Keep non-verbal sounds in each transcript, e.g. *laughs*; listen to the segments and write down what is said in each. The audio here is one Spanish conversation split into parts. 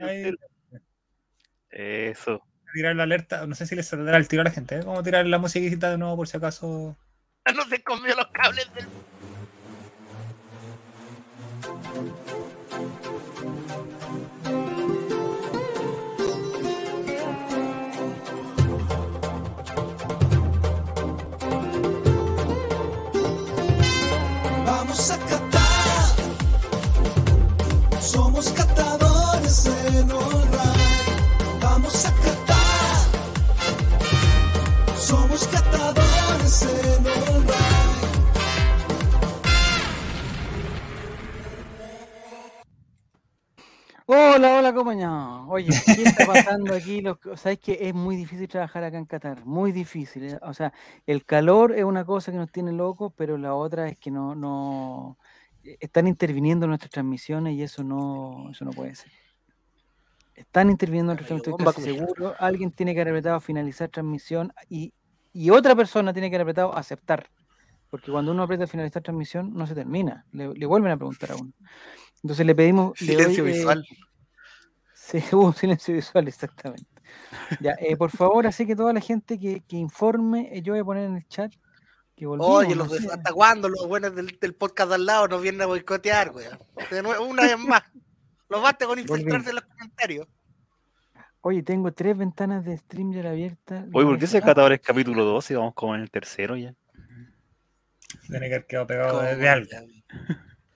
ahí. Eso. Tirar la alerta. No sé si les saldrá el tiro a la gente. ¿eh? Vamos a tirar la musiquita de nuevo por si acaso. *laughs* No se comió los cables del. Vamos a catar. Somos catadores en honra. Vamos a catar. Somos catadores en honra. Hola, hola, ¿cómo no? Oye, ¿qué está pasando aquí? Lo que- ¿Sabes que es muy difícil trabajar acá en Qatar? Muy difícil. ¿eh? O sea, el calor es una cosa que nos tiene locos, pero la otra es que no, no eh, están interviniendo en nuestras transmisiones y eso no, eso no puede ser. Están interviniendo en nuestras Bomba transmisiones, estoy casi seguro. Alguien tiene que haber apretado finalizar transmisión y, y otra persona tiene que haber apretado aceptar. Porque cuando uno aprieta finalizar transmisión, no se termina. Le, le vuelven a preguntar a uno. Entonces le pedimos. le doy, Silencio eh, visual. *laughs* Sí, hubo un silencio visual, exactamente. Ya, eh, por favor, así que toda la gente que, que informe, eh, yo voy a poner en el chat que volvimos. Oye, no los de, sé. ¿hasta cuándo los buenos del, del podcast de al lado nos vienen a boicotear, güey? De nuevo, una vez más. Los basta con infiltrarse en los comentarios. Oye, tengo tres ventanas de StreamYard abiertas. Oye, ¿por Parece- qué ese ah, catador es capítulo 12 y vamos como en el tercero ya? Tiene que haber quedado pegado de, de Como- algo.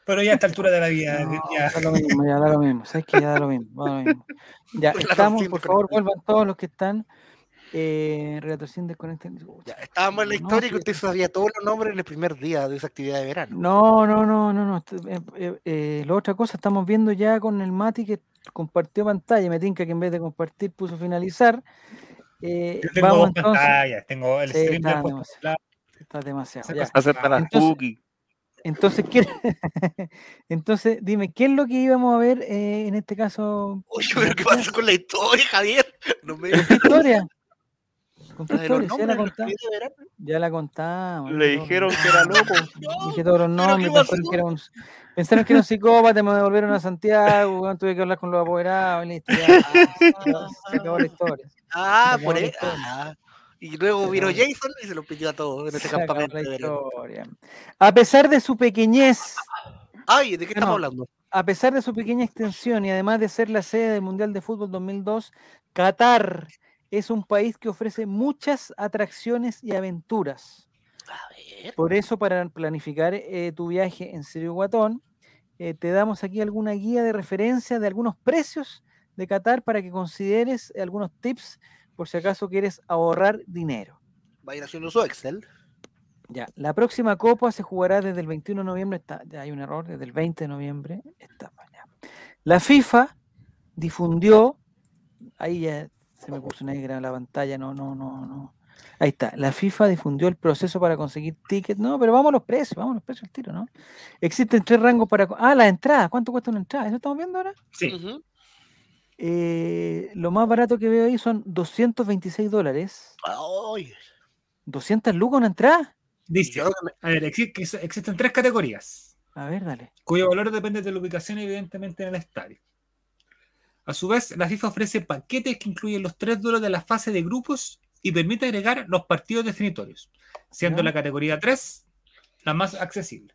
Pero ya a esta altura de la *laughs* vida. no, ya. da lo mismo, ya da lo mismo, sabes que ya da lo mismo, da lo mismo. *laughs* Ya, Relator estamos, sin por favor, desconectar. vuelvan todos los que están. Eh, Relator sin desconectar. Ya, estábamos en la No, sí, historia que usted sabía todos los nombres en el primer día de esa actividad de verano. No, no, no, no, no. esto- eh, eh, eh, la otra cosa, estamos viendo ya con el Mati que compartió pantalla. Me tinca que en vez de compartir puso finalizar. Eh, Yo tengo vamos dos entonces. pantallas. Tengo el Sí, stream está del podcast. demasiado. Está demasiado. Esa ya. cosa- Acepta las Entonces- cookies. Entonces, ¿qué- *laughs* entonces, dime, ¿qué es lo que íbamos a ver eh, en este caso? Oye, pero ¿qué pasó con la historia, Javier? No me ¿Con qué historia? ¿Con qué La de los historia? Si Ya la, nombres de la contá- actividad de verano. ya la contamos. Le ya todo. dijeron que era loco. *laughs* No, Dije todos los *laughs* pero ¿qué nombres, pensaron pasó? que, era un, pensaron que era un psicópata, me devolvieron a Santiago, weón, tuve que hablar con los apoderados, y listo, ya, *laughs* se acabó- se acabó la historia. Ah, Pero por ahora ahí. está. ah. Y luego vino Pero- Jason y se lo pidió a todos en ese Se acabó este campamento la de verano. historia. A pesar de su pequeñez, Ay, ¿de qué No. estamos hablando? a pesar de su pequeña extensión y además de ser la sede del Mundial de Fútbol 2002, Qatar es un país que ofrece muchas atracciones y aventuras. A ver. Por eso, para planificar eh, tu viaje en Sirio Guatón, eh, te damos aquí alguna guía de referencia de algunos precios de Qatar para que consideres algunos tips por si acaso quieres ahorrar dinero. Va a ir haciendo su Excel. Ya, la próxima copa se jugará desde el 21 de noviembre. Está, ya hay un error, desde el 20 de noviembre. Está pa' allá. La FIFA difundió. Ahí ya se me puso negra la pantalla. No, no, no, no. Ahí está. La FIFA difundió el proceso para conseguir tickets. No, pero vamos a los precios, vamos a los precios al tiro, ¿no? Existen tres rangos para. co- Ah, las entradas. ¿Cuánto cuesta una entrada? ¿Eso estamos viendo ahora? Sí. Ujú. Eh, lo más barato que veo ahí son 226 dólares. Ay, 200 lucas una entrada. Dice. yo creo que me- A ver, exi- que se- existen tres categorías, A ver, dale. cuyo valor depende de la ubicación, evidentemente, en el estadio. A su vez, la FIFA ofrece paquetes que incluyen los tres duelos de la fase de grupos y permite agregar los partidos definitorios, siendo Ya. la categoría 3 la más accesible.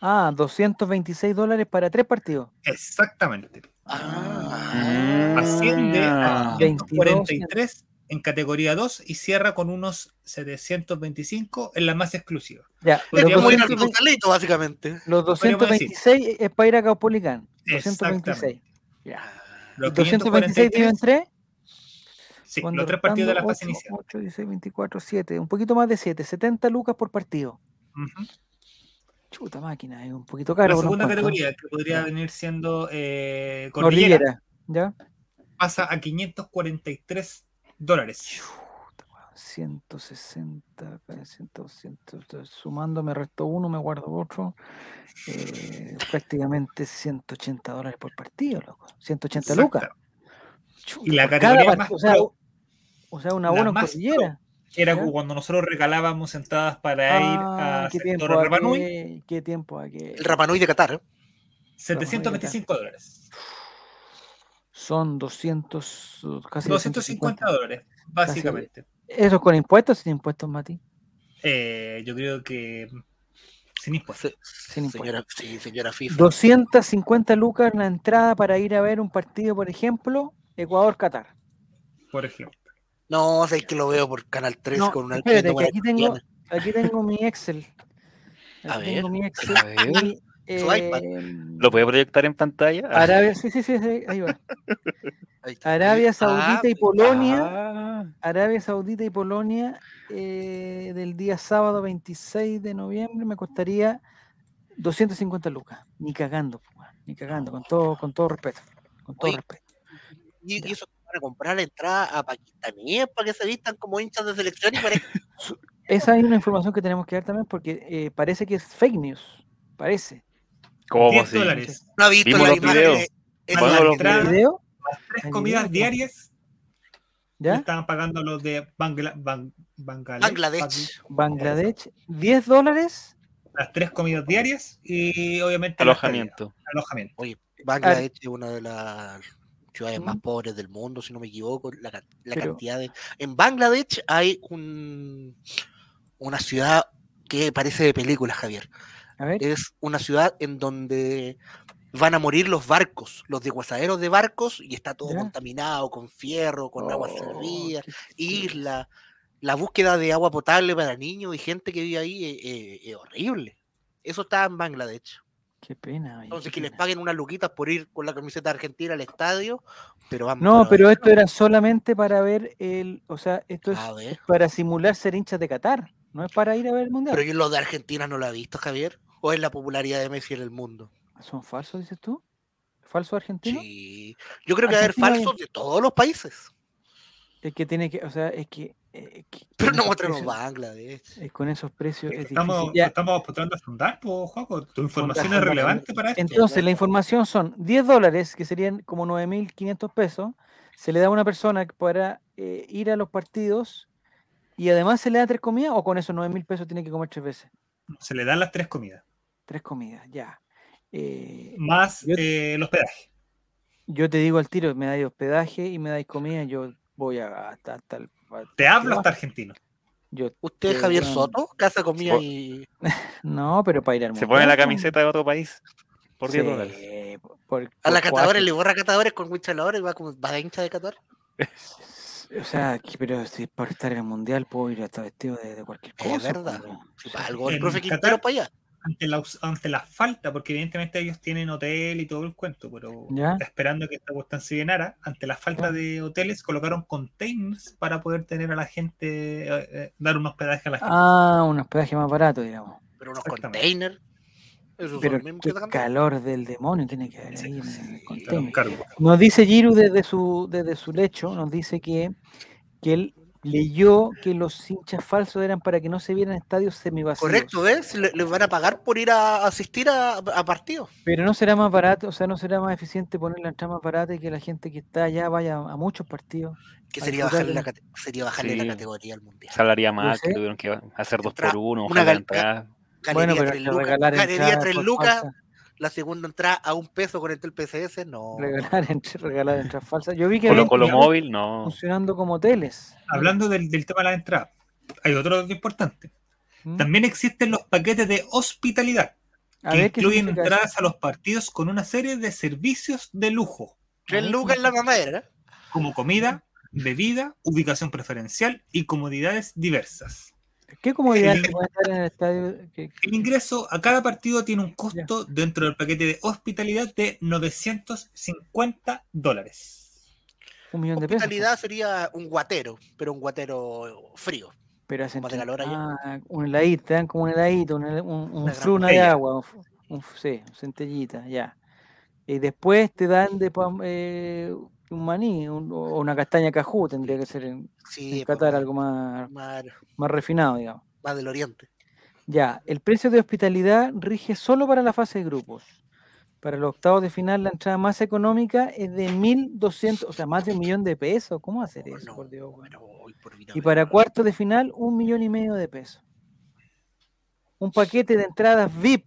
Ah, 226 dólares para tres partidos. Exactamente. Ah. Asciende a Ah. 143 en categoría 2 y cierra con unos 725 en la más exclusiva. Ya, los, Podríamos Podríamos ir 200 al Gonzalito, básicamente. los podríamos decir. 226 es para ir a Caupolicán. Exactamente. 226. Ya. Los 226 dividido en 543, 3. sí, los tres partidos de la fase inicial. 8, 16, 24, 7. Un poquito más de 7. 70 lucas por partido. Ujú. Chuta máquina, es un poquito caro. la por lo segunda pronto. categoría, que podría Ya. venir siendo eh, cordillera, Cordillera. ¿Ya? pasa a 543 dólares. 160, acá, 100, 100, eh, sumando me resto uno, me guardo otro. eh, prácticamente 180 dólares por partido, loco. 180 lucas. Exacto. Chuta, Y la por categoría part- más o sea, pro- u- o sea, un la abono en más pro- cordillera. Era ¿Ya? cuando nosotros regalábamos entradas para Ah, ir a qué sector tiempo Rapanui, aquel, qué tiempo aquel. El Rapanui de Qatar. ¿eh? 725 dólares. son 200, uh, casi 250 dólares, básicamente. ¿Eso con impuestos o sin impuestos, Mati? Eh, yo creo que mm, sin impuestos. Sin impuestos. Señora, sí, señora FIFA. 250 lucas la entrada para ir a ver un partido, por ejemplo, Ecuador-Catar. Por ejemplo. No, sé que lo veo por Canal 3 No, con una espérate, alquilando que aquí tengo- buena Aquí tengo mi Excel. *laughs* A Aquí tengo mi Excel. A ver. y, Su iPad. em, ¿Lo puede proyectar en pantalla? Ah, Arabia, sí, sí, sí, sí, ahí va. Ahí está. Ah, Arabia Saudita y Polonia. ah, Arabia Saudita y Polonia eh, del día sábado 26 de noviembre me costaría 250 lucas. Ni cagando, po, weón, ni cagando, con todo, con todo respeto. Con todo Oye, respeto. Y, y eso van a comprar entrada a paquistaníes para que se vistan como hinchas de selección y parezcan. Esa es una información que tenemos que dar también porque eh, parece que es fake news. Parece. ¿Cómo 10 así? dólares. *laughs* No ha visto Vimos la los videos. imagen. Vimos la los entrada. videos. ¿Video? Tres Ay, comidas mira. diarias le ¿Ya? estaban pagando los de Bangla- Ban- Bangladesh. Bangladesh. Bangladesh, 10 dólares. Las tres comidas diarias y obviamente la Este Alojamiento. estadía, alojamiento. Bangladesh es una de las ciudades más Ah. ¿Mm? pobres del mundo, si no me equivoco. La, ca- la Pero- cantidad de. En Bangladesh hay un, una ciudad que parece de película, Javier. A ver, Es una ciudad en donde van a morir los barcos, los desguazaderos de barcos, y está todo Ya. contaminado con fierro, con agua Oh, servida, qué triste. isla. La búsqueda de agua potable para niños y gente que vive ahí es, es- es horrible. Eso está en Bangladesh. Qué pena. oye, Entonces, qué que les pena. paguen unas luquitas por ir con la camiseta argentina al estadio, pero vamos. No, pero esto era solamente para ver el. O sea, esto es A ver. para simular ser hinchas de Qatar. No es para ir a ver el mundial. Pero yo lo de Argentina no lo he visto, Javier. ¿O es la popularidad de Messi en el mundo? ¿Son falsos, dices tú? ¿Falso argentino? Sí. Yo creo que va a haber Argentina falsos de todos los países. Es que tiene que. O sea, es que. eh, que Pero con no esos mostremos precios- Bangladesh. eh, Con esos precios es Estamos, difícil. Ya, estamos apostando a fundar, pues, Juaco. Tu información es Fundación, relevante para esto. Entonces, la información son 10 dólares, que serían como 9.500 pesos, se le da a una persona para eh, ir a los partidos y además se le da tres comidas o con esos 9.000 pesos tiene que comer tres veces. Se le dan las tres comidas. Tres comidas, ya. Eh, Mm. Más Yo- eh, el hospedaje. yo te digo al tiro, me dais hospedaje y me dais comida, yo voy a, hasta, hasta el... a- Te hablo yo- hasta argentino. yo- ¿Usted Qué es Javier bueno. Soto? Casa comida Po- y. no, pero para ir al Se pone la mundial, pues, camiseta de otro país. Por 10 sí, dólares. por- por- A la por catadora cuatro. le borra catadores con Wichaladores y va como va de hincha de catador. O sea, que- pero si para estar en el mundial puedo ir hasta vestido de, de cualquier Es cosa. verdad. pues, weón. Si Sí. para algo el En profe Qatar- Quintero para allá. Ante la, aus- ante la falta, porque evidentemente ellos tienen hotel y todo el cuento, pero Ya. está esperando que esta cuestión se llenara. Ante la falta Ya. de hoteles, colocaron containers para poder tener a la gente, eh, eh, dar un hospedaje a la gente. Ah, un hospedaje más barato, digamos. Pero unos Exactamente. containers. Esos Pero son mismos que qué sacan- calor del demonio tiene que haber Sí, ahí en sí, el claro, un container. cargo. Nos dice Giru desde su, desde su lecho, nos dice que, que él leyó que los hinchas falsos eran para que no se vieran estadios semivacíos. Correcto, ¿ves? Le- Les van a pagar por ir a asistir a, a partidos. Pero no será más barato, o sea, no será más eficiente poner la entrada más barata y que la gente que está allá vaya a muchos partidos. Que Al sería total bajarle, la, de- cate- sería bajarle la Sí. categoría al mundial. Salaria más, sé. que tuvieron que hacer dos Entra por uno, una bajar la gal- entrada. Galería bueno, pero 3 que lucas. regalar Galería entradas 3 por lucas. falsas- La segunda entrada a un peso con el del PCS. No. regalar, *laughs* entre- regalar entradas falsas. Yo vi que Colo habían Colo quedado móvil, no. funcionando como hoteles. Hablando del, del tema de la entrada, hay otro dato importante. ¿Mm? También existen los paquetes de hospitalidad, A que ver qué incluyen significa eso. entradas a los partidos con una serie de servicios de lujo, 3 lucas en la mamadera. ¿eh? como comida, Mm. bebida, ubicación preferencial y comodidades diversas. ¿Qué comodidad Sí. *laughs* se puede estar en el estadio? ¿Qué- El ingreso a cada partido tiene un costo dentro del paquete de hospitalidad de 950 dólares. un millón de pesos. pues. Hospitalidad sería un guatero, pero un guatero frío. po. Pero hacen como de calor allá. ah, un heladito, te dan como un heladito, un, hel- un, un Una gran fruna de botella. agua, un, f- un f- sí, un centellita, ya. Y después te dan de pam- eh, un maní un- o una castaña cajú, tendría que ser en, en Sí, pues, Qatar más- algo más, más, más refinado, digamos. más del oriente. Ya, el precio de hospitalidad rige solo para la fase de grupos. Para los octavos de final, la entrada más económica es de 1.200, o sea, más de un millón de pesos. ¿Cómo hacer Oh, eso, no, por Dios, weón? pero hoy por vida, Y pero- para cuartos de final, un millón y medio de pesos. Un paquete de entradas VIP,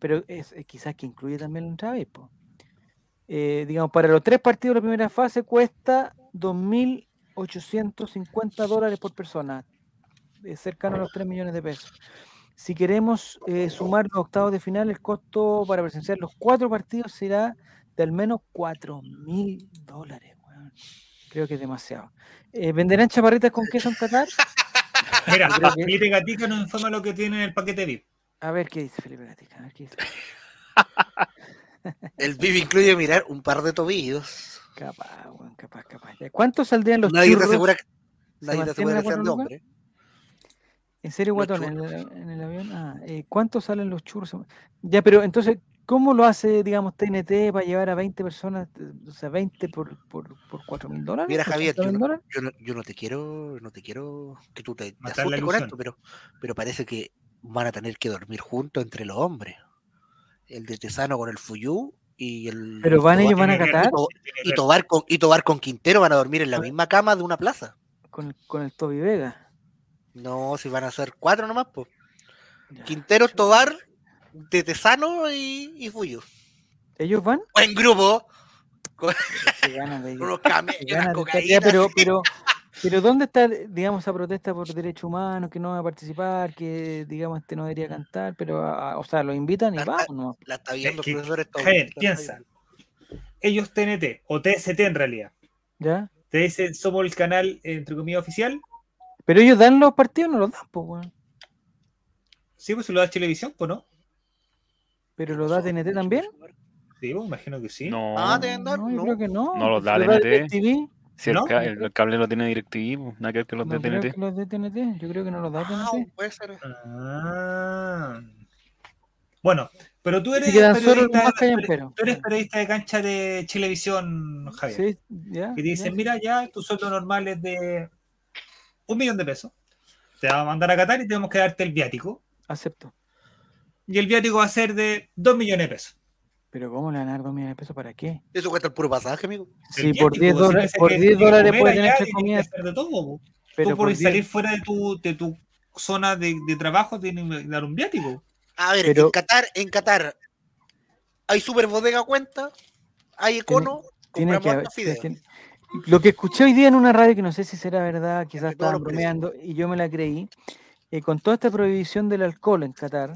pero es, eh, quizás que incluye también la entrada VIP. po. eh, digamos, para los tres partidos de la primera fase cuesta 2.850 dólares por persona, eh, cercano a los 3 millones de pesos. Si queremos eh, sumar los octavos de final, el costo para presenciar los cuatro partidos será de al menos 4.000 dólares. weón. Creo que es demasiado. Eh, ¿Venderán chaparritas con queso en Qatar? Mira, Yo creo que- Felipe Gatica nos informa lo que tiene en el paquete VIP. A ver qué dice Felipe Gatica. A ver qué dice. El VIP incluye mirar un par de tobillos. Capaz, weón, capaz, capaz. Ya, ¿cuánto saldrían los Nadie te churros? asegura, que- ¿Se nadie te mantienen asegura a que sean de cuatro lucas? hombre. ¿En serio, Los Guatón? ¿En el, av- en el avión? Ah, eh, ¿cuánto salen los churros? Ya, pero entonces, ¿cómo lo hace, digamos, TNT para llevar a 20 personas? Eh, O sea, 20 por, por, por 4 mil dólares. Mira, por Javier, 4.000 yo no- dólares. yo no, yo no te quiero, no te quiero que tú te, te Matar la asustes con ilusión. esto, pero, pero parece que van a tener que dormir juntos entre los hombres. El de Tesano con el Fuyú y el. Pero van Tobar- ellos, van a Tiene que- Qatar. tiene que- Y Tobar, con, y Tobar con Quintero van a dormir Ah. en la misma cama de una plaza. Con, el- con el Toby Vega. No, si van a ser cuatro nomás, pues. Ya. Quintero, Tobar, de Tesano y, y Fuyú. ¿Ellos van? Buen grupo, Qué ganas de ellos. con los *laughs* camellos, qué las ganas de estar allá, cocaínas. pero, *laughs* pero, pero ¿dónde está, digamos, esa protesta por derechos humanos, que no va a participar, que, digamos, este no debería cantar, pero, ah, ah, o sea, lo invitan y Ah, vamos, no, La está viendo, que- profesor. esto- Javier, la está piensa. viendo. Ellos TNT, o TST en realidad. ¿ya? Te dicen, somos el canal, entre comillas, oficial. Pero ellos dan los partidos, no los dan, pues, weón. Sí, pues se lo da Televisión, pues no. Pero lo da TNT también. Sí, pues imagino que sí. No. Ah, te- no, No, yo no. creo que no. No los da Lo TNT. DirecTV, Si el, ¿No? ca- el cable lo tiene DirecTV, pues, nada que ver que los de No creo TNT. que los de TNT. Yo creo que no los da Ah, TNT. puede ser. Ah. Bueno, pero tú eres, Y quedan solo los periodista, más de, callamperos. tú eres periodista de cancha de Televisión, Javier. Sí, ya. Y te dicen, ya. mira, ya tu sueldo normal es de un millón de pesos. Te va a mandar a Qatar y tenemos que darte el viático. Acepto. Y el viático va a ser de dos millones de pesos. Pero ¿cómo le van a dar dos millones de pesos para qué? Eso cuesta el puro pasaje, amigo. Si El por viático, 10 si dólares, piensas por pues, que tienes que 10 dólares comer puede tener allá y tienes tres que comidas. hacer de todo, po. Pero Tú por por 10 salir fuera de tu, de tu zona de, de trabajo tienes que dar un viático. A ver, Pero- en Qatar, en Qatar hay super bodega cuenta, hay econo, Tiene compramos que haber. hartos fideos. tiene- Lo que escuché hoy día en una radio, que no sé si será verdad, quizás de todos estaban los precios. bromeando y yo me la creí, eh, con toda esta prohibición del alcohol en Qatar,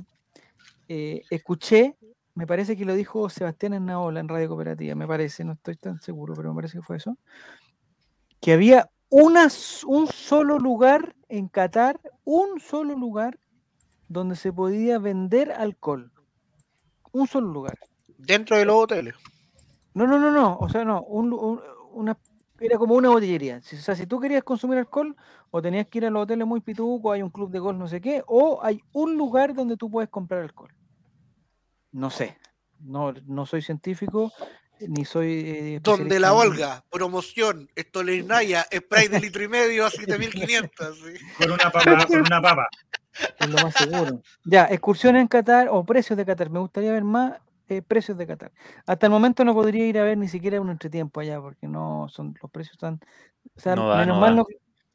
eh, escuché, me parece que lo dijo Sebastián Ennaola en Radio Cooperativa, me parece, no estoy tan seguro, pero me parece que fue eso, que había una, s- un solo lugar en Qatar, un solo lugar donde se podía vender alcohol. Un solo lugar. Dentro de los hoteles. No, no, no, no. O sea, no. un lu- un- una, era como una botillería. Si- O sea, si tú querías consumir alcohol, o tenías que ir a los hoteles muy pitucos, hay un club de golf, no sé qué, o hay un lugar donde tú puedes comprar alcohol. No sé. No, no soy científico, ni soy. eh, Donde especialista la en- Olga, promoción, Estolinaya, spray de litro y medio a 7500. sí. Con una *laughs* papa, con una papa. Es lo más seguro. Ya, excursiones en Qatar o precios de Qatar. Me gustaría ver más eh, precios de Qatar. Hasta el momento no podría ir a ver ni siquiera un entretiempo allá porque no son los precios tan. O sea, No da, menos, no mal da. no,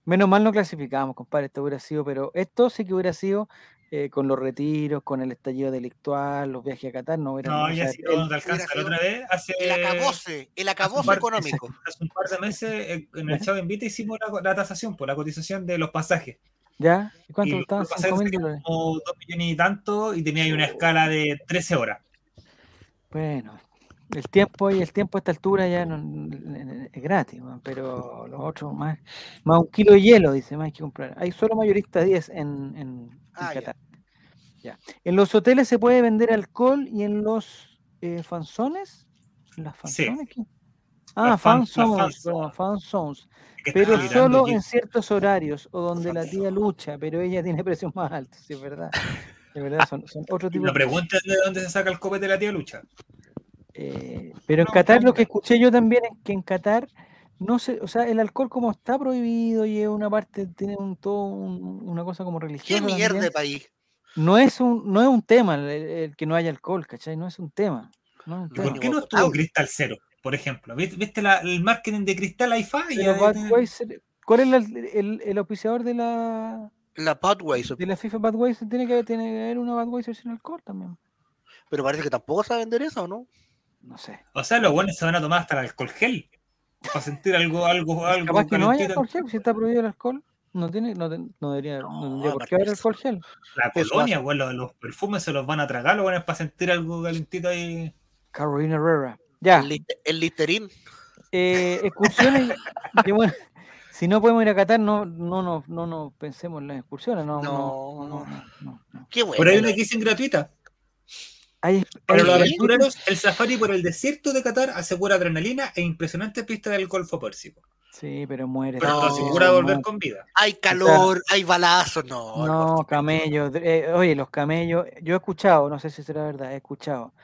menos mal no clasificamos, compadre. Esto hubiera sido, pero esto sí que hubiera sido eh, con los retiros, con el estallido delictual, los viajes a Qatar. No hubiera. No, o ya sea, si no el- te alcanza la otra vez, hace, El acabose, el acabose par- económico. hace un par de meses eh, en el Chavo Invita hicimos la, la tasación, por la cotización de los pasajes. ¿Ya? ¿Y cuánto lo que costaban? pasa es ¿Cinco mil que- dólares? Como dos millones y tanto, y tenía ahí una escala de 13 horas. Bueno, el tiempo y el tiempo a esta altura ya no, n- n- es gratis, weón, pero los otros más, más un kilo de hielo, dice, más hay que comprar. Hay solo mayorista 10 en, en, en Ah, ya. Qatar. Ya. En los hoteles se puede vender alcohol y en los eh, fanzones. ¿Las Sí. fanzones? qué? Ah, Las fan- las fanzones, fanzones. perdón, fanzones. que Pero estaba mirando solo y- en ciertos horarios o donde la tía lucha, pero ella tiene *laughs* precios más altos, sí, es verdad. De verdad, son, son *laughs* otro tipo La de pregunta es de dónde se saca el copete de la tía Lucha. Eh, pero en No, Qatar lo hombre. que escuché yo también es que en Qatar no sé, o sea, el alcohol como está prohibido y es una parte tiene un todo un- una cosa como Qué religiosa mierda de también, país. no es un no es un tema el, el- el que no haya alcohol, ¿cachai? No es un tema. No es un ¿Y tema. ¿Por qué no estuvo Cristal Cero, por ejemplo? ¿Viste, viste la- el marketing de Cristal ahí Pero falla? Budweiser- ¿Cuál es la- el, el auspiciador de la La Budweiser, de la FIFA Budweiser? Tiene que tiene que haber una Budweiser sin alcohol también. pero parece que tampoco sabe vender eso, ¿no? No sé. O sea, los buenos se van a tomar hasta el alcohol gel. Para sentir algo, algo, algo. Capaz que no haya calentito. alcohol gel, si está prohibido el alcohol. No tiene, no, ten- no debería, no No, tendría por qué haber alcohol gel. La Eso colonia, weón, los, los perfumes se los van a tragar, los van a para sentir algo calentito ahí. Carolina Herrera. Ya. El, lit- el literín. Eh, excursiones. que bueno, si no podemos ir a Qatar, no, no, no, no, no pensemos en las excursiones. No, no, no, No. no, no, no. Qué bueno. Por ahí una que dicen gratuita. Hay- Para los Oye, aventureros, el safari por el desierto de Qatar asegura adrenalina e impresionante pista del Golfo Pérsico. Sí, pero muere. Pero No, no asegura volver muere. con vida. Hay calor, hay balazos. No, No, camellos. eh, oye, los camellos, yo he escuchado, no sé si será verdad, he escuchado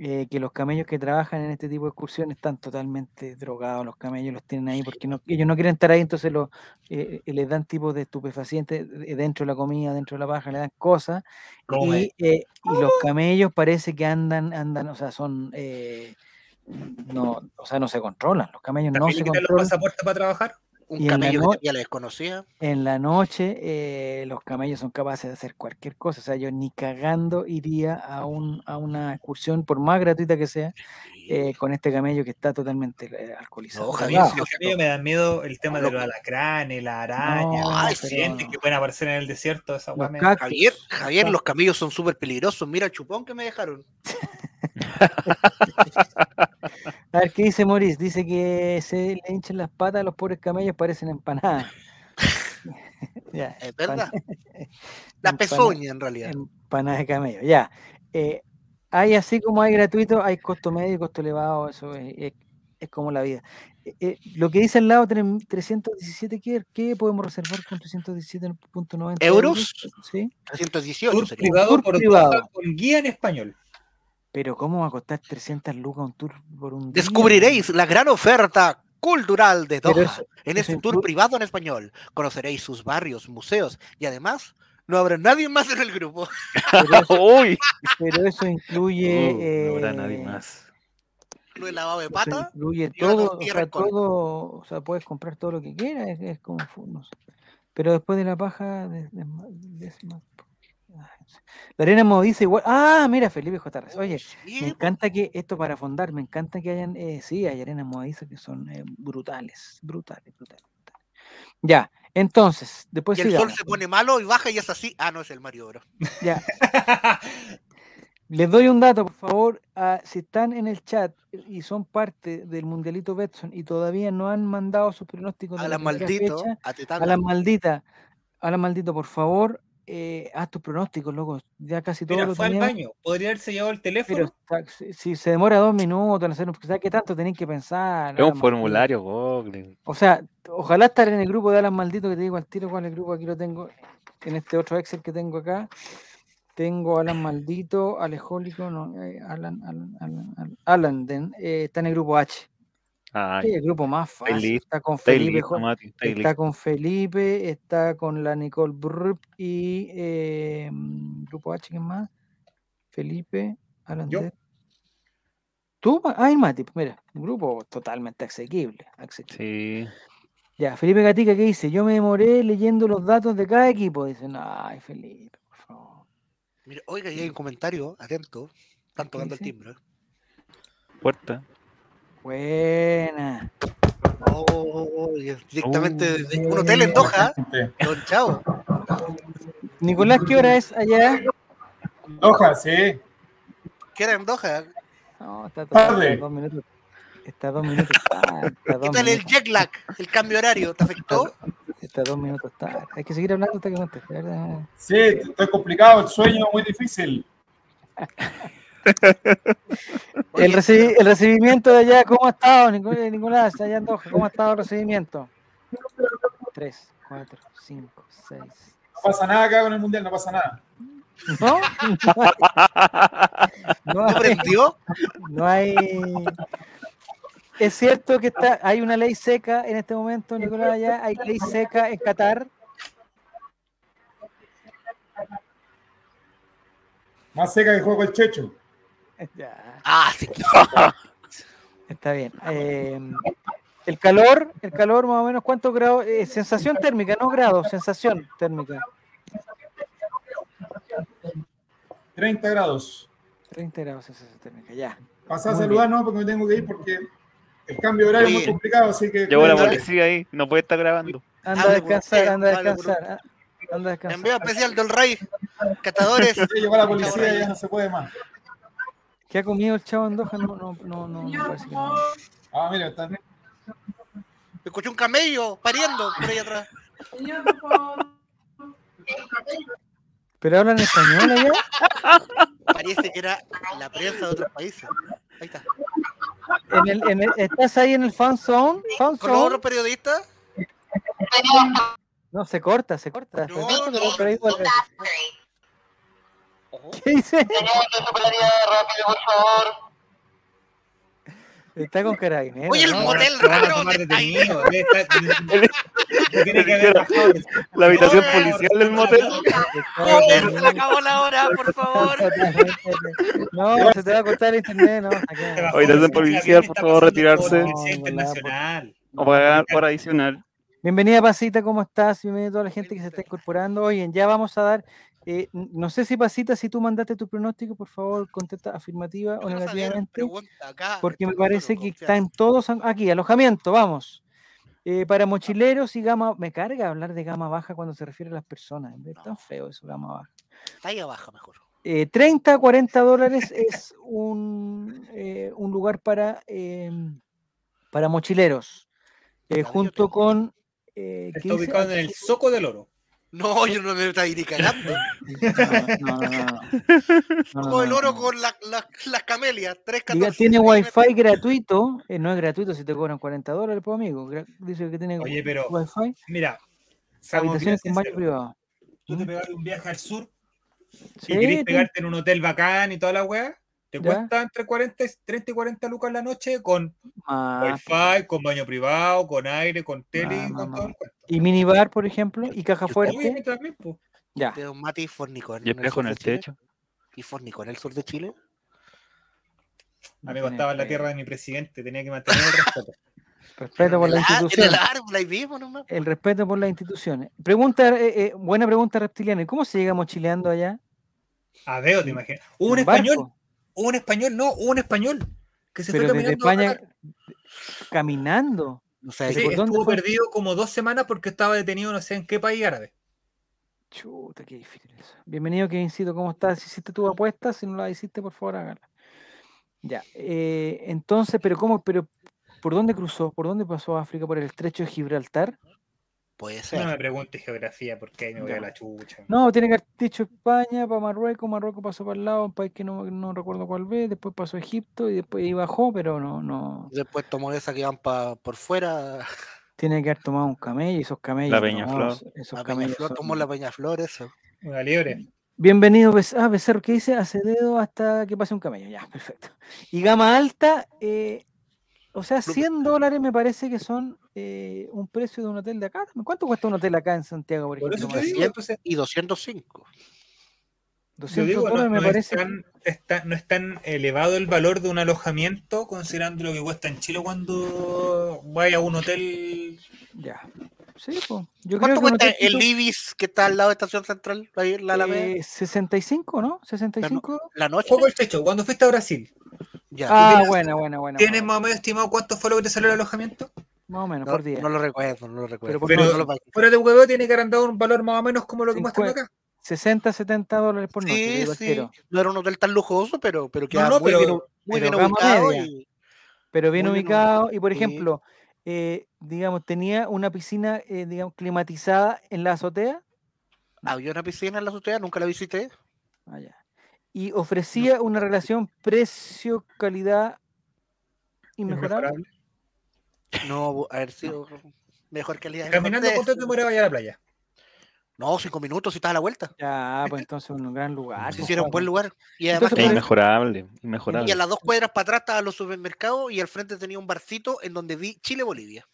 eh, que los camellos que trabajan en este tipo de excursiones están totalmente drogados, los camellos los tienen ahí porque no- ellos no quieren estar ahí, entonces los, eh, eh, les dan tipos de estupefacientes eh, dentro de la comida, dentro de la paja, le dan cosas. Como Y, eh, y los camellos parece que andan, andan, o sea, son... eh, no, o sea, no se controlan, los camellos no ¿También se le quitan los controlan. pasaportes para trabajar? y Un en la camello no- que ya la desconocía. En la noche, eh, los camellos son capaces de hacer cualquier cosa. O sea, yo ni cagando iría a, un, a una excursión, por más gratuita que sea, eh, con este camello que está totalmente eh, alcoholizado. No, A mí, Ojalá. drogado. sí, a mí me da miedo el tema de los alacranes, la araña, los No, pero- accidentes que pueden aparecer en el desierto. Esa Los weá me- cactus, Javier, Javier, los camellos son súper peligrosos. Mira el chupón que me dejaron. A ver, ¿qué dice Maurice? Dice que se le hinchan las patas a los pobres camellos, parecen empanadas. *laughs* *laughs* Ya, Es *laughs* verdad. empana- La pezuña, en realidad. Empanadas de camello, ya. Eh, hay así como hay gratuito, hay costo medio y costo elevado, eso es, es- es como la vida. Eh, eh, lo que dice al lado tre- 317, ¿qué, qué podemos reservar con 317.90 ¿Euros? Sí, 318 Tour sería. privado Tour por privado. Doha con guía en español. *laughs* pero ¿cómo va a costar 300 lucas un tour por un día? Descubriréis la gran oferta cultural de Pero Doha eso- en eso este tour incluye- privado en español. Conoceréis sus barrios, museos y además no habrá nadie más en el grupo. *laughs* Pero eso, *laughs* ¡Uy! pero eso incluye. *laughs* Uh, no habrá nadie eh, más. Lo de lavado de O sea, pata. incluye y una todo, o tortilla sea, recol. todo, o sea, puedes comprar todo lo que quieras, es, es como, fu- no sé. Pero después de la paja, de- de- de- ay, no sé. la arena dice igual, ah, mira, Felipe J. Reyes, oye, Sí, pues. me encanta que esto para fondar, me encanta que hayan, eh, sí, hay arenas movedizas que son eh, brutales, brutales, brutales, brutales. Ya, entonces, después y el sol sigamos. se pone malo y baja y es así. Ah, no, es el Mario Bros. Ya, Les doy un dato, por favor. a- si están en el chat y son parte del Mundialito Betson y todavía no han mandado sus pronósticos de A la la primera maldito. fecha, A a la Tetanga. maldita, a la maldita, por favor, eh, haz tus pronósticos, loco. Ya casi todo Mira, lo fue al teníamos, baño. Podría haberse llevado el pero teléfono. está- si, si se demora dos minutos en hacer un, ¿sabes qué tanto tenéis que pensar? Es un Alan Maldito? formulario, Google. O sea, ojalá estar en el grupo de Alan Maldito, que te digo al tiro cuál es el grupo, aquí lo tengo, en este otro Excel que tengo acá. Tengo Alan Maldito, Alejólico, no, eh, Alan, Alan, Alan, Alan, Alan Den, eh, está en el grupo H. Ay, Es el grupo más fácil. listo, Está con Ah, está Felipe, listo, Jo- Mati. Está está listo. con Felipe, está con la Nicole Brup y eh, mm, grupo H, ¿quién más? Felipe, Alan Yo. Den. Tú, Ma- ah, y Mati, mira, un grupo totalmente asequible, asequible. Sí. Ya, Felipe Gatica, ¿qué dice? Yo me demoré leyendo los datos de cada equipo. Dicen, ay, Felipe, por favor. Mira, oiga, ahí hay un comentario. Atento. Están ¿Qué tocando el dice? timbre. Puerta. Buena. Oh, oh, oh, y es directamente Uh. desde un hotel en Doha. Gente. Don Chao. Nicolás, ¿qué hora es allá? Doha, sí. ¿Qué era en Doha? No, está todo- Tarde. dos minutos. Está dos minutos tarde. Está ¿Qué dos tal el minutos, jet lag? ¿El cambio horario? ¿Te afectó? está dos minutos tarde. Hay que seguir hablando hasta que conteste, ¿verdad? Sí, estoy complicado, el sueño es muy difícil. *laughs* El, recibi- el recibimiento de allá, ¿cómo ha estado, Nico- eh, Nicolás? Allá en Doha, ¿cómo ha estado el recibimiento? Tres, cuatro, cinco, seis. No pasa nada acá con el mundial, no pasa nada. ¿No? *laughs* No ¿No hay- prendió? No hay. Es cierto que está, hay una ley seca en este momento, Nicolás, allá. Hay ley seca en Qatar. Más seca que el juego el Checho. Ya, Ah, sí. está bien. Eh, el calor, el calor más o menos, ¿cuántos grados? Eh, sensación térmica, no grados, sensación térmica. 30 grados. 30 grados sensación térmica, ya. Pasá a Muy saludar, no, porque me tengo que ir porque el cambio de horario es muy Oye, complicado, así que. Llevó la Dale. policía ahí, no puede estar grabando. Anda a Hable por descansar, usted, anda a hable por descansar. ah, Anda a Envío descansar. especial del Rey. Catadores. Llegó la policía y ya no se puede más. ¿Qué ha comido el chavo Andoja? No, no, no, no, no, parece que no. Ah, mira, están. Escuché un camello pariendo por ahí atrás. Señor, por favor. ¿Pero hablan español allá? Parece que era la prensa de otros países. Ahí está. ¿En el, en el- ¿Estás ahí en el fan zone? ¿Fan Con los zone? otros periodistas. No, se corta, se corta. se No, corta, no, pero- pero igual- Ojo. ¿Qué *laughs* dice? Está con carabineros. Oye, el ¿no? motel lo van a raro tomar de ahí. detenido. Debe *laughs* estar- Tiene que haber bajado. La habitación Hola. policial del motel. Joder, se le acabó la hora, *laughs* por favor. No, se te va a cortar el internet, no. acá. Oye, desde policial, por favor, retirarse. Policía internacional. O pagar hora adicional. Bienvenida, Pasita, ¿cómo estás? Bienvenida a toda la gente que se está incorporando. Oye, ya vamos a dar. eh, n- no sé si, Pasita, si tú mandaste tu pronóstico, por favor, contesta *laughs* afirmativa o Quiero saber, negativamente. pregunta acá, porque me estoy solo, parece que confianza. están todos an- aquí, alojamiento, vamos. Eh, para mochileros y gama, me carga hablar de gama baja cuando se refiere a las personas, es No. tan feo eso, gama baja. Está ahí abajo mejor. Eh, 30 a 40 dólares es un, eh, un lugar para, em, para mochileros, eh, yo junto tengo. con... eh, Está 15 ubicado en el Soco del Oro. No, *laughs* yo no me estoy ni cagando. No, no, no, no, no. *laughs* No, no, Con el no, oro no. con la- la- las camelias. *laughs* Diga, 314. tiene wifi gratuito, eh, no es gratuito si te cobran 40 dólares, pues amigo. gra- Dice que tiene Oye, pero wifi. mira, seamos bien Habitaciones con baño sinceros. privado. Tú te pegaste un viaje al sur Sí, y querés ten- pegarte en un hotel bacán y toda la weá. Te Ya. cuesta entre 40, y- 30 y 40 lucas la noche con ah, wifi, con baño privado, con aire, con tele, Ah, y con no, todo no. el cuento. y minibar, por ejemplo, y caja fuerte. Obviamente también, pues. Ya. De Don Mati y Fornico. Y espejo en el techo. Y Fornico en el sur de Chile. Amigo, Tiene estaba en la que- tierra de mi presidente, tenía que mantener el respeto. Respeto por en, la el ar- en institución. el árbol ahí mismo nomás. El respeto por las instituciones. Pregunta, eh, eh, buena pregunta reptiliana. ¿Y cómo se llega mochileando allá? A Veo, te imaginas. Hubo un ¿En barco? español, hubo un español, no, hubo un español que se Pero fue desde caminando. a España, Qatar. caminando. No sé, Sí, ¿por dónde estuvo fue? perdido como dos semanas porque estaba detenido no sé en qué país árabe. Chuta, qué difícil eso. Bienvenido, Kevincito, ¿cómo estás? ¿Hiciste tu apuesta? Si no la hiciste, por favor, hágala. Ya, eh, entonces, pero cómo, pero ¿por dónde cruzó? ¿Por dónde pasó a África? ¿Por el estrecho de Gibraltar? puede ser. No me preguntes geografía porque ahí me voy Ya. a la chucha. No, tiene que haber dicho España, para Marruecos, Marruecos pasó para el lado, un país que no, no recuerdo cuál vez, después pasó a Egipto y después ahí bajó, pero no, no. Después tomó esa que van pa, por fuera. Tiene que haber tomado un camello, esos camellos. no, Peñaflor. esos- esos La camellos Peñaflor, son- tomó la Peñaflor, eso. Una liebre. Bienvenido, Bez- ah, Becerro, ¿qué dice? Hace dedo hasta que pase un camello, ya, perfecto. Y gama alta, eh, o sea, 100 dólares me parece que son eh, un precio de un hotel de acá. también. ¿Cuánto cuesta un hotel acá en Santiago, por Por eso ejemplo? te como digo, decía, entonces, Y 205. yo 200 digo, no, dólares me no parece. es tan, está- no es tan elevado el valor de un alojamiento considerando lo que cuesta en Chile cuando vaya a un hotel. Ya. Sí, po. Yo creo ¿Cuánto que un cuesta hotel el tipo- Ibis que está al lado de Estación Central? Ahí en la Alameda. Eh, 65, ¿no? 65. la noche. Juego el techo, cuando fuiste a Brasil, Ya. Ah, tienes- buena, buena, buena. ¿tienes buena. más o menos estimado cuánto fue lo que te salió el alojamiento? Más o menos, no, por día. no lo recuerdo, no lo recuerdo. por Pero favor. no lo pagué. Fuera de huevo tiene que haber andado un valor más o menos como lo que muestran acá. Cincuenta. 60, 70 dólares por noche. te sí, digo al sí. tiro. No era un hotel tan lujoso, pero, pero quedaba no, muy, pero- bien, u- pero muy bien gama ubicado. media. y- pero bien Muy bien ubicado. Y por sí. ejemplo, eh, digamos, tenía una piscina, eh, digamos, climatizada en la azotea. Había una piscina en la azotea, nunca la visité. Ah, ya. Y ofrecía una relación precio-calidad inmejorable. Inmejorable. No, bu- haber sido mejor calidad. del Caminando, hotel. ¿cuánto te demoraba allá a la playa? No, cinco minutos y estaba a la vuelta. Ya, pues entonces un gran lugar. Si pues, hiciera un buen Joaco. lugar. Y Es Entonces, además por tenía- ejemplo, inmejorable, y a inmejorable. las dos cuadras para atrás estaban los supermercados y al frente tenía un barcito en donde vi Chile-Bolivia.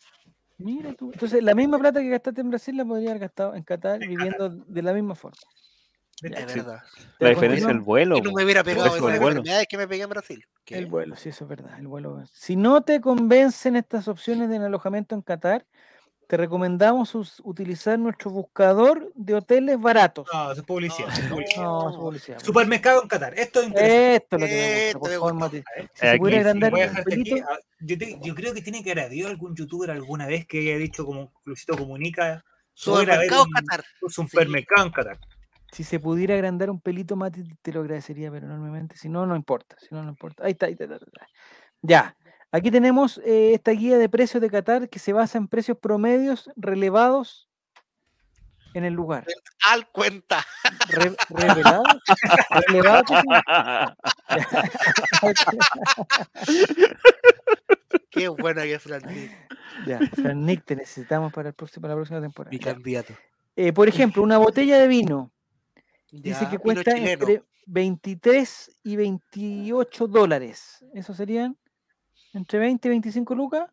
Mira tú. Entonces, la misma plata que gastaste en Brasil la podría haber gastado en Qatar viviendo de la misma forma. Ya, Es sí. ¿Te verdad. La das cuenta? diferencia del vuelo. Y no po. me hubiera pegado eso esas el vuelo. enfermedades que me pegué en Brasil. Que El vuelo, sí, eso es verdad. El vuelo. Si no te convencen estas opciones de alojamiento en Qatar, Te recomendamos us- utilizar nuestro buscador de hoteles baratos. No, eso es publicidad. eso es publicidad. No, Eh, es publicidad. pues. Supermercado en Qatar. Esto es Ah, interesante. Esto es lo que Esto me gusta, por me favor, gusta. Mati. ¿eh? Si se Aquí pudiera sí, agrandar Voy a un dejarte aquí. pelito, Ah, Yo, te- yo creo que tiene que haber habido algún youtuber alguna vez que haya dicho como Luisito Comunica. voy a ir a ver Supermercados un- Qatar. un Supermercado en Qatar. si se pudiera agrandar un pelito, Mati, te lo agradecería, pero enormemente. Si no, no importa. Si no, no importa. Ahí está, ahí está. ahí está, ahí está. Ya. Aquí tenemos eh, esta guía de precios de Qatar que se basa en precios promedios relevados en el lugar. Al cuenta. Re- ¿Revelados? ¿Relevados? ¿qué significa? Qué bueno que *laughs* es Francisco. Ya, Fran Nick, te necesitamos para, el próximo, para la próxima temporada. Mi Ya. candidato. Eh, por ejemplo, una botella de vino dice Ya, que vino cuesta chileno. entre 23 y 28 dólares. Eso serían entre 20 y 25 lucas,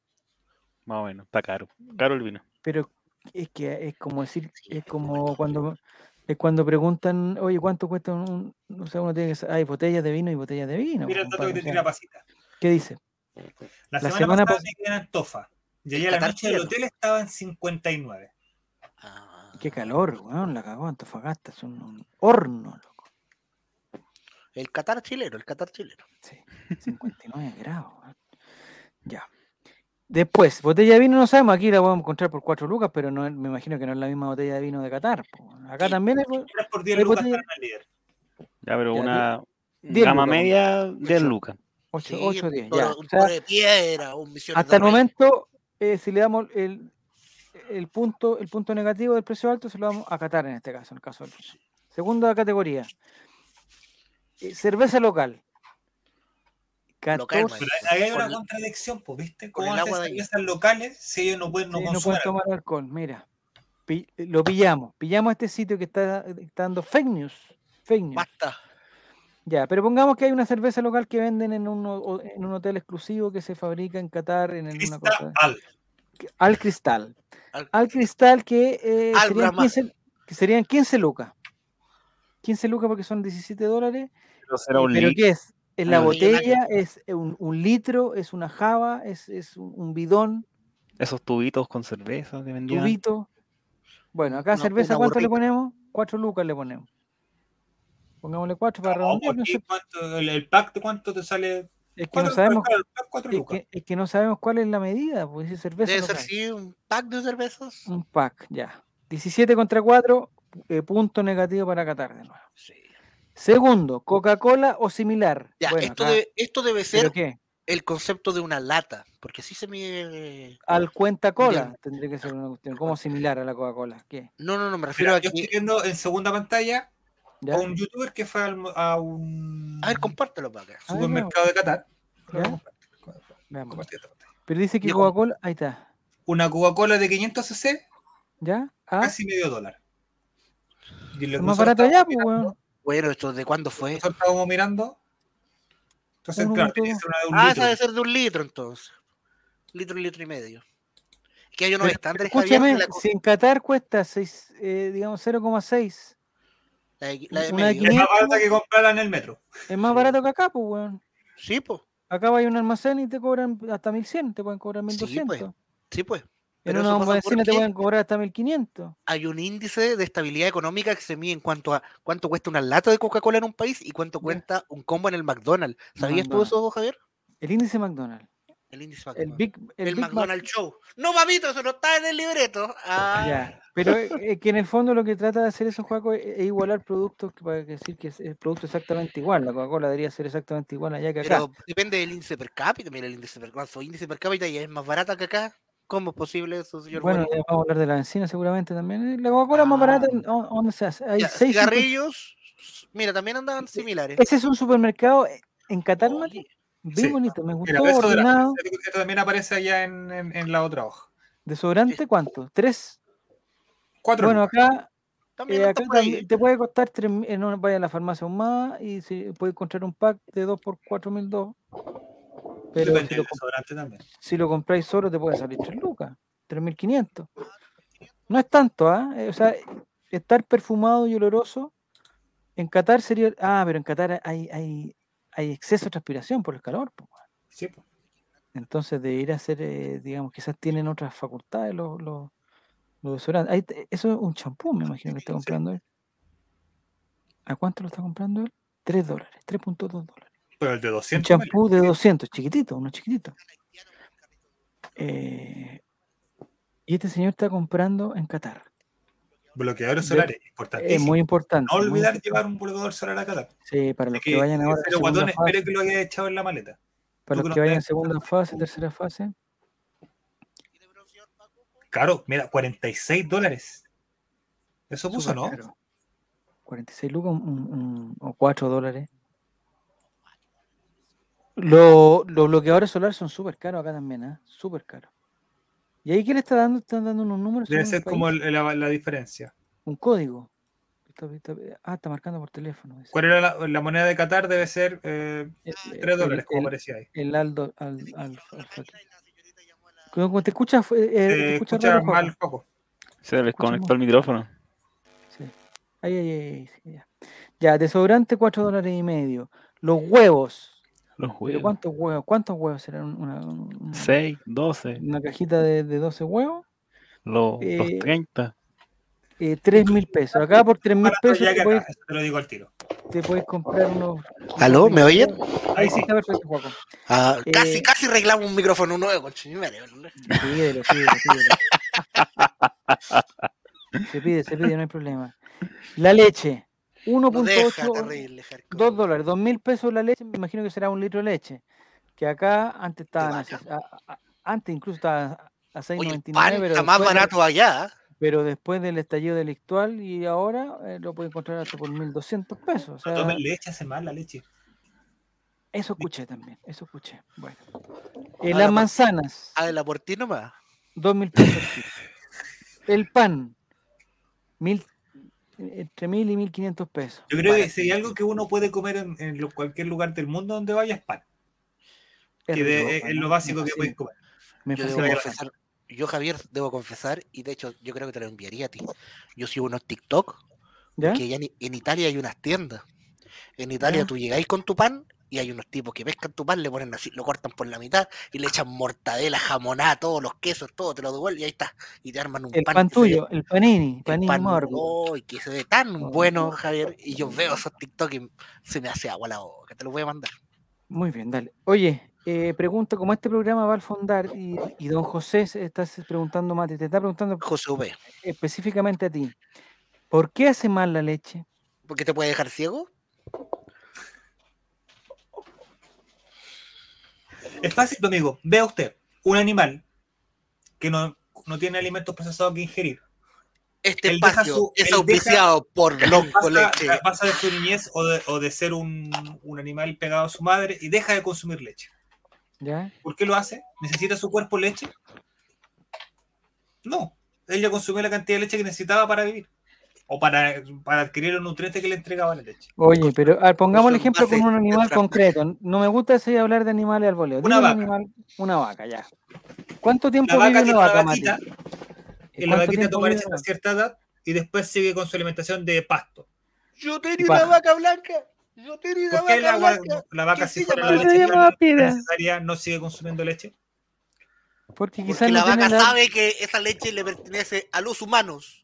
Más o menos, está caro. Caro el vino. pero es que es como decir, Sí, es es muy como cuando es cuando preguntan, oye, ¿cuánto cuesta un, un- o sea, uno tiene que sa- hay botellas de vino y botellas de vino. Mira el dato compadre, que te o sea, tira pasita. ¿Qué dice? La, La semana, semana pasada pas- me quedé en Antofa. Llegué En a la Qatar noche del chileno. hotel estaba en 59. Ah. Qué calor, weón, la cagó Antofagasta, es un, un horno, *laughs* loco. El Qatar chileno, el Qatar chileno. Sí, 59 grados. weón. Ya. Después, botella de vino no sabemos, aquí la vamos a encontrar por 4 lucas, pero no, es- me imagino que no es la misma botella de vino de Qatar. po. Acá Sí, también es bo- Era por 10 Oye, pues, lucas botella- para el líder. Ya, pero Ya, una diez gama lucas, media de Ocho. lucas. 8, Sí, 8 un 10. toro- Ya. Un O sea, toro de piedra, un misionero. hasta el de rey. momento, eh, si le damos el, el punto, el punto negativo del precio alto, se lo damos a Qatar en este caso, en el caso del vino. Segunda categoría. eh, cerveza local. Local, 14 maestro. Ahí hay Con una la- contradicción, pues, ¿viste? con ¿Cómo el hacen agua de ahí. cervezas locales si ellos no pueden no Sí, no consumir? pueden tomar alcohol, mira. Pi- lo pillamos, pillamos este sitio que está, está dando fake news. Fake news. Basta. Ya, pero pongamos que hay una cerveza local que venden en un, ho- o- en un hotel exclusivo que se fabrica en Qatar, en el- una cosa. Crista Al. que- Al Cristal. Al- Al Cristal que, eh, Al serían, Brahma. 15, que serían 15 lucas. 15 lucas porque son 17 dólares. Eh, Pero será un ¿Pero litro. qué es? ¿Es la Un botella? ¿Es un, un litro? ¿Es una java? ¿Es, es un- un bidón? Esos tubitos con cerveza que vendían. tubito. Bueno, acá Una- cerveza, una ¿cuánto le gorrita. ponemos? Cuatro lucas le ponemos. Pongámosle cuatro para No, redondear. pues, no porque sé, ¿cuánto- el, el pack de cuánto te sale? es que no ¿Cuatro, sabemos, claro, el pack cuatro es lucas. que, es que no sabemos cuál es la medida, porque dice cerveza. Debe ser local. sí, un pack de cervezas. Un pack, ya. 17 contra 4, punto negativo para Qatar de nuevo. Segundo, Coca-Cola o similar. Ya, Bueno, esto, acá- debe, esto debe ¿pero ser qué? el concepto de una lata, porque así se mide. Al cuenta cola tendría que ser una cuestión. ¿Cómo similar a la Coca-Cola? ¿Qué? No, no, no, me refiero Mira, a yo que. estoy viendo en segunda pantalla ¿Ya? a un youtuber que fue al mo- a un A ver, compártelo para acá. A ver, supermercado de Qatar. ¿Ya? Lo Veamos. compartí esta pantalla. Pero dice que Yo con- Coca-Cola, ahí está. Una Coca-Cola de 500 cc, ¿Ya? Ah, casi medio dólar. Y lo que es más nosotros barato allá, estábamos pues, mirando- weón. Bueno, ¿esto de cuándo fue? Nosotros estábamos mirando. Entonces, Uno claro, con tenía que ser una de un Ah, litro. esa debe ser de un litro entonces. Litro, litro y medio. Que hay unos Pero- estándares Javier, que Escúchame, la, co- si en Qatar cuesta seis, eh, digamos 0,6, la de- la de una de medio. Es 500. más barata que comprarla en el metro. es más Sí. barato que acá, pues, weón. Sí, pues. Acá va a un almacén y te cobran hasta 1100, te pueden cobrar Sí, pues, 1200. Sí, pues. en pero una eso pasa almacén te porque- pueden cobrar hasta 1500. Hay un índice de estabilidad económica que se mide en cuanto a cuánto cuesta una lata de Coca-Cola en un país y cuánto Ya. cuesta un combo en el McDonald's. ¿Sabías tú McDonald's. eso, Javier? El índice McDonald's, El índice el McDonald's. Big, el El, Big Mac, McDonald's Show. No, papito, eso no está en el libreto. Ah, ya. Pero es que en el fondo lo que trata de hacer esos juegos es, es igualar productos que- para decir que es el producto exactamente igual. La Coca-Cola debería ser exactamente igual allá que acá. Pero depende del índice per cápita. Mira, el índice per cápita, su índice per cápita ya es más barata que acá. ¿Cómo es posible eso, señor? bueno, Bueno, ya vamos a hablar de la benzina seguramente también. eh. La Coca-Cola es más barata, Ah. ¿dó- ¿dónde se hace? Hay Eh, ya, 6 cigarrillos, mira, también andaban similares. Ese es un supermercado eh, en Qatar, Mati. Oye, Bien Sí. bonito, me Mira, gustó, pero eso de la- *laughs* ordenado. esto también aparece allá en, en- en la otra hoja. ¿Desodorante cuánto? ¿Tres? Cuatro Bueno, lucas. acá, También eh, está acá por ahí. también te puede costar tres, mil- eh, no vaya a la farmacia más y si puede encontrar un pack de dos por cuatro mil dos. Pero Depende si del lo, comp- desodorante también. si lo compráis solo te puede salir tres lucas, tres mil quinientos. No es tanto, ¿ah? Eh, O sea, estar perfumado y oloroso en Qatar sería, ah, pero en Qatar hay, hay, hay exceso de transpiración por el calor. po. Sí, pues. Entonces de ir a hacer, eh, digamos, quizás tienen otras facultades los, los, Los desodorantes. Ahí te- eso es un champú, me imagino que está comprando él. ¿A cuánto lo está comprando él? 3 dólares, 3.2 dólares. Pero el de Un 200. champú de 200, chiquitito, uno chiquitito. Eh, y este señor está comprando en Qatar. Bloqueadores de- solares, Es importantísimo. muy importante. No muy olvidar importante. llevar un bloqueador solar a Qatar. Sí, para los que, vayan ahora. Pero segunda guatón, fase. espero que lo haya echado en la maleta. Para Tú que los que no vayan en estás segunda pensando fase, en- tercera fase, Claro, mira, 46 dólares. Eso puso, súper ¿no? caro. 46 lucas un- un- un- o 4 dólares. Lo- los bloqueadores solares son súper caros acá también, ¿ah? Súper caros. ¿Y ahí qué le está dando? Están dando unos números. Debe según ser el país. como el- la, la diferencia. Un código. Está- está- ah, está marcando por teléfono. dice. ¿Cuál era la, la moneda de Qatar? Debe ser eh, El- el- 3 dólares, como el- eh, parecía ahí. El Aldo. Al, al- al- Cuando te escuchas, eh, eh, Eh, te escuchas escucha raro, Joaco. mal, Joaco. Se desconectó el micrófono. Sí. Ay, ay, ay, ay, sí, ya. Ya, desodorante 4 dólares y medio. Los huevos. Los ¿Pero juegos. cuántos huevos? ¿Cuántos huevos serán una, un- 6, 12, una cajita de, de 12 huevos? los, los Eh, 30. Eh, 3 mil pesos. Acá por 3 mil Barato pesos llega te acá, puedes, eso te lo digo al tiro. te puedes comprar unos. ¿Aló? ¿Me oyen? Ahí sí. Está perfecto, Juaco. Ah, Eh, casi, casi arreglamos un micrófono nuevo, coche, madre, ¿verdad? Pídelo, pídelo, *laughs* pídelo. Se pide, se pide, no hay problema. La leche. No deja 1.8 terrible, Jarko. 2 dólares, 2 mil pesos la leche, me imagino que será un litro de leche. Que acá antes estaban a vaca. ses- a- a- antes incluso estaba a Oye, el 6.99, pan pero, está después más de- barato allá. ¿eh? pero después del estallido delictual y ahora eh, lo puede encontrar hasta por 1.200 pesos. o No sea, tomen leche, hace mal la leche. eso escuché también, eso escuché. Bueno. Eh, las Ah, la- manzanas, Ah, de la por ti nomás. 2.000 pesos. el kilo. El pan, mil, entre 1.000 y 1.500 pesos. Yo creo que Barato. si hay algo que uno puede comer en, en lo- cualquier lugar del mundo donde vaya es pan. Es que de- eh, rico, es- es ¿no? lo Me básico que fascina, puedes comer. me Yo fascina debo el pan. confesar, yo Javier, debo confesar, y de hecho yo creo que te lo enviaría a ti. Yo sigo unos TikTok, ¿Ya? que ya en, en Italia hay unas tiendas. En Italia Ya. tú llegáis con tu pan y hay unos tipos que pescan tu pan, le ponen así, lo cortan por la mitad y le echan mortadela, jamonada, todos los quesos, todo, te lo devuelven y ahí está. Y te arman un El pan. pan que se ve- tuyo, el panini, el panini pan, morbo. ¡ay, que se ve tan Oh. bueno, Javier. Y yo veo esos TikTok y se me hace agua la boca, te los voy a mandar. Muy bien, dale. Oye, eh, pregunta, como este programa va al fondar y, y don José se está se- preguntando, Mate, te está preguntando José V, específicamente a ti, ¿por qué hace mal la leche? ¿por qué te puede dejar ciego? Es fácil, tu amigo. Vea usted un animal que no, no tiene alimentos procesados que ingerir. Este Él deja espacio su- es él deja- auspiciado por Lonco Pasa, Leche. pasa de su niñez o de, o de ser un, un animal pegado a su madre y deja de consumir leche. ¿Ya? ¿Por qué lo hace? ¿Necesita su cuerpo leche? No. Él ya consumió la cantidad de leche que necesitaba para vivir. O para, para adquirir los nutrientes que le entregaba la leche. Oye, pero a ver, pongamos el Eso en ejemplo con base un animal nuestra- concreto. No me gusta ese hablar de animales al voleo. Una Dime un vaca. animal- una vaca, ya. ¿Cuánto tiempo La vaca vive tiene una una vaca, Mati? vaquita ¿Y Y la cuánto vaquita tiempo toma vive leche una hasta cierta edad y después sigue con su alimentación de pasto. Yo tenía Y una paja. vaca blanca. Yo tenía una ¿Por qué la, vaca va- blanca. la vaca que si se fuera la llamaba- leche Se llamaba que Pira. era necesaria no sigue consumiendo leche? vaca? Porque quizás Porque la no tiene vaca la- sabe que esa leche le pertenece a los humanos.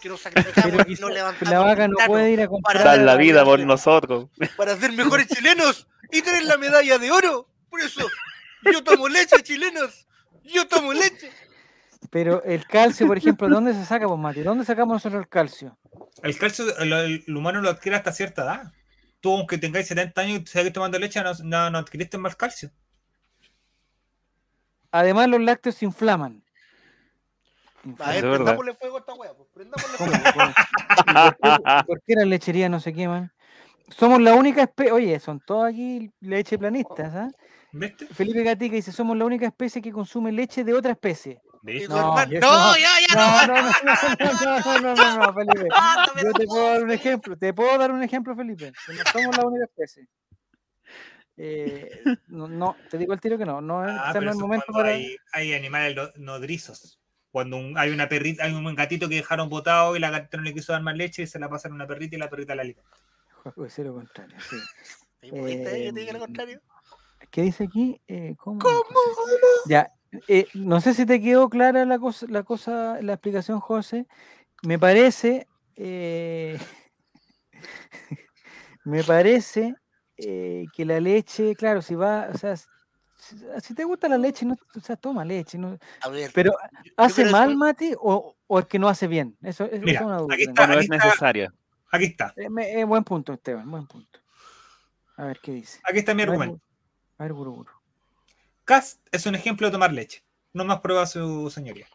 Que nos sacrificamos pero y quizá- nos levantamos. la vaca no temprano puede ir a comprar. Para Dar la vida por leche. nosotros. Para *laughs* ser mejores chilenos y tener la medalla de oro. Por eso, yo tomo leche, chilenos. Yo *laughs* tomo leche. Pero el calcio, por ejemplo, ¿de ¿dónde se saca, pues, Mati? ¿Dónde sacamos nosotros el calcio? El calcio, el, el humano lo adquiere hasta cierta edad. Tú, aunque tengáis 70 años y seguís tomando leche, no, no, no adquiriste más calcio. Además, los lácteos se inflaman. A Inflaman. ver, Eso es verdad. prendámosle fuego a esta hueá. pues, Prendámosle ¿Cómo? fuego. ¿Cómo? ¿Y ¿Por qué, *laughs* por qué las lecherías no se queman? Somos la única especie. Oye, son todos aquí leche planistas. ¿ah? ¿Viste? Felipe Gatica dice: Somos la única especie que consume leche de otra especie. Y ¿Viste? tu No, hermano- yo- No, ya, ya, no. No, no, no, no, no, no, no, no, no, Felipe. *laughs* Ah, no me Yo te lo puedo dar un ejemplo, te puedo dar un ejemplo, Felipe. que No somos la única especie. Eh, no, no, te digo el tiro que no, no es Ah, quizá no pero es el eso momento cuando para. *laughs* hay, hay animales lo- nodrizos. Cuando un- hay una perrita, hay un gatito que dejaron botado y la gatita no le quiso dar más leche y se la pasan a una perrita y la perrita la alimenta. Uy, sí, lo contrario, sí. ¿Viste? Yo te dije lo Eh, contrario. ¿Qué dice aquí? Eh, ¿Cómo? no, entonces- Ya, Eh, no sé si te quedó clara la cosa, la cosa, la explicación, José. Me parece, eh, *laughs* me parece eh, que la leche, claro, si va, o sea, si, si te gusta la leche, no, o sea, toma leche. no- A ver, Pero, yo- yo ¿hace creo que- mal, Mati, o, o es que no hace bien? Eso, eso- Mira, esa es una duda. aquí que tengo. está. No es está. necesario. Aquí está, Eh, me- eh, buen punto, Esteban, buen punto. A ver qué dice. aquí está mi A ver, argumento. A ver, gurú, gurú. Cas es un ejemplo de tomar leche. No más prueba su señoría.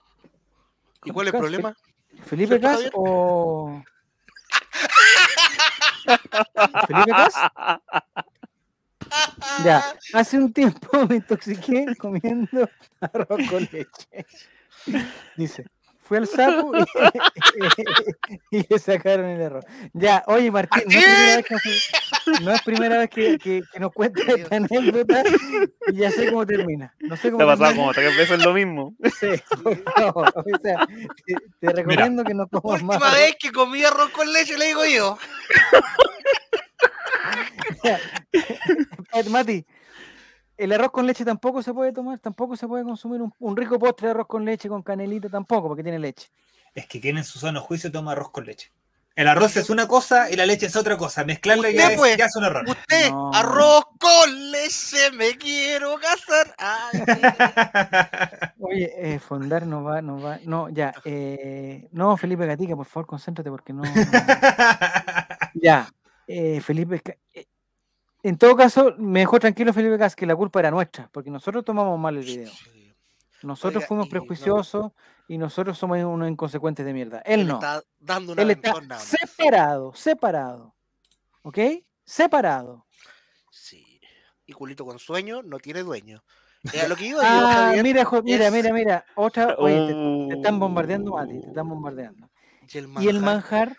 ¿Y cuál es el Cas, problema? ¿Felipe ¿Cierto, Cas Javier? o. ¿Felipe Cas? Ya, hace un tiempo *laughs* me intoxiqué comiendo *laughs* arroz con leche. Dice, fue al sapo y, *laughs* y le sacaron el arroz. Ya, oye Martín, no es primera vez que, hace- no es primera vez que- que- que nos cuentas esta anécdota y ya sé cómo termina. No sé Te cómo ha pasado termina. como tres veces lo *laughs* mismo. Sí, por favor. O sea, te, te recomiendo que no comas Última más. vez que comí arroz con leche, le digo yo. Eh, Mati, el arroz con leche tampoco se puede tomar, tampoco se puede consumir un, un rico postre de arroz con leche con canelita tampoco, porque tiene leche. Es que quien en su sano juicio toma arroz con leche. El arroz es una cosa y la leche es otra cosa. Mezclarla ya, Usted, es- pues. ya es un error. Usted, No. arroz con leche, me quiero casar. Ay, Oye, eh, Fondar no va, no va, no, ya, eh, no, Felipe Gatica, por favor, concéntrate porque no. no- Ya, eh, Felipe. Ca- eh, En todo caso, me dejó tranquilo Felipe Gas que la culpa era nuestra, porque nosotros tomamos mal el video. Nosotros Oiga, fuimos y no- prejuiciosos y nosotros somos unos inconsecuentes de mierda. Él no. está dando una Él está ventona, hombre. separado, separado. ¿Ok? Separado. Sí. Y culito con sueño no tiene dueño. Era lo que *laughs* *laughs* Oh. iba, yo, Ah, Javier, mira, jo- mira, es- mira, mira. Otra, oye, te, te están Uh. bombardeando, Mati, te están bombardeando. y el Y el manjar. manjar.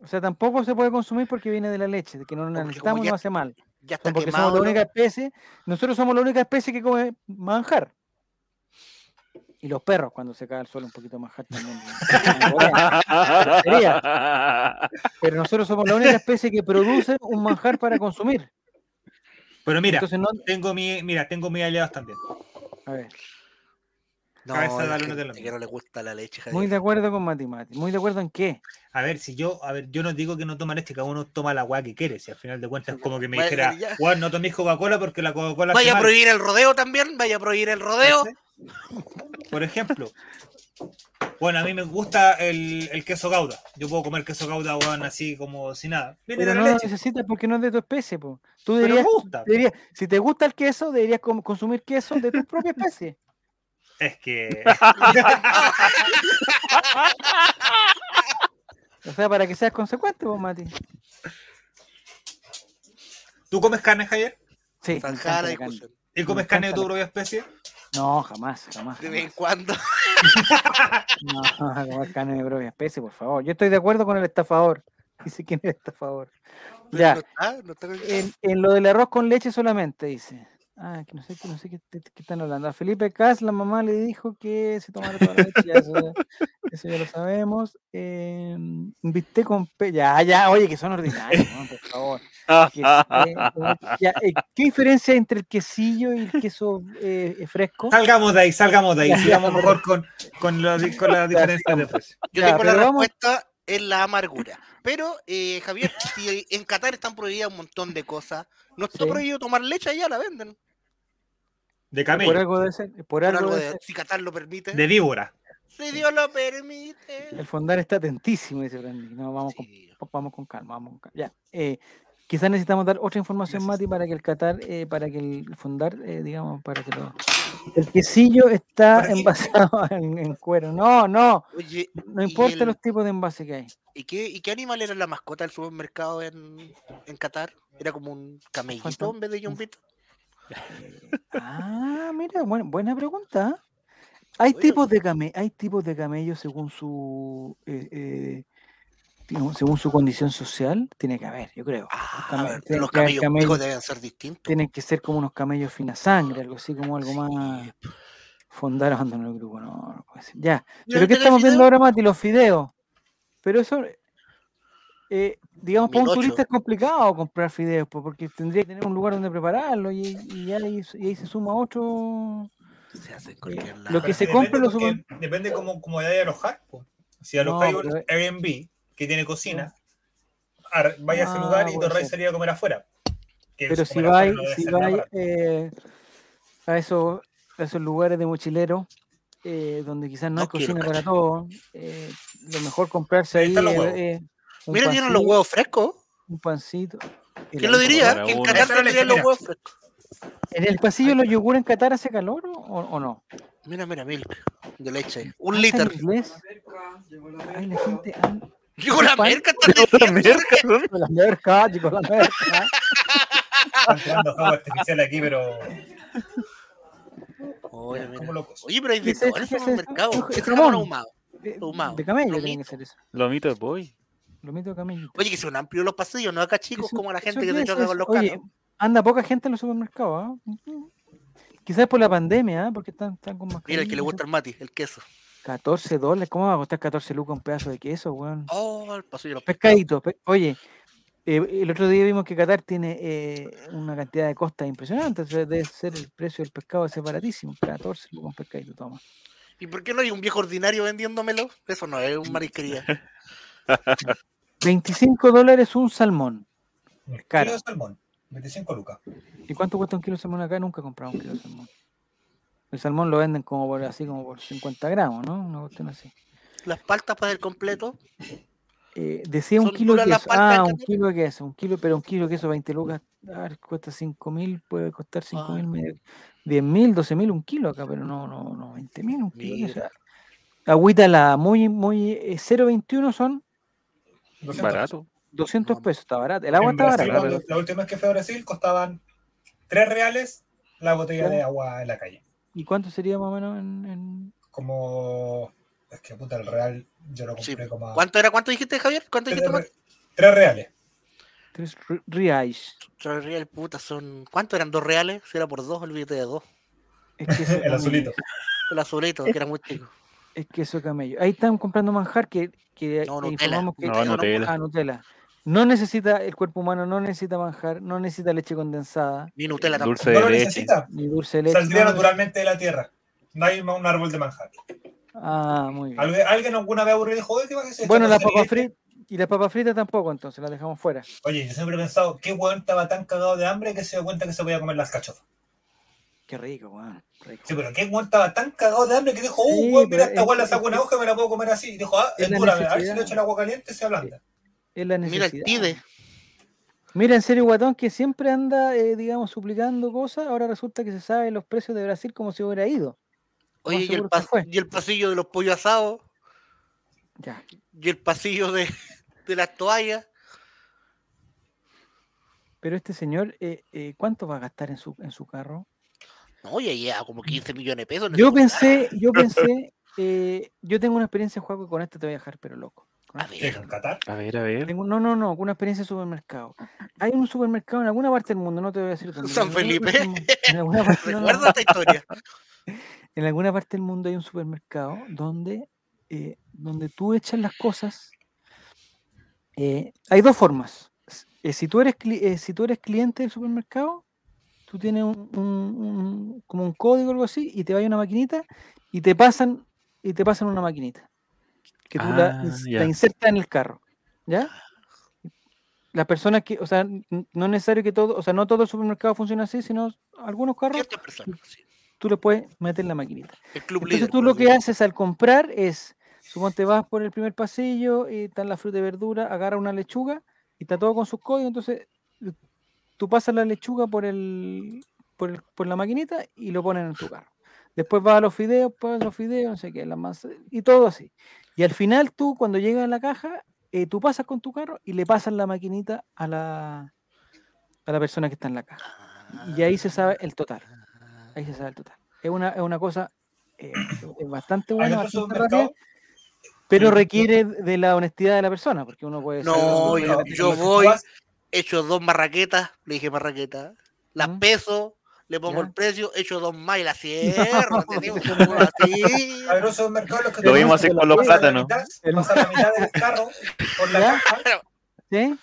O sea, tampoco se puede consumir porque viene de la leche, de que no como la necesitamos y ya- no hace mal. Son Ya está porque quemado. somos la ¿no? única especie, nosotros somos la única especie que come manjar. Y los perros, cuando se cae al suelo un poquito de manjar también. ¿no? *laughs* *laughs* Pero nosotros somos la única especie que produce un manjar para consumir. *laughs* Pero mira, Entonces no. tengo mi, mira, tengo mis aliados también. A ver, No, Cabeza de la alumno de gente la- que no le gusta la leche, Javier. muy de acuerdo con Mati Mati. Muy de acuerdo en qué. A ver, si yo, a ver, yo no digo que no toma leche, cada uno toma la agua que quiere. Si al final de cuentas es como que me Vaya, dijera, ya. "Weón, no toméis Coca-Cola porque la Coca-Cola hace Vaya a mal", prohibir el rodeo también, vaya a prohibir el rodeo. ¿cachai? Por ejemplo, bueno, a mí me gusta el, el queso gauda. Yo puedo comer queso gauda, weón, así como si nada. Viene Pero de no la lo leche, necesitas porque no es de tu especie. Po. Tú pero me deberías, gusta. deberías- si te gusta el queso, deberías com- consumir queso de tu propia especie. Es que O sea, para que seas consecuente, vos, Mati. tú comes carne, Javier, Sí. me encanta Zanjar la la carne. discusión. y comes Me carne de tu encanta propia especie. No, jamás, jamás. De vez en jamás. cuando. *laughs* No, *laughs* comer carne de propia especie, por favor. Yo estoy de acuerdo con el estafador. *laughs* Dice quién es el estafador. Ya. No está, no está con- En, en lo del arroz con leche solamente, dice. Ah, que no sé, que no sé qué, qué- qué están hablando. A Felipe Cas, la mamá le dijo que se tomara toda la leche. ya, eso, ya- eso ya lo sabemos. Eh, viste con pe... Ya, ya, oye, que son ordinarios, weón, por favor. *laughs* Que- eh, ya, eh, ¿Qué diferencia entre el quesillo y el queso eh, eh, fresco? Salgamos de ahí, salgamos de ahí. Ya, *laughs* ya, Sigamos ya, mejor con, con, la, di- con la diferencia de sigamos. precio. Yo Ya, tengo la pero vamos- respuesta en la amargura. Pero, eh, Javier, si en Qatar están prohibidas un montón de cosas, no está Sí. prohibido tomar leche, allá la venden. De Por camello, algo de ser. Por Por algo algo debe de, ser. si Qatar lo permite. de víbora. Si Dios lo permite. El fondar está atentísimo, dice Brandy. No, vamos con Sí. pa- vamos con calma, vamos con calma. Ya. eh, quizás necesitamos dar otra información, Mati, para que el Qatar, eh, para que el fundar, eh, digamos, para que lo... El quesillo está Para que- envasado *laughs* en, en cuero. No, no, Oye, no Y importa el- los tipos de envase que hay. ¿y qué, ¿y qué animal era la mascota del supermercado en, en Qatar? ¿Era como un camellito fantasma. en vez de John Vito? Eh, ah, mira, bueno, buena pregunta. ¿ah? Hay Bueno. tipos de came, hay tipos de camellos según su eh, eh, digamos, según su condición social, tiene que haber, yo creo. Ah, came- a ver, tiene los que haber camellos camello. picos deben ser distintos. Tienen que ser como unos camellos fina sangre, algo así como algo Sí, más fondar abandonó el grupo, no, no puede ser. Ya. ¿Ya ¿Pero qué viste los estamos viendo fideos? ahora, Mati? Los fideos. Pero eso. eh, digamos, para un 2008. turista es complicado comprar fideos, pues, porque tendría que tener un lugar donde prepararlo y, y ya ahí, y ahí se suma otro. Se hace en cualquier lado. Lo que se Depende compra lo porque- suman. Depende cómo, cómo vaya a alojar. po. Si alojáis No, un pero- Airbnb que tiene cocina, ar- vaya a ese Ah, lugar y puede torráis ser. salir a comer afuera. Que Pero eso, si comer afuera vais no debe si ser nada vais, barato. eh, a, esos, a esos lugares de mochilero, eh, donde quizás no, No hay quiero, cocina para cacho. todos, eh, lo mejor comprarse Ahí ahí. están los eh, huevos. eh, un Mira, dieron los pancito- huevos frescos. Un pancito. Y ¿Quién la- lo diría? para ¿Quién en uno. Qatar Esa era la tendría los idea. *laughs* huevos frescos? ¿En el pasillo los yogur en Qatar hace calor o, o no? Mira, mira, milk de leche. Un Ah, está en *laughs* liter. *laughs* inglés. Ay, la gente. ay, Llegó la pan. *laughs* merca, está diciendo. con la merca, con la merca. Están tirando fuego artificial aquí, pero Oye, mira. como locos. Oye, pero hay de ¿Qué es eso? todo en el ¿Qué es eso? supermercado. Ojo, Es es jamón jamón. ahumado. De, Ahumado. Eh, de camello tiene Lomito. que ser eso. Lomito de boy. Lomito de camello. Oye, que son amplios los pasillos, ¿no? Acá chicos, Eso- como la eso gente que es se eso, choca eso. con los Oye, carros. Anda poca gente en los supermercados. ¿ah? Ujú. Quizás por la pandemia, ¿ah? porque están, están con más Mira, el que le gusta el mati, el queso. 14 dólares. ¿Cómo va a costar 14 lucas un pedazo de queso, weón? Oh, el pasillo de los pescados. Pescadito. pe- Oye, eh, el otro día vimos que Qatar tiene eh, una cantidad de costas impresionante. o sea, debe ser el precio del pescado ese baratísimo. 14 lucas un pescadito, toma. ¿Y por qué no hay un viejo ordinario vendiéndomelo? Eso no es un marisquería. 25 dólares un salmón. Es caro. de salmón, 25 lucas. ¿Y cuánto cuesta un kilo de salmón acá? Nunca he comprado un kilo de salmón. El salmón lo venden como por así, como por 50 gramos, ¿no? Una cuestión así. Las paltas para el completo. Eh, decía un Son kilo de duras las queso. paltas Ah, acá, un ¿no? kilo de queso, un kilo, pero un kilo de queso, 20 lucas, a ver, cuesta 5 mil, puede costar 5 mil, medio, 10 mil, 12 mil un kilo acá, pero no, no, no, 20 mil un kilo de queso. Agüita la muy, muy, eh, 0.21 son 200 Barato. 200 No. pesos, está barato, En el agua está Brasil, barata. cuando- La última vez que fui a Brasil costaban 3 reales la botella de agua en la calle. ¿Y cuánto sería más o menos en...? en- Como. Es que puta, el real yo lo Sí, compré como. a ¿Cuánto era? ¿Cuánto dijiste, Javier? ¿Cuánto 3, dijiste, Mati? reales. tres ri- reais. Tres reales, puta, son. ¿Cuánto eran? ¿Dos reales? Si era por dos, olvídate de dos. Es *laughs* que eso El también- azulito. El azulito, que era muy chico. Es queso camello. Ahí están comprando manjar que, que No, que Nutella. informamos que No, Nutella. Ah, Nutella. No necesita, el cuerpo humano no necesita manjar, no necesita leche condensada, Ni Nutella tampoco. Dulce No lo de leche. necesita. ni dulce de leche. Saldría no, naturalmente de la tierra. No hay un árbol de manjar. Ah, muy bien. Algu- Alguien alguna vez aburrido dijo, "Oye, ¿qué vas a hacer? Bueno, las Echando papas sal y leche". fritas y las papas fritas tampoco, entonces las dejamos fuera. Oye, yo siempre he pensado, qué hueón estaba tan cagado de hambre que se dio cuenta que se podía comer las cachofas. Qué rico, weón. rico. Sí, pero qué hueón estaba tan cagado de hambre que dijo, uh, Sí, hueón, pero mira, esta es- hueón la es saco una que- hoja y me la puedo comer así. Dijo, ah, es es la dura, a ver si necesidad. le echo el agua caliente se ablanda. Es la Mira necesidad. el tide. Mira, en serio, Guatón, que siempre anda, eh, digamos, suplicando cosas, ahora resulta que se sabe los precios de Brasil como si hubiera ido. Oye, y el, seguro que pas- fue. y el pasillo de los pollos asados. Ya. Y el pasillo de, de las toallas. Pero este señor, eh, eh, ¿cuánto va a gastar en su, en su carro? No, oye, ya como 15 millones de pesos. Yo pensé, yo pensé, eh, yo tengo una experiencia, Juaco, y con esta te voy a dejar, pero loco. Con A esta- ¿Qué ver, en Qatar? A ver, a ver. tengo- no, no, no, una experiencia de supermercado. Hay un supermercado en alguna parte del mundo, no te voy a decir dónde. en San alguna parte Felipe. del mundo- En alguna parte, no, no, recuerda esta historia. en alguna parte del mundo hay un supermercado donde, eh, donde tú echas las cosas. eh, hay dos formas. S- eh, si, tú eres, cli- eh, si tú eres cliente del supermercado, tú tienes un, un- un- como un código o algo así y te va a una maquinita y te pasan, y te pasan una maquinita que tú la, Ah, ins- la ya. Ah. insertas en el carro. ¿Ya? Las personas que, o sea, n- no es necesario que todo, o sea, no todo el supermercado funciona así, sino algunos carros Ciertas personas, sí. tú le puedes meter la maquinita. El club Entonces líder. tú lo que haces al comprar es, suponte vas por el primer pasillo y están las frutas y verduras, agarra una lechuga y está todo con sus códigos, entonces eh, tú pasas la lechuga por el, por, el- por la maquinita y lo ponen en tu carro. Después vas a los fideos, pasas los fideos, no sé qué, la masa, y todo así. Y al final tú, cuando llegas a la caja, eh, tú pasas con tu carro y le pasas la maquinita a la, a la persona que está en la caja. Y ahí se sabe el total. Ah. Ahí se sabe el total. Es una, es una cosa eh, es bastante Hay buena, otro bastante rápida, supermercado. pero Hay otro- requiere de la honestidad de la persona, porque uno puede ser- No, uno yo- puede- yo tú voy. vas, Hecho dos marraquetas, le dije marraqueta. Las ¿Mm? peso, le pongo ¿Ya? el precio, hecho dos más y *laughs* la cierro. te digo, como así. A ver, los supermercados los que Lo te vimos pasan así la con los mitad, plátanos. Pasan la mitad del carro por la ¿Ya? caja ¿Sí?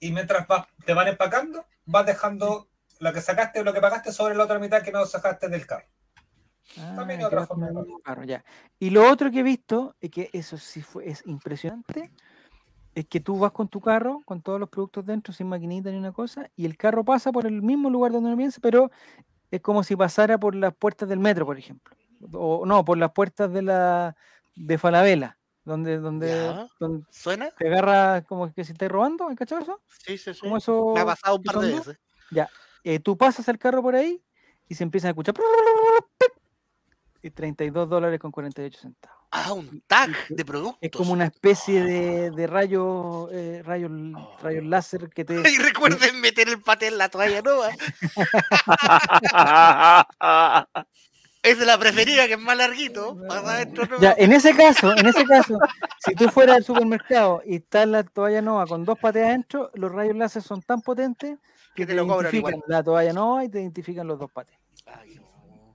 y mientras vas- te van empacando, vas dejando lo que sacaste, lo que pagaste sobre la otra mitad que no sacaste del carro. También Ah, otra que va forma de con verlo. un carro, ya. Y lo otro que he visto, es que eso sí fue, es impresionante, es que tú vas con tu carro, con todos los productos dentro, sin maquinita ni una cosa, y el carro pasa por el mismo lugar donde uno piensa, pero es como si pasara por las puertas del metro, por ejemplo. O no, por las puertas de la de Falabella, donde, donde, Ya. donde ¿Suena? te agarra como que si estás robando, ¿el cachazo? Sí, sí, sí. Como eso. Me ha pasado un que par de son dos. veces. eh, tú pasas el carro por ahí y se empiezan a escuchar. Y 32 dólares con 48 centavos. Ah, un tag que- de productos. Es como una especie de, de rayo, eh, rayo, l- Oh. rayo láser que *laughs* te. Y recuerden meter el pate en la toalla nueva. Esa es la preferida, que es más larguito. Para adentro nuevo. Ya, en ese caso, en ese *laughs* caso, si tú fueras al supermercado y está la toalla nova con dos pates adentro, los rayos láser son tan potentes que Que te, te lo cobran igual. identifican la toalla nova y te identifican los dos pates. Ay, no.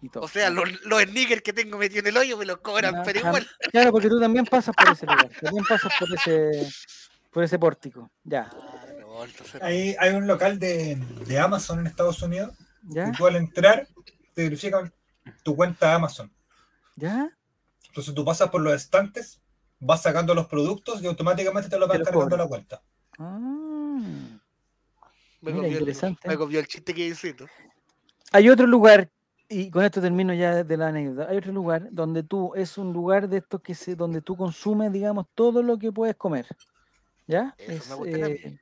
Y todo. O sea, los, los sneakers que tengo metido en el hoyo me los cobran, Ya, pero ya. igual. Claro, porque tú también pasas por ese lugar, también pasas por ese, por ese pórtico. Ya, Ah, no, entonces- Ahí hay un local de, de Amazon en Estados Unidos ya, y tú al entrar te verifican tu cuenta Amazon. ya. Entonces tú pasas por los estantes, vas sacando los productos y automáticamente te lo Te van lo cargando cobran. la cuenta. Ah. me, mira, copió el, interesante. me copió el chiste que hiciste. Hay otro lugar, y con esto termino ya de la anécdota, hay otro lugar donde tú, es un lugar de estos que se, donde tú consumes, digamos, todo lo que puedes comer. ¿Ya? eh, Eso me gustará a mí.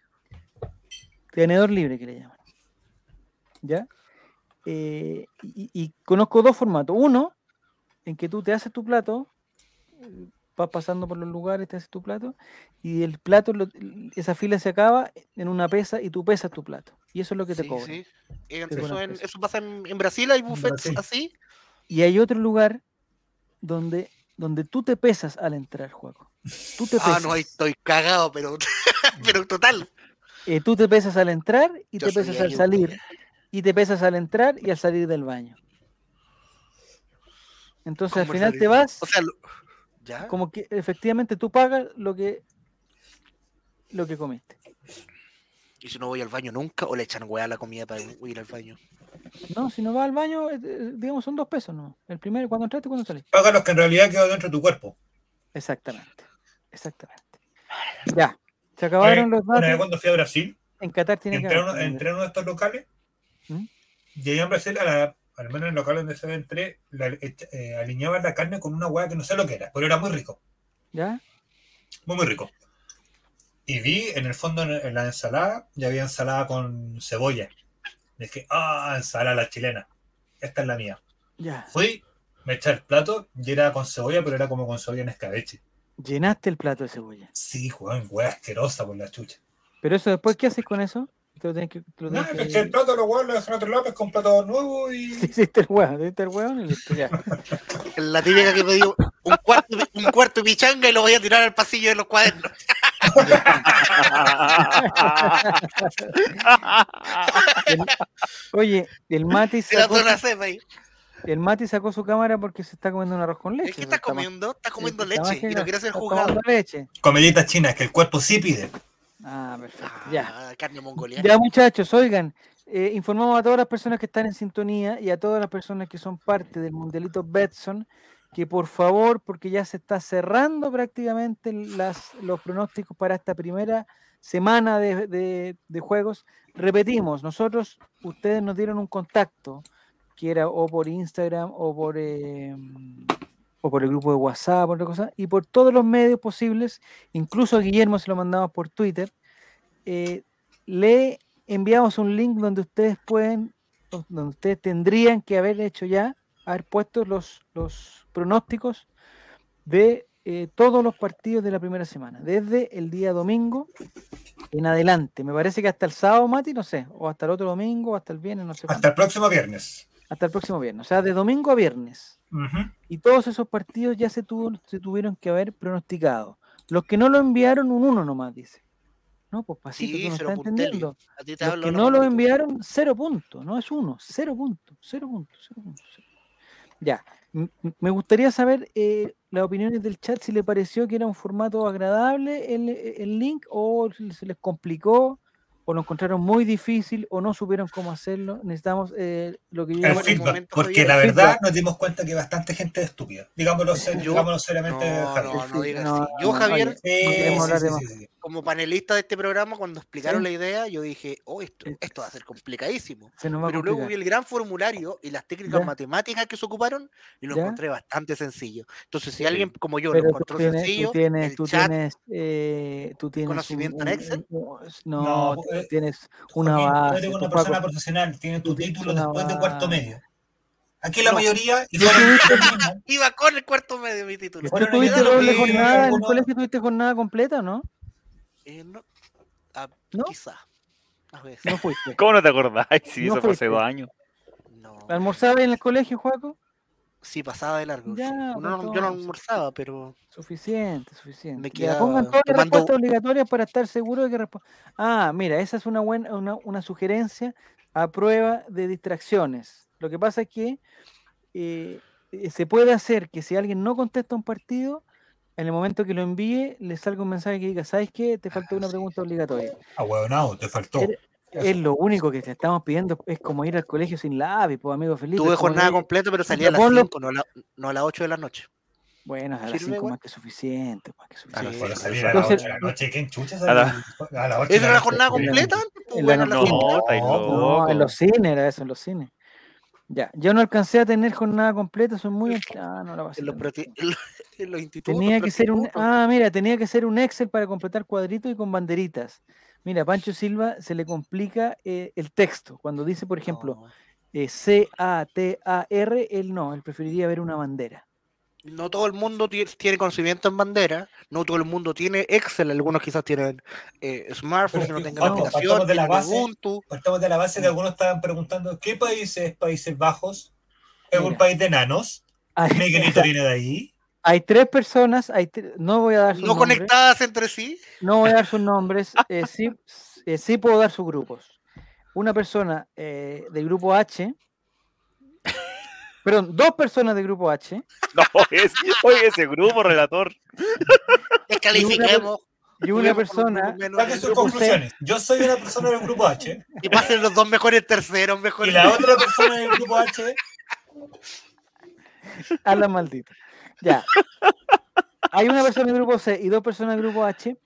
tenedor libre que le llaman. ¿Ya? Eh, y, y- y conozco dos formatos. Uno, en que tú te haces tu plato, eh, vas pasando por los lugares, te haces tu plato, y el plato, lo- esa fila se acaba en una pesa y tú pesas tu plato. Y eso es lo que te Sí, cobran. sí. Eh, Te Eso, cobran en- peso. eso pasa en, en Brasil, hay buffets Brasil. así. Y hay otro lugar donde, donde tú te pesas al entrar, Juaco. Tú te pesas. Ah, no, ahí estoy cagado, pero, *laughs* pero total. Eh, tú te pesas al entrar y Yo te soy pesas al gallo. salir. Y te pesas al entrar y al salir del baño. Entonces al ¿Cómo el final te salir? vas, O sea, lo- ¿ya? como que efectivamente tú pagas lo que lo que comiste. ¿Y si no voy al baño nunca? ¿O le echan hueá a la comida para ir al baño? No, si no vas al baño, eh, eh, digamos, son dos pesos, ¿no? El primero, cuando entraste y cuando saliste. Paga los que en realidad quedó dentro de tu cuerpo. Exactamente. Exactamente. Ya. Se acabaron Una los vez- Una vez datos. cuando fui a Brasil, En Qatar tiene que entré a haber. uno, también. entré a uno de estos locales ¿Mm? y allá en Brasil, a la- al menos en el local donde se entré, la, echa- eh, alineaban la carne con una hueá que no sé lo que era, pero era muy rico. ¿Ya? Muy, muy rico. Y vi en el fondo en en la ensalada, ya había ensalada con cebolla. Dije, ah, ensalada la chilena. Esta es la mía. Ya. Fui, me eché el plato y era con cebolla, pero era como con cebolla en escabeche. Llenaste el plato de cebolla. Sí, weón, hueá asquerosa por la chucha. Pero eso después, ¿qué haces con eso? Te lo tienes que. te lo Nada, tienes me que- eché el plato, los huevos los dejé en otro lado, pesqué un plato nuevo y. *laughs* Te hiciste el hueón, te hiciste el hueón y listo, *laughs* ya. La típica que pedí un cuarto, de- un cuarto de pichanga y lo voy a tirar al pasillo de los cuadernos. Oye, el Mati, Se la sacó, zona cepa ahí. el Mati sacó su cámara porque se está comiendo un arroz con leche. Es que pero está ma- comiendo, está comiendo está más leche que y gra- no quiere ser está juzgado. tomando leche. Comeditas chinas que el cuerpo sí pide. Ah, perfecto, ya. Ah, carne mongoliana. Ya, muchachos, oigan, eh, informamos a todas las personas que están en sintonía y a todas las personas que son parte del Mundialito Betson que por favor, porque ya se está cerrando prácticamente las, los pronósticos para esta primera semana de, de- de juegos, repetimos, nosotros, ustedes nos dieron un contacto, que era o por Instagram o por, eh, o por el grupo de WhatsApp, por otra cosa, y por todos los medios posibles, incluso a Guillermo se lo mandamos por Twitter. eh, le enviamos un link donde ustedes pueden, o- donde ustedes tendrían que haber hecho ya, haber puesto los, los pronósticos de eh, todos los partidos de la primera semana, desde el día domingo en adelante. Me parece que hasta el sábado, Mati, no sé, o hasta el otro domingo, o hasta el viernes, no sé, cuándo, Hasta el próximo viernes. hasta el próximo viernes, o sea, de domingo a viernes. Ujú. Y todos esos partidos ya se, tuvo- se tuvieron que haber pronosticado. Los que no lo enviaron, un uno nomás, dice. No, pues pasito, Sí, tú no cero estás punteles. entendiendo. A ti te Los hablo que la no lo mongolita. enviaron, cero puntos, no es uno, cero puntos, cero puntos, cero puntos, cero puntos. Ya, M- Me gustaría saber eh, las opiniones del chat, si le pareció que era un formato agradable el, el link o se les complicó o lo encontraron muy difícil o no supieron cómo hacerlo. Necesitamos eh, lo que yo El llamo- feedback. momento, porque Javier, la el verdad feedback. nos dimos cuenta que bastante gente es estúpida. Digámoslo, ser- Yo- digámoslo No, seriamente, Javier. no, no sí, digas no, así. no, Yo, no, Javier, oye. Sí, no queremos sí, hablar de sí, más. sí, sí. como panelista de este programa, cuando explicaron Sí. la idea, yo dije, oh, esto, esto va a ser complicadísimo. Se nos va a Pero luego vi complicar. el gran formulario y las técnicas Ya. matemáticas que se ocuparon y lo Ya. encontré bastante sencillo. Entonces, si Sí. alguien como yo lo Pero tú encontró tienes, sencillo, tú tienes, el tú chat, tienes, eh, tú tienes un- conocimiento en un- Excel? un- un- no, No, tú eh, tienes una Joaquín, tú base. eres tú, una Paco, persona profesional, tienes tu tú tienes título una después de cuarto base. medio. Aquí la No. mayoría, y Tú fueron- tuviste- iba con el cuarto medio mi título. Bueno, ¿Tú no, tuviste ya lo doble vi, jornada? ¿En el algunos- colegio tuviste jornada completa o no? Eh, no, ah, ¿No? Quizá. A ver, No *laughs* fuiste. *laughs* ¿Cómo no te acordáis? Si No eso fue hace fuiste. dos años. no. ¿Almorzabas en el colegio, Juaco? Sí, pasaba de largo. sí. Ya, pues, Uno no- yo no entonces. almorzaba, pero Suficiente, suficiente. Me Ya, pongan queda todas las tomando- respuestas obligatorias para estar seguro de que respo- Ah, mira, esa es una buena una, una sugerencia a prueba de distracciones. Lo que pasa es que eh, eh, se puede hacer que si alguien no contesta un partido, en el momento que lo envíe, le salga un mensaje que diga, ¿sabes qué? Te Ah, faltó una pregunta obligatoria. *laughs* Ah, huevonao, te faltó. Eres- Es lo único que te estamos pidiendo, es como ir al colegio sin lápiz, pues, amigo Felipe. tuve es como jornada ir- completa, pero salía a las ponlo- 5, no a, la- no a las 8 de la noche. Bueno, a las ¿Sirve, 5 güey? más que suficiente, más que A suficiente. las Sí, seis. salir a las Entonces- ocho de la noche, ¿quién chucha A sale la- a las ocho de ¿Esa la era la noche? jornada en la completa? noche. antes, pues, En la bueno, a las No, noche. cinco. estáis No, en los locos. cines era eso, en los cines. Ya, yo no alcancé a tener jornada completa, soy muy... ant- Ah, no la pasé en los, tan proti- en los- *laughs* en los institutos. pues, Tenía que ser un. prostitutos. Ah, mira, tenía que ser un Excel para completar cuadritos y con banderitas. Mira, Pancho Silva se le complica eh, el texto. Cuando dice, por ejemplo, eh, C-A-T-A-R, él no, él preferiría ver una bandera. No, no todo el mundo ti- tiene conocimiento en bandera, no todo el mundo tiene Excel, algunos quizás tienen eh, smartphones que Pero no es que, *laughs* tengan ojo, aplicación, partamos de la tienen base- Ubuntu. Partamos de la base de algunos estaban preguntando, ¿qué país es Países Bajos? ¿Es un Mira. país de enanos? Hay, ¿Mi grito viene de ahí? hay tres personas, hay tre- no voy a dar sus No nombres. conectadas entre sí. No voy a dar sus nombres, eh, sí, eh, sí puedo dar sus grupos. Una persona eh, del grupo H, perdón, dos personas del grupo H, No, es, oye, ese grupo, relator. Descalifiquemos. y una juguemos con un persona, menos en Saquen el sus grupo, conclusiones. Yo soy una persona del grupo H Y pasen los dos mejores terceros, y mejores. la otra persona del grupo H a la maldita. Ya. Hay una persona del grupo C y dos personas del grupo H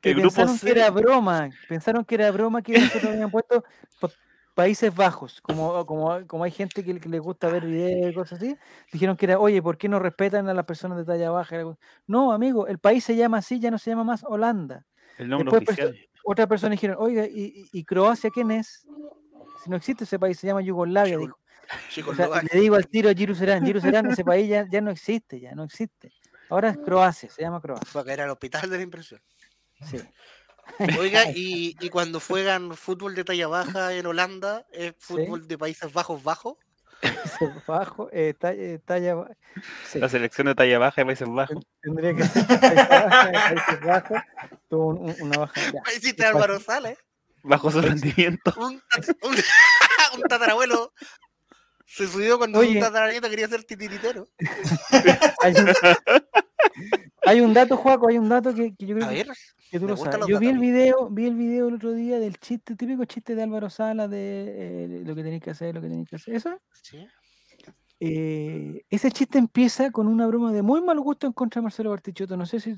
que El grupo pensaron C. que era broma, pensaron que era broma que nosotros habían puesto pa- Países Bajos, como, como, como hay gente que, que les gusta ver videos y cosas así, dijeron que era, oye, ¿por qué no respetan a las personas de talla baja? Era como, No, amigo, el país se llama así, ya no se llama más Holanda. El nombre Después pues, este, oficial. Otra persona dijeron, oiga, ¿y, y- y Croacia quién es? Si no existe ese país, se llama Yugoslavia, Yugo- dijo. Chicos, O sea, lo hagan. le digo al tiro a Giru Serán, Giru Serán, ese país ya, ya no existe, ya no existe. Ahora es Croacia, se llama Croacia. Va a caer al hospital de *laughs* la impresión. Sí. Oiga, y, y cuando juegan fútbol de talla baja en Holanda, ¿es fútbol de Países Bajos bajo? Ese bajo, eh, ta- eh, talla, ba- sí, La selección de talla baja de Países Bajos. tendría que ser Países Bajos, Países Bajos, tuvo un- un- una baja. ya. Ahí hiciste a Álvaro Sales, Bajo *laughs* su rendimiento. un, *laughs* tat- un- un tatarabuelo. Se subió cuando Oye. un tataranieto quería ser titiritero. Hay un, *laughs* hay un dato, Juaco, hay un dato que, que yo creo A que- ver, que tú me lo gustan sabes. los Yo vi el datos a mí. video, vi el video el otro día del chiste, típico chiste de Álvaro Sala de eh, lo que tenéis que hacer, lo que tenéis que hacer. ¿Eso? ¿sí? eh, ese chiste empieza con una broma de muy mal gusto en contra de Marcelo Bartichotto. No sé si,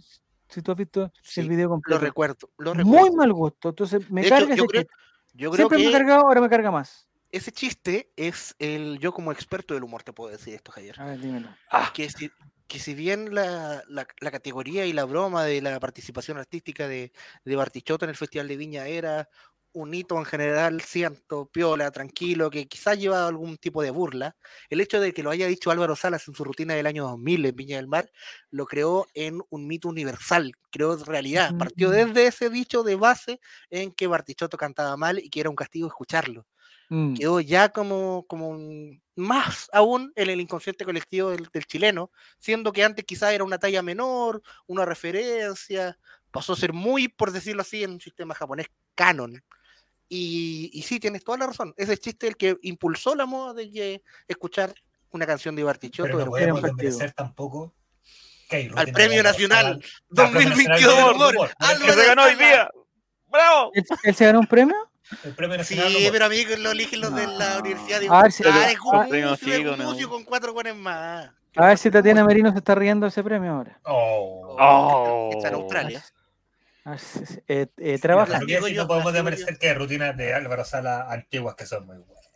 si tú has visto Sí, el video lo completo. recuerdo. Lo recuerdo. muy mal gusto. Entonces me De hecho, carga yo ese creo, chiste. yo creo Siempre me ha que cargado, ahora me carga más. ese chiste es el. Yo, como experto del humor, te puedo decir esto, Javier. A ver, dímelo. que si, que si bien la, la- la categoría y la broma de la participación artística de, de Bartichotto en el Festival de Viña era un hito en general, siento, piola, tranquilo, que quizás lleva algún tipo de burla, el hecho de que lo haya dicho Álvaro Salas en su rutina del año 2000 en Viña del Mar, lo creó en un mito universal, creó realidad, partió Mm. desde ese dicho de base en que Bartichotto cantaba mal y que era un castigo escucharlo Mm, quedó ya como, como un- más aún en el inconsciente colectivo del, del chileno, siendo que antes quizás era una talla menor, una referencia, pasó a ser muy, por decirlo así, en un sistema japonés canon. Y, y sí, tienes toda la razón. Ese chiste es el que impulsó la moda de que escuchar una canción de Bartichotto. Pero no hermano. era un podemos partido. desmerecer tampoco que hay al rutina Premio de la- Nacional al- al Premio 2022 Nacional de del Humor. Humor. ¡Que se ganó hoy día! ¡Bravo! ¿Él, él se ganó un premio? El Premio Nacional del Sí, Humor. pero amigos, lo eligen los de la No. Universidad de A ver si- Ah, a- es a- un Tengo músico, sigo, un no. músico con cuatro guanes más. A ver si Tatiana Merino se está riendo de ese premio ahora. Oh. Oh. Que Está en Australia. A ver si- eh, eh, La trabaja. Las realidad es que digo yo, no podemos las digo desmerecer que hay rutinas de Álvaro Sala antiguas que son muy buenas.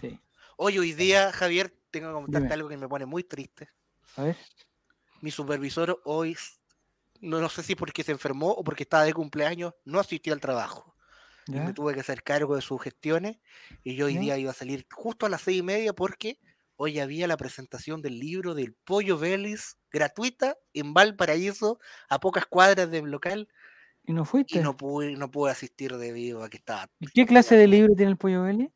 Sí. Hoy, hoy día, Javier, tengo que comentarte Dime. algo que me pone muy triste. A ver. Mi supervisor hoy, no, no sé si porque se enfermó o porque estaba de cumpleaños, no asistió al trabajo. y ¿Ya? me tuve que hacer cargo de sus gestiones y yo hoy ¿Ya? día iba a salir justo a las seis y media porque hoy había la presentación del libro del Pollo Vélez gratuita en Valparaíso a pocas cuadras del local ¿Y no y fuiste? no pude, no pude asistir debido a que estaba ¿Y ¿Qué clase de libro tiene el Pollo Belli?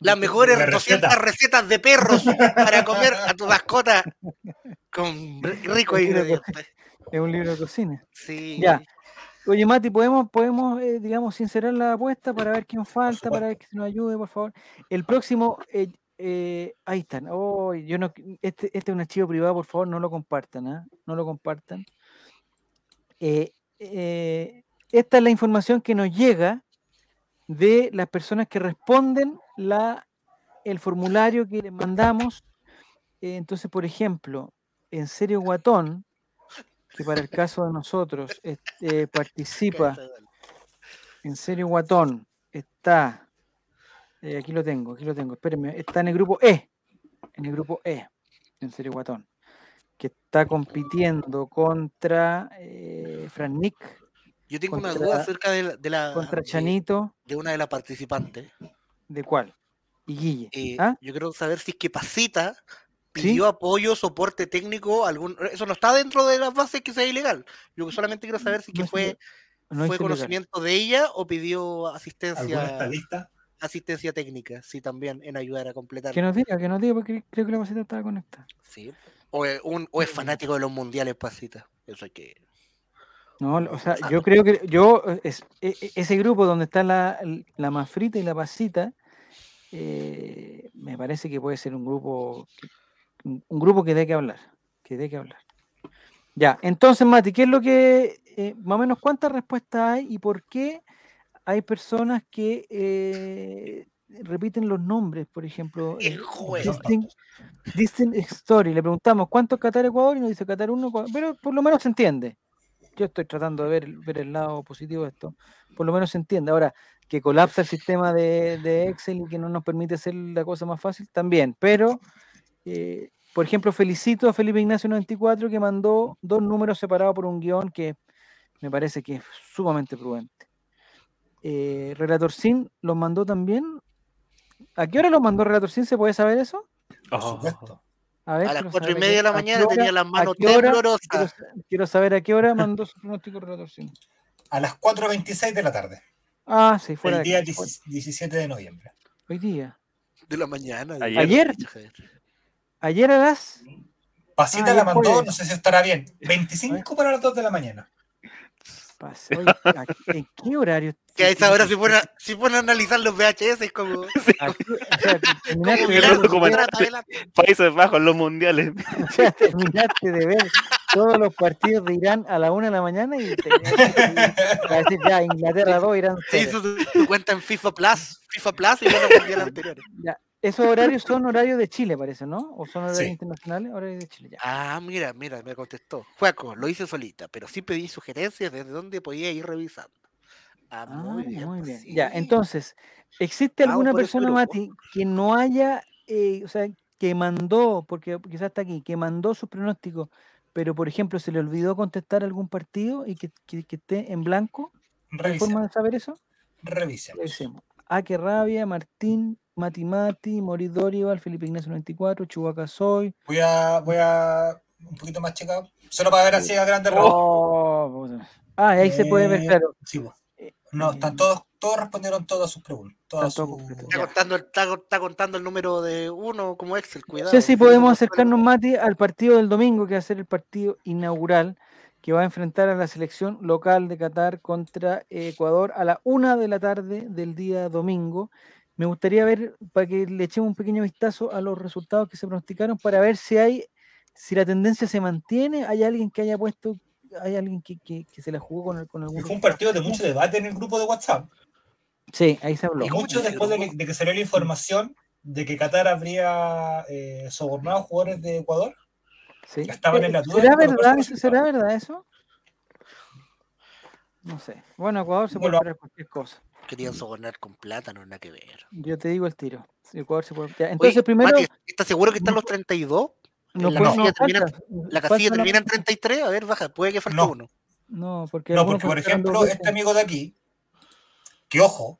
las mejores La 200 receta. recetas de perros para comer a tu mascota con r- Mira, rico pues. ingredientes. Es un libro de cocina. Sí. Ya. Oye, Mati, ¿podemos, podemos eh, digamos, sincerar la apuesta para ver quién falta, para ver que se nos ayude, por favor? El próximo, eh, eh, ahí están. Oh, yo no, este, este es un archivo privado, por favor, no lo compartan, ¿ah? No lo compartan. Eh, eh, esta es la información que nos llega de las personas que responden la, el formulario que les mandamos. Eh, entonces, por ejemplo, en serio guatón, que para el caso de nosotros es- eh, participa. En serio, Guatón. Está. eh, aquí lo tengo, aquí lo tengo. Espérenme. Está en el grupo E. En el grupo E. En serio, Guatón. Que está compitiendo contra eh, Fran Nick, Yo tengo una Contra- duda acerca de la, de la- contra de- Chanito, de una de las participantes. ¿de cuál? Y Guille. Eh, ¿Ah? Yo quiero saber si es que Pasita ¿Sí? pidió apoyo, soporte técnico, algún eso no está dentro de las bases que sea ilegal. Yo solamente quiero saber si que No es fue, ilegal, No fue hice lugar. conocimiento de ella o pidió ¿Alguna asistencia, estadista? asistencia técnica, sí también en ayudar a completar. Que nos diga, que nos diga, porque creo que la pasita estaba conectada. Sí. O, es un- o es fanático de los mundiales, Pasita. Eso hay que. No, o sea, Ah. yo creo que yo eh, es, e- e- ese grupo donde está la, l- la mafrita y la pasita, eh, me parece que puede ser un grupo que- un un grupo que dé que hablar, que dé que hablar. Ya, entonces Mati, ¿qué es lo que eh, más o menos cuántas respuestas hay y por qué hay personas que eh, repiten los nombres, por ejemplo, Es eh, juego. Distinct- Distant Story, le preguntamos cuántos Qatar Ecuador y nos dice Qatar 1, Ecuador- pero por lo menos se entiende. Yo estoy tratando de ver, el- ver el lado positivo de esto. Por lo menos se entiende. Ahora, que colapsa el sistema de, de Excel y que no nos permite hacer la cosa más fácil, también. Pero, eh, por ejemplo, felicito a Felipe Ignacio 94 que mandó dos números separados por un guión que me parece que es sumamente prudente. Eh, Relator Sin los mandó también. ¿A qué hora los mandó Relator Sin? ¿Se puede saber eso? Por Oh. supuesto. A, ver, A las quiero cuatro y saber a media qué- de la a qué mañana tenía hora- las a manos qué hora- Quiero, temblorosas. sa- quiero saber a qué hora mandó su pronóstico el relator Sin. A las 4.26 de la tarde, Ah, sí, fuera el de día aquí, fuera- 17 de noviembre. Hoy día. De la mañana. Ayer. Ayer. Javier. Ayer a las. Pasita Ah, la ya mandó, fue. no sé si estará bien. 25 para las 2 de la mañana. pas- oye, ¿a qué- ¿En qué horario? *laughs* Que a se- esa hora se se- ponen, a- se ponen a analizar los VHS, *laughs* es como. a qué- *laughs* o sea, que terminaste como de mirar ver- mirando como un en- rato adelante. Países Bajos, los mundiales. o sea, *laughs* terminaste de ver todos los partidos de Irán a la una de la mañana y te para decir ya Inglaterra 2, Irán Se 0. hizo su, su cuenta en FIFA Plus, FIFA Plus y vio los mundiales anteriores. Ya, Esos horarios son horarios de Chile, parece, ¿no? ¿O son horarios Sí. internacionales? Horarios de Chile, ya. Ah, mira, mira, me contestó. Juaco, lo hice solita, pero sí pedí sugerencias desde dónde podía ir revisando. Ah, Ah, muy bien. pues Ya, sí. entonces, ¿existe Vamos alguna por ese persona, grupo. Mati, que no haya, eh, o sea, que mandó, porque quizás está aquí, que mandó sus pronósticos, pero por ejemplo se le olvidó contestar algún partido y que, que- que esté en blanco? ¿Hay Revisemos. forma de saber eso? Revisemos. Revisemos. Ah, qué rabia, Martín, Mati Mati, Moris Dorival, Felipe Ignacio 94, Chubaca Soy. Voy a, voy a un poquito más checado. Solo para ver así a grandes rasgos. Oh, puta. ah, ahí se puede ver, Eh, claro. sí, po. Eh, No, están todos, todos respondieron todas sus preguntas. Todas Están todos sus- completos. Está Ya. contando, el- está, está contando el número de uno como Excel, No cuidado. sé si porque podemos no- acercarnos, Mati, al partido del domingo, que va a ser el partido inaugural, que va a enfrentar a la selección local de Qatar contra eh, Ecuador a la una de la tarde del día domingo. Me gustaría ver, para que le echemos un pequeño vistazo a los resultados que se pronosticaron, para ver si hay, si la tendencia se mantiene, hay alguien que haya puesto, hay alguien que, que- que se la jugó con, el- con algún... Fue un partido de mucho debate en el grupo de WhatsApp. Sí, ahí se habló. Y mucho después de que, de que salió la información de que Qatar habría eh, sobornado a jugadores de Ecuador. Sí. Ya estaban en la Eh, duda, ¿Será pero no verdad, se eso, ¿Será verdad eso? No sé. Bueno, Ecuador se puede Bueno. esperar cualquier cosa. Querían sobornar con plátano, nada que ver. Yo te digo el tiro. Ecuador se puede ya, Oye, Entonces, primero, Mati, ¿estás seguro que están los 32? no, la puede- casilla no, termina- falta. La Falta casilla la- termina en 33. A ver, baja, puede que falte No. uno. No, porque, No, algunos porque por faltaron dos ejemplo, veces. este amigo de aquí, que ojo,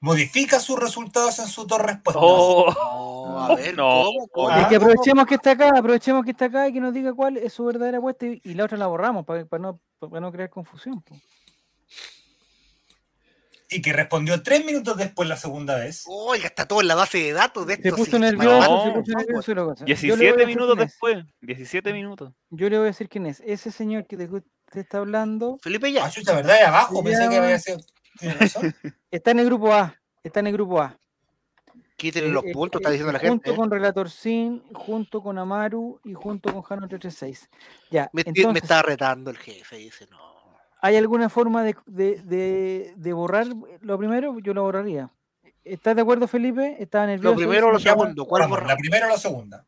modifica sus resultados en sus dos respuestas. Oh, No, a ver, No. ¿cómo? ¿Cómo? Ah, Y que aprovechemos que está acá, aprovechemos que está acá y que nos diga cuál es su verdadera apuesta y, y la otra la borramos para, no, para no crear confusión. po. Y que respondió tres minutos después la segunda vez. Oiga, está todo en la base de datos de Se esto. puso sí, nervioso, no. se pues. puso nervioso y la cosa. Ah, Yo le voy a 17 decir minutos quién es. después. 17 minutos. Yo le voy a decir quién es. Ese señor que de que usted está hablando Felipe Ah, ya. chucha, ¿verdad? De abajo, pensé Ya, que había bueno. sido. tiene razón. está en el grupo A. Está en el grupo A. Quiten los Eh, eh, eh, puntos, está diciendo la Junto gente. con Relator Sin, junto con Amaru y junto con Jano 336. Ya, Me, estoy- me entonces, está retando el jefe, dice, no. ¿hay alguna forma de, de- de- de borrar lo primero? Yo lo borraría. ¿Estás de acuerdo, Felipe? ¿Estaba nervioso? Lo primero o lo ¿Se llama? segundo, ¿cuál Vamos, borra? la primera o la segunda.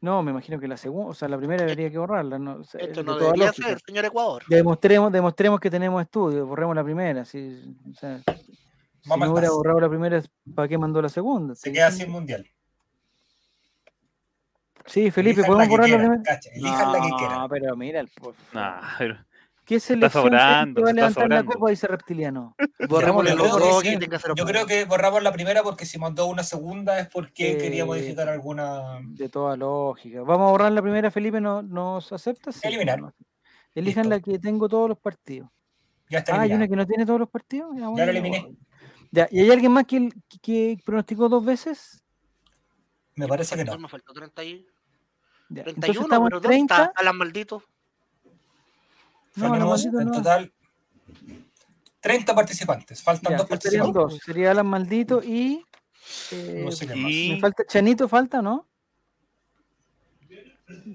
No, me imagino que la segunda, o sea, la primera debería que borrarla. No, o sea, Eh, Esto Eh, de no toda debería lógica. ser, señor Ecuador. Demostremos, demostremos que tenemos estudios, borremos la primera. Si, o sea, si Vamos al no hubiera TAS. borrado la primera, ¿para qué mandó la segunda? Se Sí, queda sí. sin mundial. Sí, Felipe, Elijan ¿podemos la que borrar la quieran, primera? cacha, elijan la que quieran. No, pero mira, el, por favor. Nah, *laughs* pero- ¿qué selección se sobrando, va a está levantar la sobrando. copa? Dice Reptiliano. Borrémosle yo los creo que dos sí. que tenga cero Yo creo puntos. que borramos la primera porque si mandó una segunda es porque quería Eh, modificar alguna. De toda lógica. Vamos a borrar la primera, Felipe, ¿no, ¿nos aceptas? Eliminar. Elijan Listo. la que tengo todos los partidos. Ya está Ah, hay una eliminada. que no tiene todos los partidos. Ya, Ya bueno, la eliminé. Ya, ¿y hay alguien más que, que pronosticó dos veces? Me parece que no. ¿Cuál me faltó? 30 y- Ya, Entonces 31, estamos pero en ¿dónde está 30. Alan Maldito? No, no, Tenemos maldito en no. total 30 participantes. Faltan Ya, dos pues serían participantes. dos. Sería Alan Maldito y. eh, No sé qué más. me Y falta Chanito, falta, ¿no?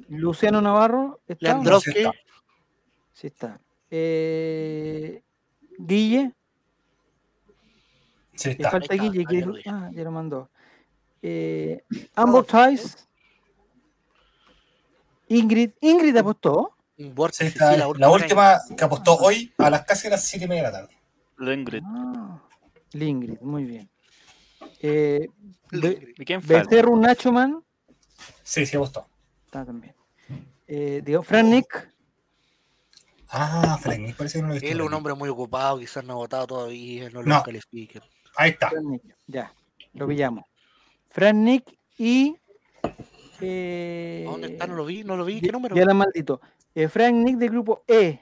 Luciano Navarro. ¿está o no? Leandro. No, sí está. Sí está. Eh, Guille. Sí Le está. falta ahí está, Guille. ah, que- ya lo dije. ah, ya lo mandó. Eh, Amber Ties. Ingrid. Ingrid apostó. Un Sí vórtice, está. sí, La última que apostó Ah. hoy a las casi las 7 y media de la tarde. Lundgren. Ah, Lingrid, muy bien. Eh, Be- ¿Y quién falta? Becerro Nachoman. Sí, sí apostó. Está también. Eh, digo, Fran Nick. Ah, Frank, parece que no lo he visto. Él es un hombre muy ocupado, quizás no ha votado todavía, no lo No. califiquen. Ahí Ah. está. Fran Nick, Ya, lo pillamos. Fran Nick y. eh, ¿A ¿Dónde está? No lo vi, no lo vi. Ye- ¿Qué número? Yalan maldito. Eh, Frank Nick del grupo E.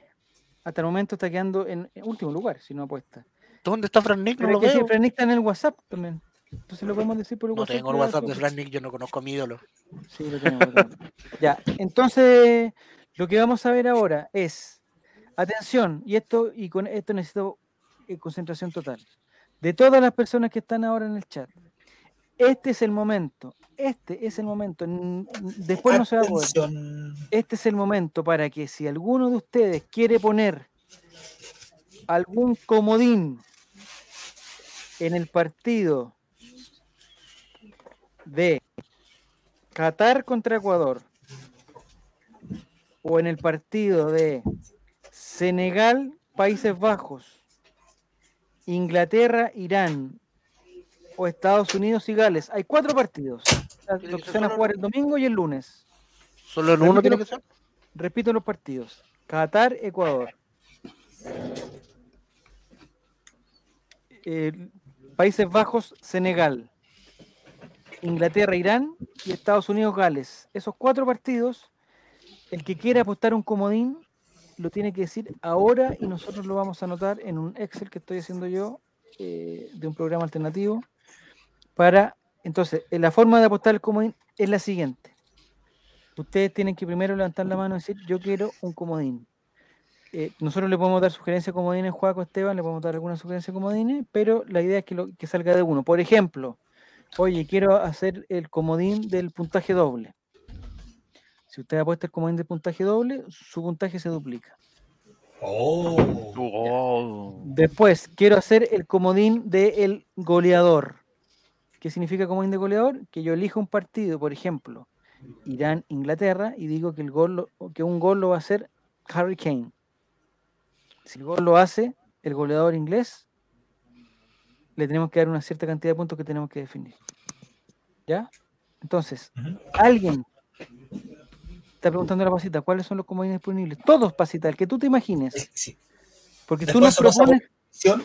Hasta el momento está quedando en en último lugar, si no apuesta. ¿Dónde está Fran Nick? No Pero lo es que sí, veo. Frank Nick está en el WhatsApp también. Entonces lo podemos decir por el No WhatsApp. tengo el pero WhatsApp de después- Fran Nick, yo no conozco a mi ídolo. Sí, lo tenemos, lo tenemos. Ya, entonces lo que vamos a ver ahora es, atención, y esto, y con esto necesito eh, concentración total. De todas las personas que están ahora en el chat, este es el momento, este es el momento. n- n- Después no se va a poder. Atención. Este es el momento para que si alguno de ustedes quiere poner algún comodín en el partido de Qatar contra Ecuador o en el partido de Senegal, Países Bajos, Inglaterra, Irán o Estados Unidos y Gales. Hay cuatro partidos. Los que se van a jugar el domingo y el lunes. Solo en uno tiene Repítelo. que ser. Repito los partidos. Qatar, Ecuador. Eh, Países Bajos, Senegal. Inglaterra, Irán y Estados Unidos, Gales. Esos cuatro partidos, el que quiera apostar un comodín, lo tiene que decir ahora y nosotros lo vamos a anotar en un Excel que estoy haciendo yo eh, de un programa alternativo. Para, entonces, eh, la forma de apostar el comodín es la siguiente. Ustedes tienen que primero levantar la mano y decir, yo quiero un comodín. eh, nosotros le podemos dar sugerencias como comodines, Juaco, Esteban, le podemos dar alguna sugerencia como comodines, pero la idea es que, lo, que salga de uno. Por ejemplo, oye, quiero hacer el comodín del puntaje doble. Si usted apuesta el comodín del puntaje doble, su puntaje se duplica. Oh. Oh. Después, quiero hacer el comodín del goleador. ¿Qué significa comodín de goleador? Que yo elijo un partido, por ejemplo, Irán-Inglaterra, y digo que, el gol lo- o que un gol lo va a hacer Harry Kane. Si el gol lo hace el goleador inglés, le tenemos que dar una cierta cantidad de puntos que tenemos que definir. ¿Ya? Entonces, Ujú. alguien está preguntando a la pasita, ¿cuáles son los comodines disponibles? Todos, pasita, el que tú te imagines. Sí. Porque tú Después nos se pasa por- propones Opción,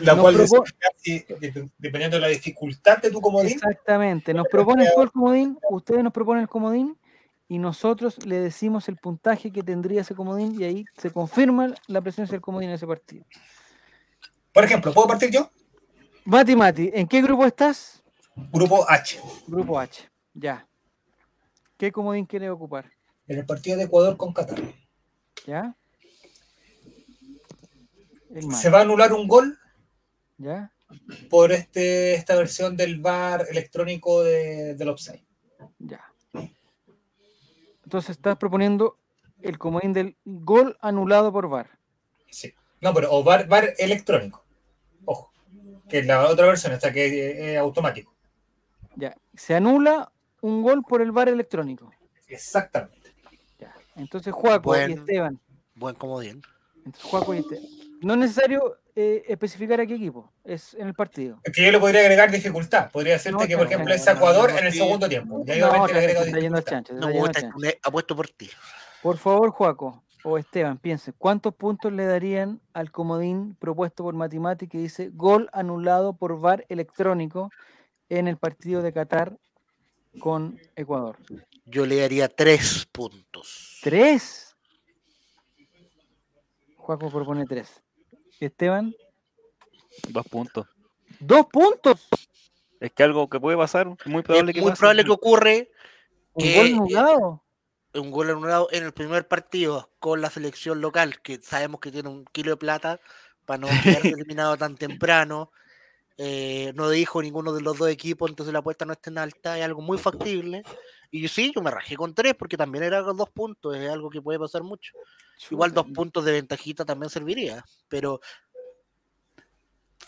La Nos cual es- propo- casi, dep- dependiendo de la dificultad de tu comodín, Exactamente, nos proponen todo el comodín, ustedes nos proponen el comodín y nosotros le decimos el puntaje que tendría ese comodín y ahí se confirma la presencia del comodín en ese partido. por ejemplo, ¿puedo partir yo? Mati Mati, ¿en qué grupo estás? Grupo H. Grupo H, ya. ¿Qué comodín quieres ocupar? En el partido de Ecuador con Qatar. ¿Ya? El Se Mati, va a anular un gol ¿Ya? por este, esta versión del VAR electrónico de, del offside. Ya. Entonces estás proponiendo el comodín del gol anulado por VAR. Sí. No, pero o VAR, VAR electrónico. Ojo. Que es la otra versión, hasta que eh, es automático. Ya. Se anula un gol por el VAR electrónico. Exactamente. Ya. Entonces, Juaco y Bueno. Esteban. Buen comodín. Entonces, Juaco y Esteban. No es necesario eh, especificar a qué equipo, es en el partido. Es que yo le podría agregar dificultad. Podría decirte No, que, por ejemplo, claro, claro, es no, no, Ecuador no, en el sí. segundo tiempo. Ya No, obviamente le te- agrego te está yendo al dificultad. chancho, te No, está yendo al puta, chancho. le apuesto por ti. Por favor, Juaco o Esteban, piensen, ¿cuántos puntos le darían al comodín propuesto por Matimati que dice gol anulado por VAR electrónico en el partido de Qatar con Ecuador? Yo le daría tres puntos. ¿Tres? Juaco propone tres. Esteban, Dos puntos. dos puntos. Es que algo que puede pasar, muy Es probable que muy pase. probable que ocurre Un Eh, gol eh, anulado. un gol anulado en el primer partido con la selección local, que sabemos que tiene un kilo de plata para no quedar eliminado tan temprano. Eh, no dijo ninguno de los dos equipos, entonces la apuesta no está en alta, es algo muy factible. Y yo sí, yo me rajé con tres, porque también era con dos puntos, es algo que puede pasar mucho. Igual dos puntos de ventajita también serviría, pero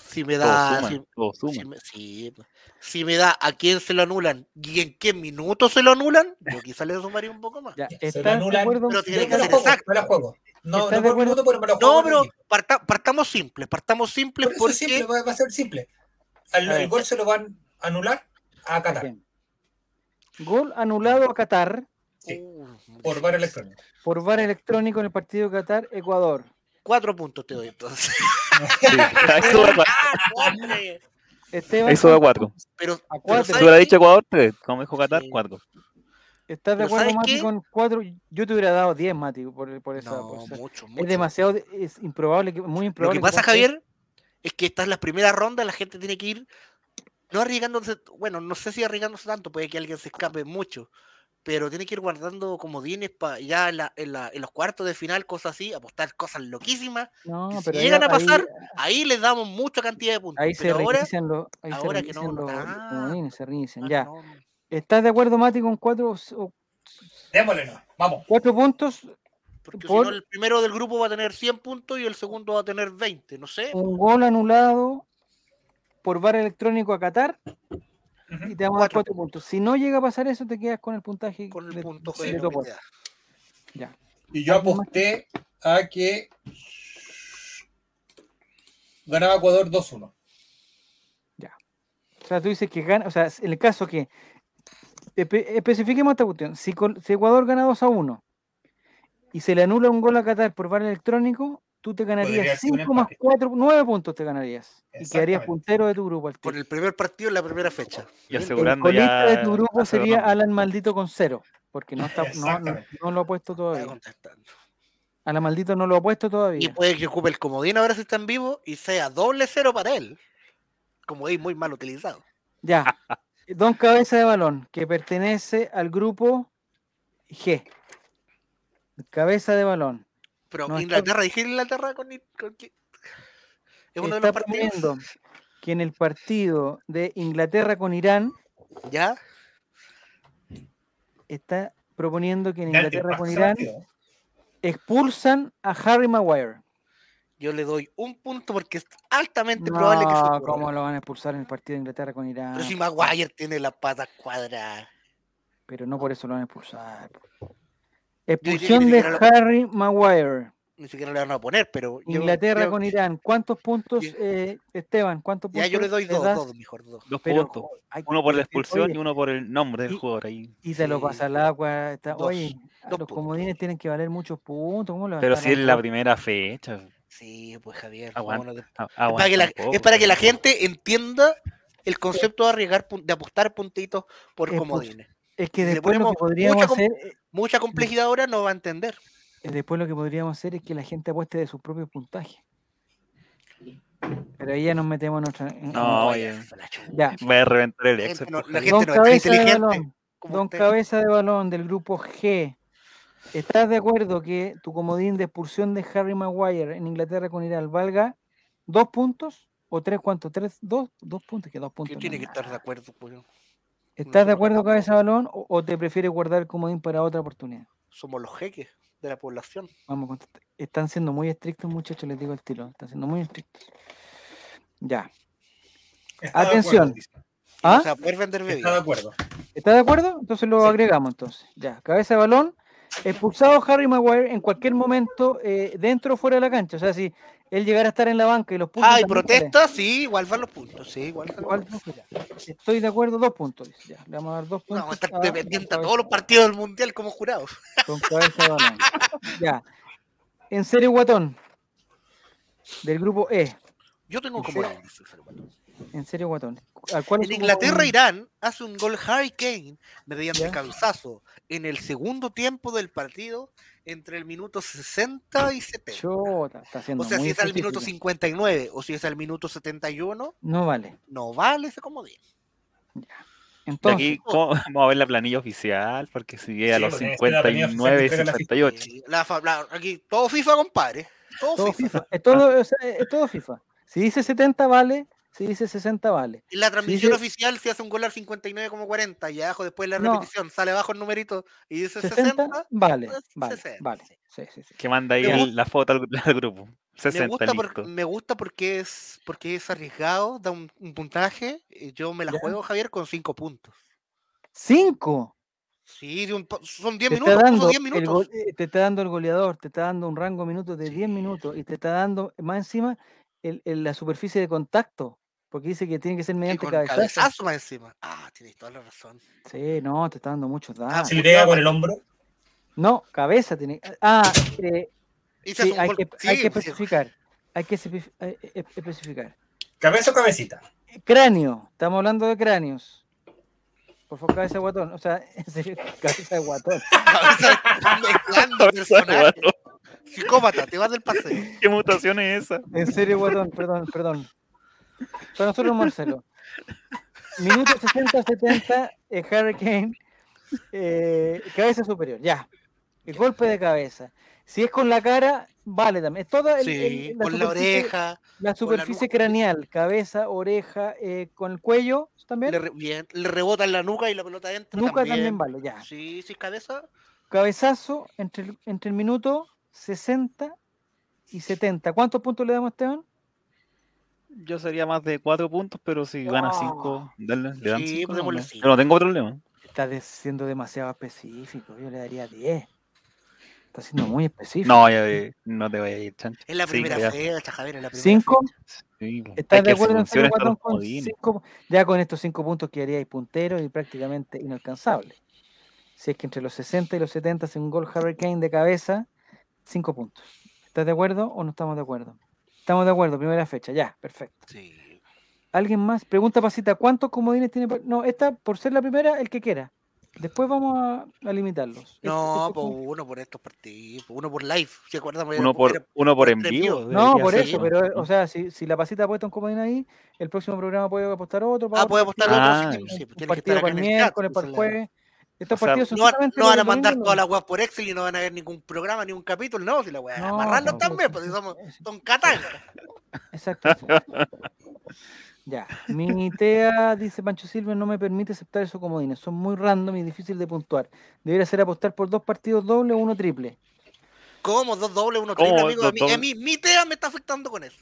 si me Todo da. suma, si- todo suma. si me, sí, po. Si me da a quién se lo anulan y en qué minutos se lo anulan, yo quizá le sumaría un poco más. Ya, Se le ¿estás de anulan, acuerdo? pero Yo tiene me que la ser juego, exacto. me la juego. No, ¿Estás no de por acuerdo? minuto, pero me la juego. No, por pero equipo. parta- partamos simples, partamos simples Por eso es porque simple, va, va a ser simple. Al- A ver. el gol se lo van a anular a Qatar Bien. Gol anulado a Qatar sí. Uh, por VAR electrónico. por VAR electrónico en el partido Qatar-Ecuador. cuatro puntos te doy entonces. Ah, Sí, *laughs* Eso da cua- ¡Hombre! Esteban, eso da *laughs* cuatro. pero, a pero cuatro. Si ¿sabes hubiera qué? dicho Ecuador, tres. Como dijo Qatar, Sí. cuatro. ¿estás de pero acuerdo, ¿sabes Mati, qué? con cuatro? Yo te hubiera dado 10, Mati, por, por esa. No, por esa- mucho, mucho. Ah, pues, es demasiado, de- es improbable, que, muy Lo improbable. que pasa, pase. Javier, es que estas las primeras rondas, la gente tiene que ir no arriesgándose, bueno, no sé si arriesgándose tanto, puede que alguien se escape mucho, pero tiene que ir guardando comodines para ya en, la- en la- en los cuartos de final, cosas así, apostar cosas loquísimas. No, que si pero ahí- llegan a ahí- pasar, Ahí les damos mucha cantidad de puntos. Ahí, se pero ahora, reinician los, ahí se ahora que no, reinician no los- los está. comodines, se reinician. ah, Ya. no, ¿Estás de acuerdo, Mati, con cuatro, o- Démosle, no. Vamos. cuatro puntos? porque Por- si no, el primero del grupo va a tener 100 puntos y el segundo va a tener 20, no sé. Un gol anulado por VAR electrónico a Qatar Ujú. y te vamos a dar Cuatro cuatro puntos. Si no llega a pasar eso, te quedas con el puntaje. Con el de- punto de que tu no me apuesta. queda. Ya. Y yo aposté a que ganaba Ecuador 2-1. O sea, tú dices que gana, o sea, en el caso que espe- especifiquemos esta cuestión, si, Col- si Ecuador gana 2 a 1 y se le anula un gol a Qatar por VAR electrónico, tú te Podría ganarías ser un 5 más empate. 4, 9 puntos te ganarías y quedarías Exactamente. puntero de tu grupo. al Con tiro. el primer partido en la primera fecha. Y el asegurando ya. colista de tu grupo sería asegurando. Alan Maldito con cero, porque no, está, no, no, Exactamente. no lo ha puesto Está todavía. contestando. Alan Maldito no lo ha puesto Y pues, todavía. puede que ocupe el comodín ahora si está en vivo y sea doble cero para él. Como es muy mal utilizado. ah, Ya. Don Cabeza de Balón, que pertenece al grupo G. Cabeza de Balón. Pero No, está- Inglaterra, dije Inglaterra con. con- que- Es uno de está los partidos. poniendo que en el partido de Inglaterra con Irán ¿Ya? está proponiendo que en Dale, Inglaterra con pasa Irán rápido. expulsan a Harry Maguire. Yo le doy un punto porque es altamente probable que se No, ocurra. ¿cómo lo van a expulsar en el partido de Inglaterra con Irán? Pero si Maguire tiene la pata cuadrada. Pero no por eso lo van a expulsar. que ni Expulsión de siquiera lo- Harry Maguire. Ni siquiera le van a poner, pero. yo Inglaterra creo con que- Irán. ¿Cuántos puntos, Yo- eh, Esteban? ¿Cuántos Ya puntos? yo le doy dos, das? dos, mejor dos. Dos Pero, oh, puntos. ay, Uno por la oye, expulsión y uno por el nombre del y- jugador ahí. Y te lo Sí. pasa al agua. Está, Dos, oye, a dos los puntos. comodines tienen que valer muchos puntos. ¿cómo le va a Pero estar si es dando la dos? primera fecha. Sí, pues Javier. Aguanta. vámonos de- a- Es para, aguanta que la, un poco. es para que la gente entienda el concepto de arriesgar, pun- de apostar puntitos por Es pus- comodines. Es que le después lo ponemos que podríamos mucha com- hacer, Mucha complejidad ahora no va a entender. eh, después lo que podríamos hacer es que la gente apueste de sus propios puntajes. Pero ahí ya nos metemos en nuestra. en- en- No, oye. ya, se la chupa. Ya. Voy a reventar el La Excel. gente no- pues, la Javier. Don gente no es tan cabeza de inteligente balón. como Don usted. Cabeza de Balón del grupo G, ¿estás de acuerdo que tu comodín de expulsión de Harry Maguire en Inglaterra con Irán valga dos puntos o tres cuántos? ¿Tres? ¿Dos? ¿Dos puntos? Que dos puntos ¿Quién no tiene es que estar de nada. acuerdo, pues? ¿Estás de Nosotros acuerdo, Cabeza de Balón, o, o te prefieres guardar el comodín para otra oportunidad? Somos los jeques de la población. Vamos a contestar. Están siendo muy estrictos, muchachos, les digo el tiro. Están siendo muy estrictos. Ya. Está de Atención. acuerdo, dice. Y no ¿Ah? se va a poder vender Está de bebidas. acuerdo. ¿Estás de acuerdo? Entonces lo Sí. agregamos entonces. Ya, cabeza de balón. Expulsado Harry Maguire en cualquier momento, eh, dentro o fuera de la cancha. O sea, si él llegara a estar en la banca y los puntos. Ah, y también, protesta, sí, igual van los puntos. Sí, igual van los ¿cuál puntos. punto? Ya. Estoy de acuerdo, dos puntos. dice. Ya, le vamos a dar dos puntos. ah, Vamos a estar a dependientes a Don todos los partidos del mundial como jurados. Cabeza- Don cabeza de balón. Ya. En serio, guatón. Del grupo E. Yo tengo Sí. como. En En serio, guatón. ¿Al cual es su Inglaterra, comodín? Irán hace un gol Harry Kane mediante Ya. cabezazo en el segundo tiempo del partido entre el minuto 60 y 70. Chota, está haciendo O sea, muy si es al minuto específico. 59 o si es al minuto 71, No vale. no vale ese comodín. De Entonces, aquí ¿cómo *laughs* vamos a ver la planilla oficial, porque si llega a Sí, los porque esta es la planilla oficial que 59, entrega la 58. Sí, Eh, la fa- la- aquí todo FIFA, compadre. Todo, todo FIFA. FIFA. Ah. Es todo, o sea, es todo FIFA. Si dice 70 vale, si dice 60 vale. En la transmisión dice- oficial se hace un gol al 59,40 y abajo después la No. repetición sale abajo el numerito y dice 60 60 vale, pues, vale, 60, vale. sí. Sí, sí, sí. Que manda ahí Me el- gusta- la foto al, *laughs* al grupo. me 60 gusta, por- listo. me gusta porque es porque es arriesgado, da un, un puntaje. eh, Yo me la Ya. juego, Javier, con 5 puntos. 5. Sí, de un pa- son 10 Te está minutos, puso dando 10 el minutos. gol- eh, te está dando el goleador, te está dando un rango de minutos de 10 minutos y te está dando más encima el- el- la superficie de contacto, porque dice que tiene que ser Y mediante con cabezazo. cabezazo más encima. Ah, tienes toda la razón. Sí, no, te está dando muchos Ah, datos. Si le pega con el hombro, No, cabeza tiene. Ah, eh, Y se sí, hace un hay gol. que, hay Sí, que pues, sí. especificar. Hay que espe- eh, eh, especificar. cabeza o cabecita. Ah, Cráneo, estamos hablando de cráneos. Por favor, cabeza de guatón. O sea, *laughs* en serio, cabeza de guatón. Cabeza- están *laughs* mezclando personajes. Psicópata, te vas del paseo. ¿Qué mutación es esa? En serio, guatón, perdón, perdón. Para nosotros, Marcelo. Minuto 60-70, eh, Harry Kane, eh, cabeza superior, ya. El golpe de cabeza. Si es con la cara, vale también. Es toda el- el- Sí, con la superficie- oreja. La con la superficie nuca. craneal, cabeza, oreja, eh, con el cuello también. Le, re- bien, le rebota en la nuca y la pelota entra. Nunca también. también vale, ya. Sí, sí, cabeza. cabezazo entre el, entre el minuto 60 y 70. ¿Cuántos puntos le damos, Esteban? Yo sería más de 4 puntos, pero si gana 5, le dan Sí, 5. pues démosle Yo no tengo problema. Está de- siendo demasiado específico. Yo le daría 10. Está siendo muy específico. No, ya de- no te vayas a ir, chancho. Es la Sí, primera ya. fecha, Javier, es la primera ¿Cinco? fecha. Sí, pues. ¿Estás Es que de si acuerdo en funciona Fabio esto de Guatón los con comodines. cinco- Ya con estos 5 puntos quedaríais puntero y prácticamente inalcanzable. Si es que entre los 60 y los 70 hace un gol Hurricane de cabeza, 5 puntos. ¿Estás de acuerdo o no estamos de acuerdo? Estamos de acuerdo, primera fecha, ya, perfecto. Sí. ¿Alguien más? Pregunta pasita, ¿cuántos comodines tiene? pa- No, esta por ser la primera, el que quiera. Después vamos a, a limitarlos. Este- No, este por es un- uno por estos partidos, por uno por live, ¿se acuerdan? Era- Uno por, era- uno por era en premio. vivo. no, debería por ser, eso, ¿no? pero, *laughs* o sea, si, si la pasita apuesta un comodín ahí, el próximo programa puede apostar otro. para Ah, otro puede apostar partido, otro, Ah, sí, ya. sí, pues un tiene que partido estar acá para el en el chat. miércoles, para el entonces la- jueves. Estos O sea, partidos son No, van- solamente no van a los domingos, mandar ¿no? toda la weas por Excel y no van a ver ningún programa, ni un capítulo, no, si la wea. No, amarrarlo no, pues, también, por porque somos supuesto. *laughs* Don Catanga. Exacto. *laughs* ya. Mi TEA, dice Pancho Silva, no me permite aceptar esos comodines. Son muy random y difícil de puntuar. Debería ser apostar por dos partidos dobles o uno triple. ¿Cómo? Dos dobles, uno ¿Cómo triple, amigo. dos A mí, a dobles? mí- mi TEA me está afectando con eso.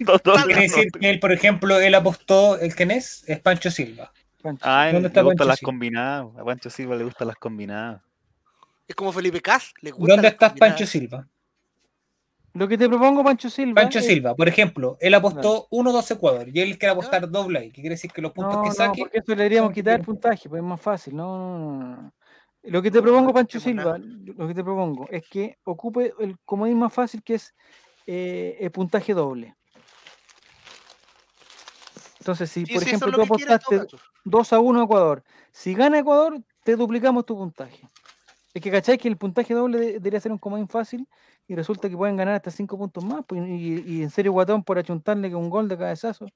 Dos, dos, no. Quiere Claro, Quiere decir que él, por ejemplo, él apostó, ¿el quién es? Es Pancho Silva. Pancho. *laughs* Ay, ¿Dónde le está gustan Pancho las Silva? combinadas. A Pancho Silva le gustan las combinadas. Es como Felipe Cas. Le gusta ¿Dónde la estás, combinada. Pancho Silva? Lo que te propongo, Pancho Silva. Pancho es- Silva, por ejemplo, él apostó 1-2 Ecuador y él quiere apostar doble ahí, que quiere decir que los puntos Ah. No, que no, saque. porque eso le deberíamos son quitar el diferentes. puntaje, pues es más fácil. No, no, no, no, no. Lo que te propongo, Pancho hacemos Silva, lo que te propongo es que ocupe el comodín más fácil que es eh, el puntaje doble. Entonces, si Sí, por sí, eso ejemplo es tú lo que quiere en todo apostaste caso. 2 a 1 a Ecuador, si gana Ecuador, te duplicamos tu puntaje. Es que cacháis que el puntaje doble de- debería ser un comodín fácil y resulta que pueden ganar hasta 5 puntos más. pues, y, y en serio, Guatón, por achuntarle que un gol de cabezazo,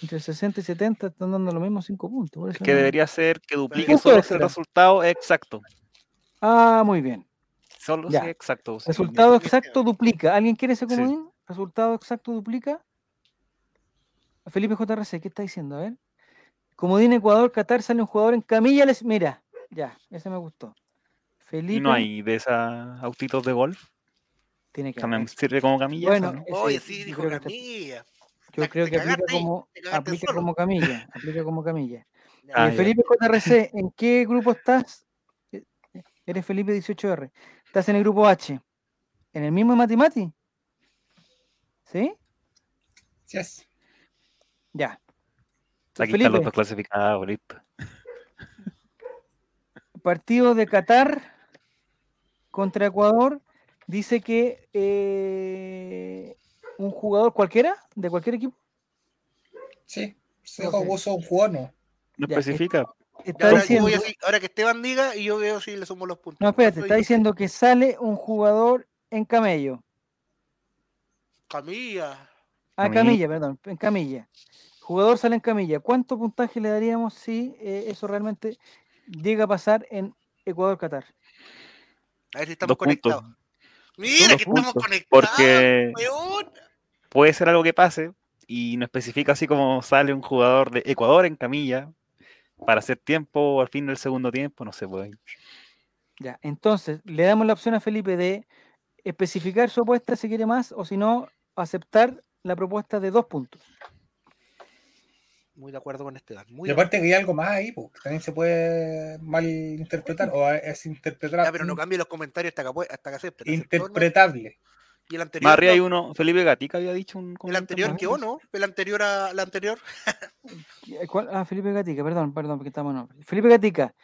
entre 60 y 70 están dando los mismos 5 puntos. por Es eso que no- debería ser que duplique Punto solo si extra. el resultado es exacto. Ah, muy bien. Solo Ya. si es exacto. si- Resultado sí, sí, exacto duplica. ¿Alguien quiere ese Sí. comodín? Resultado exacto duplica. Felipe JRC, ¿qué está diciendo? A ver. Comodín Ecuador, Qatar, sale un jugador en camilla. Les... Mira, ya, ese me gustó. Felipe Y no hay de esas autitos de golf. tiene que También haber. sirve como camilla. Bueno, ¿no? ese- Oye, sí, dijo yo creo que, te- Camilla. yo te creo que aplica cagaste ahí, como, te cagaste aplica solo. como camilla. Aplica como camilla. *laughs* Ah, Eh, ya. Felipe JRC, ¿en qué grupo estás? Eh, Eres Felipe 18R. ¿Estás en el grupo H? ¿En el mismo Matimati? ¿Sí? Yes. Ya. Aquí Entonces, están los Felipe, dos clasificados, listo. partido de Qatar contra Ecuador. Dice que eh, un jugador cualquiera, de cualquier equipo, Sí. Se Ok. abuso un jugador, no. No Ya, eh. especifica. Ya está ahora, yo diciendo. voy así- ahora que Esteban diga y yo veo si le sumo los puntos. No, espérate, Soy está diciendo que sale un jugador en camello. Camilla. Ah, Camilla. camilla, perdón, en camilla. Jugador sale en camilla. ¿Cuánto puntaje le daríamos si eh, eso realmente llega a pasar en Ecuador-Catar? A ver si estamos Dos puntos. conectados. Mira dos que estamos puntos, conectados. Porque weón. puede ser algo que pase y no especifica así como sale un jugador de Ecuador en camilla para hacer tiempo al fin del segundo tiempo, no se puede. Ya, entonces le damos la opción a Felipe de especificar su apuesta si quiere más o si no, aceptar la propuesta de dos puntos. Muy de acuerdo con Esteban. Muy Y de acuerdo. aparte que hay algo más ahí, po, que también se puede malinterpretar o es interpretar, Ya, pero no cambie los comentarios pues, hasta que, apue- hasta que acepten. ¿Aceptó, no? interpretable. Y el anterior. Más arriba hay no? uno, Felipe Gatica había dicho un El anterior que comentario, o no. El anterior a la anterior. ¿Qui- eh, cuál? Ah, Felipe Gatica, perdón, perdón, porque estamos en nombre. Felipe Gatica,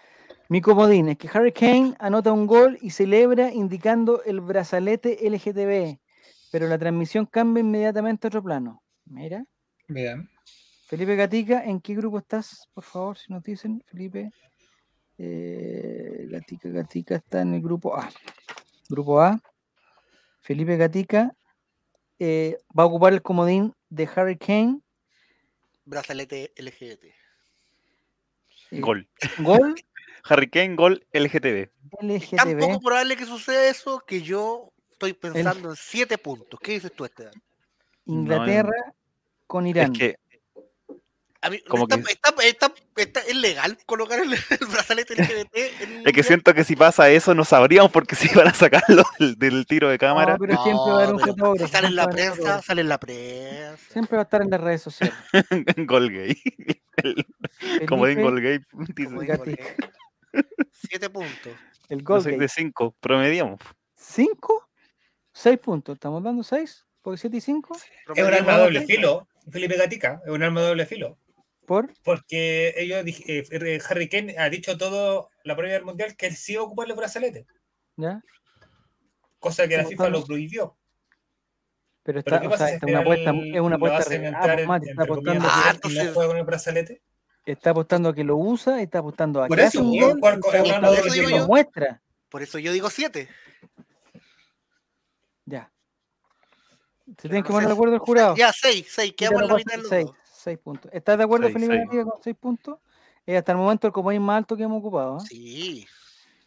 mi comodín es que Harry Kane anota un gol y celebra indicando el brazalete LGTB, pero la transmisión cambia inmediatamente a otro plano. Mira, Bien. Felipe Gatica, ¿en qué grupo estás? Por favor, si nos dicen, Felipe. Eh, Gatica, Gatica está en el grupo A. Grupo A. Felipe Gatica eh, va a ocupar el comodín de Harry Kane. Brazalete LGT. eh, Gol. Gol *laughs* Harry Kane, gol LGTB. Tan poco LGTB. probable que suceda eso que yo estoy pensando en siete puntos. ¿Qué dices tú, Esteban? Inglaterra con Irán. Es que A mí, Como está, que- está- está- está- ¿Es legal colocar el, *laughs* el brazalete LGBT? En un Es que mundial? siento que si pasa eso no sabríamos porque se iban a sacarlo del, del tiro de No, cámara. pero siempre va a haber un pero fotógrafo. Si sale en siempre va a la haber un prensa, fotógrafo. sale en la prensa. Siempre va a estar en las *laughs* redes sociales. gol gay. El- como en Felipe gol gay. dice, Como Gol digo, Gatica. eh, Siete puntos. El yo gol. soy gay. de 5, promediamos. ¿Cinco? ¿Seis puntos? ¿Estamos dando seis? ¿Por siete y cinco? Es un Promedio arma de doble doble. filo, Felipe Gatica, es un arma de doble filo. ¿Por? Porque ellos, dij- eh, eh, Harry Kane ha dicho todo la previa del mundial que él sí iba a ocupar los brazaletes, ¿Ya? cosa que la Como FIFA tal. lo prohibió. Pero Pero está, ¿qué o pasa sea, si esta al es una apuesta, final es una lo apuesta hacen real. Ah, entrar pues, en- Mati, está entre comillas, apostando, Ah, en- entonces- en la juega con el brazalete? está apostando a que lo usa, está apostando a Por que eso, hace un weón, gol, ¿cuál- y cuál- está cuál- apostando a eso que digo lo yo? muestra. Por eso yo digo siete. Ya. Se Pero tienen que no poner sé de si- acuerdo el jurado. Ya, seis, seis. ¿Qué Quedamos te en la parece? mitad de los seis, dos. seis puntos. ¿Estás de acuerdo, Seis, Felipe seis. Garriga, con seis puntos? Es hasta el momento el comodín más alto que hemos ocupado. ¿eh? Sí.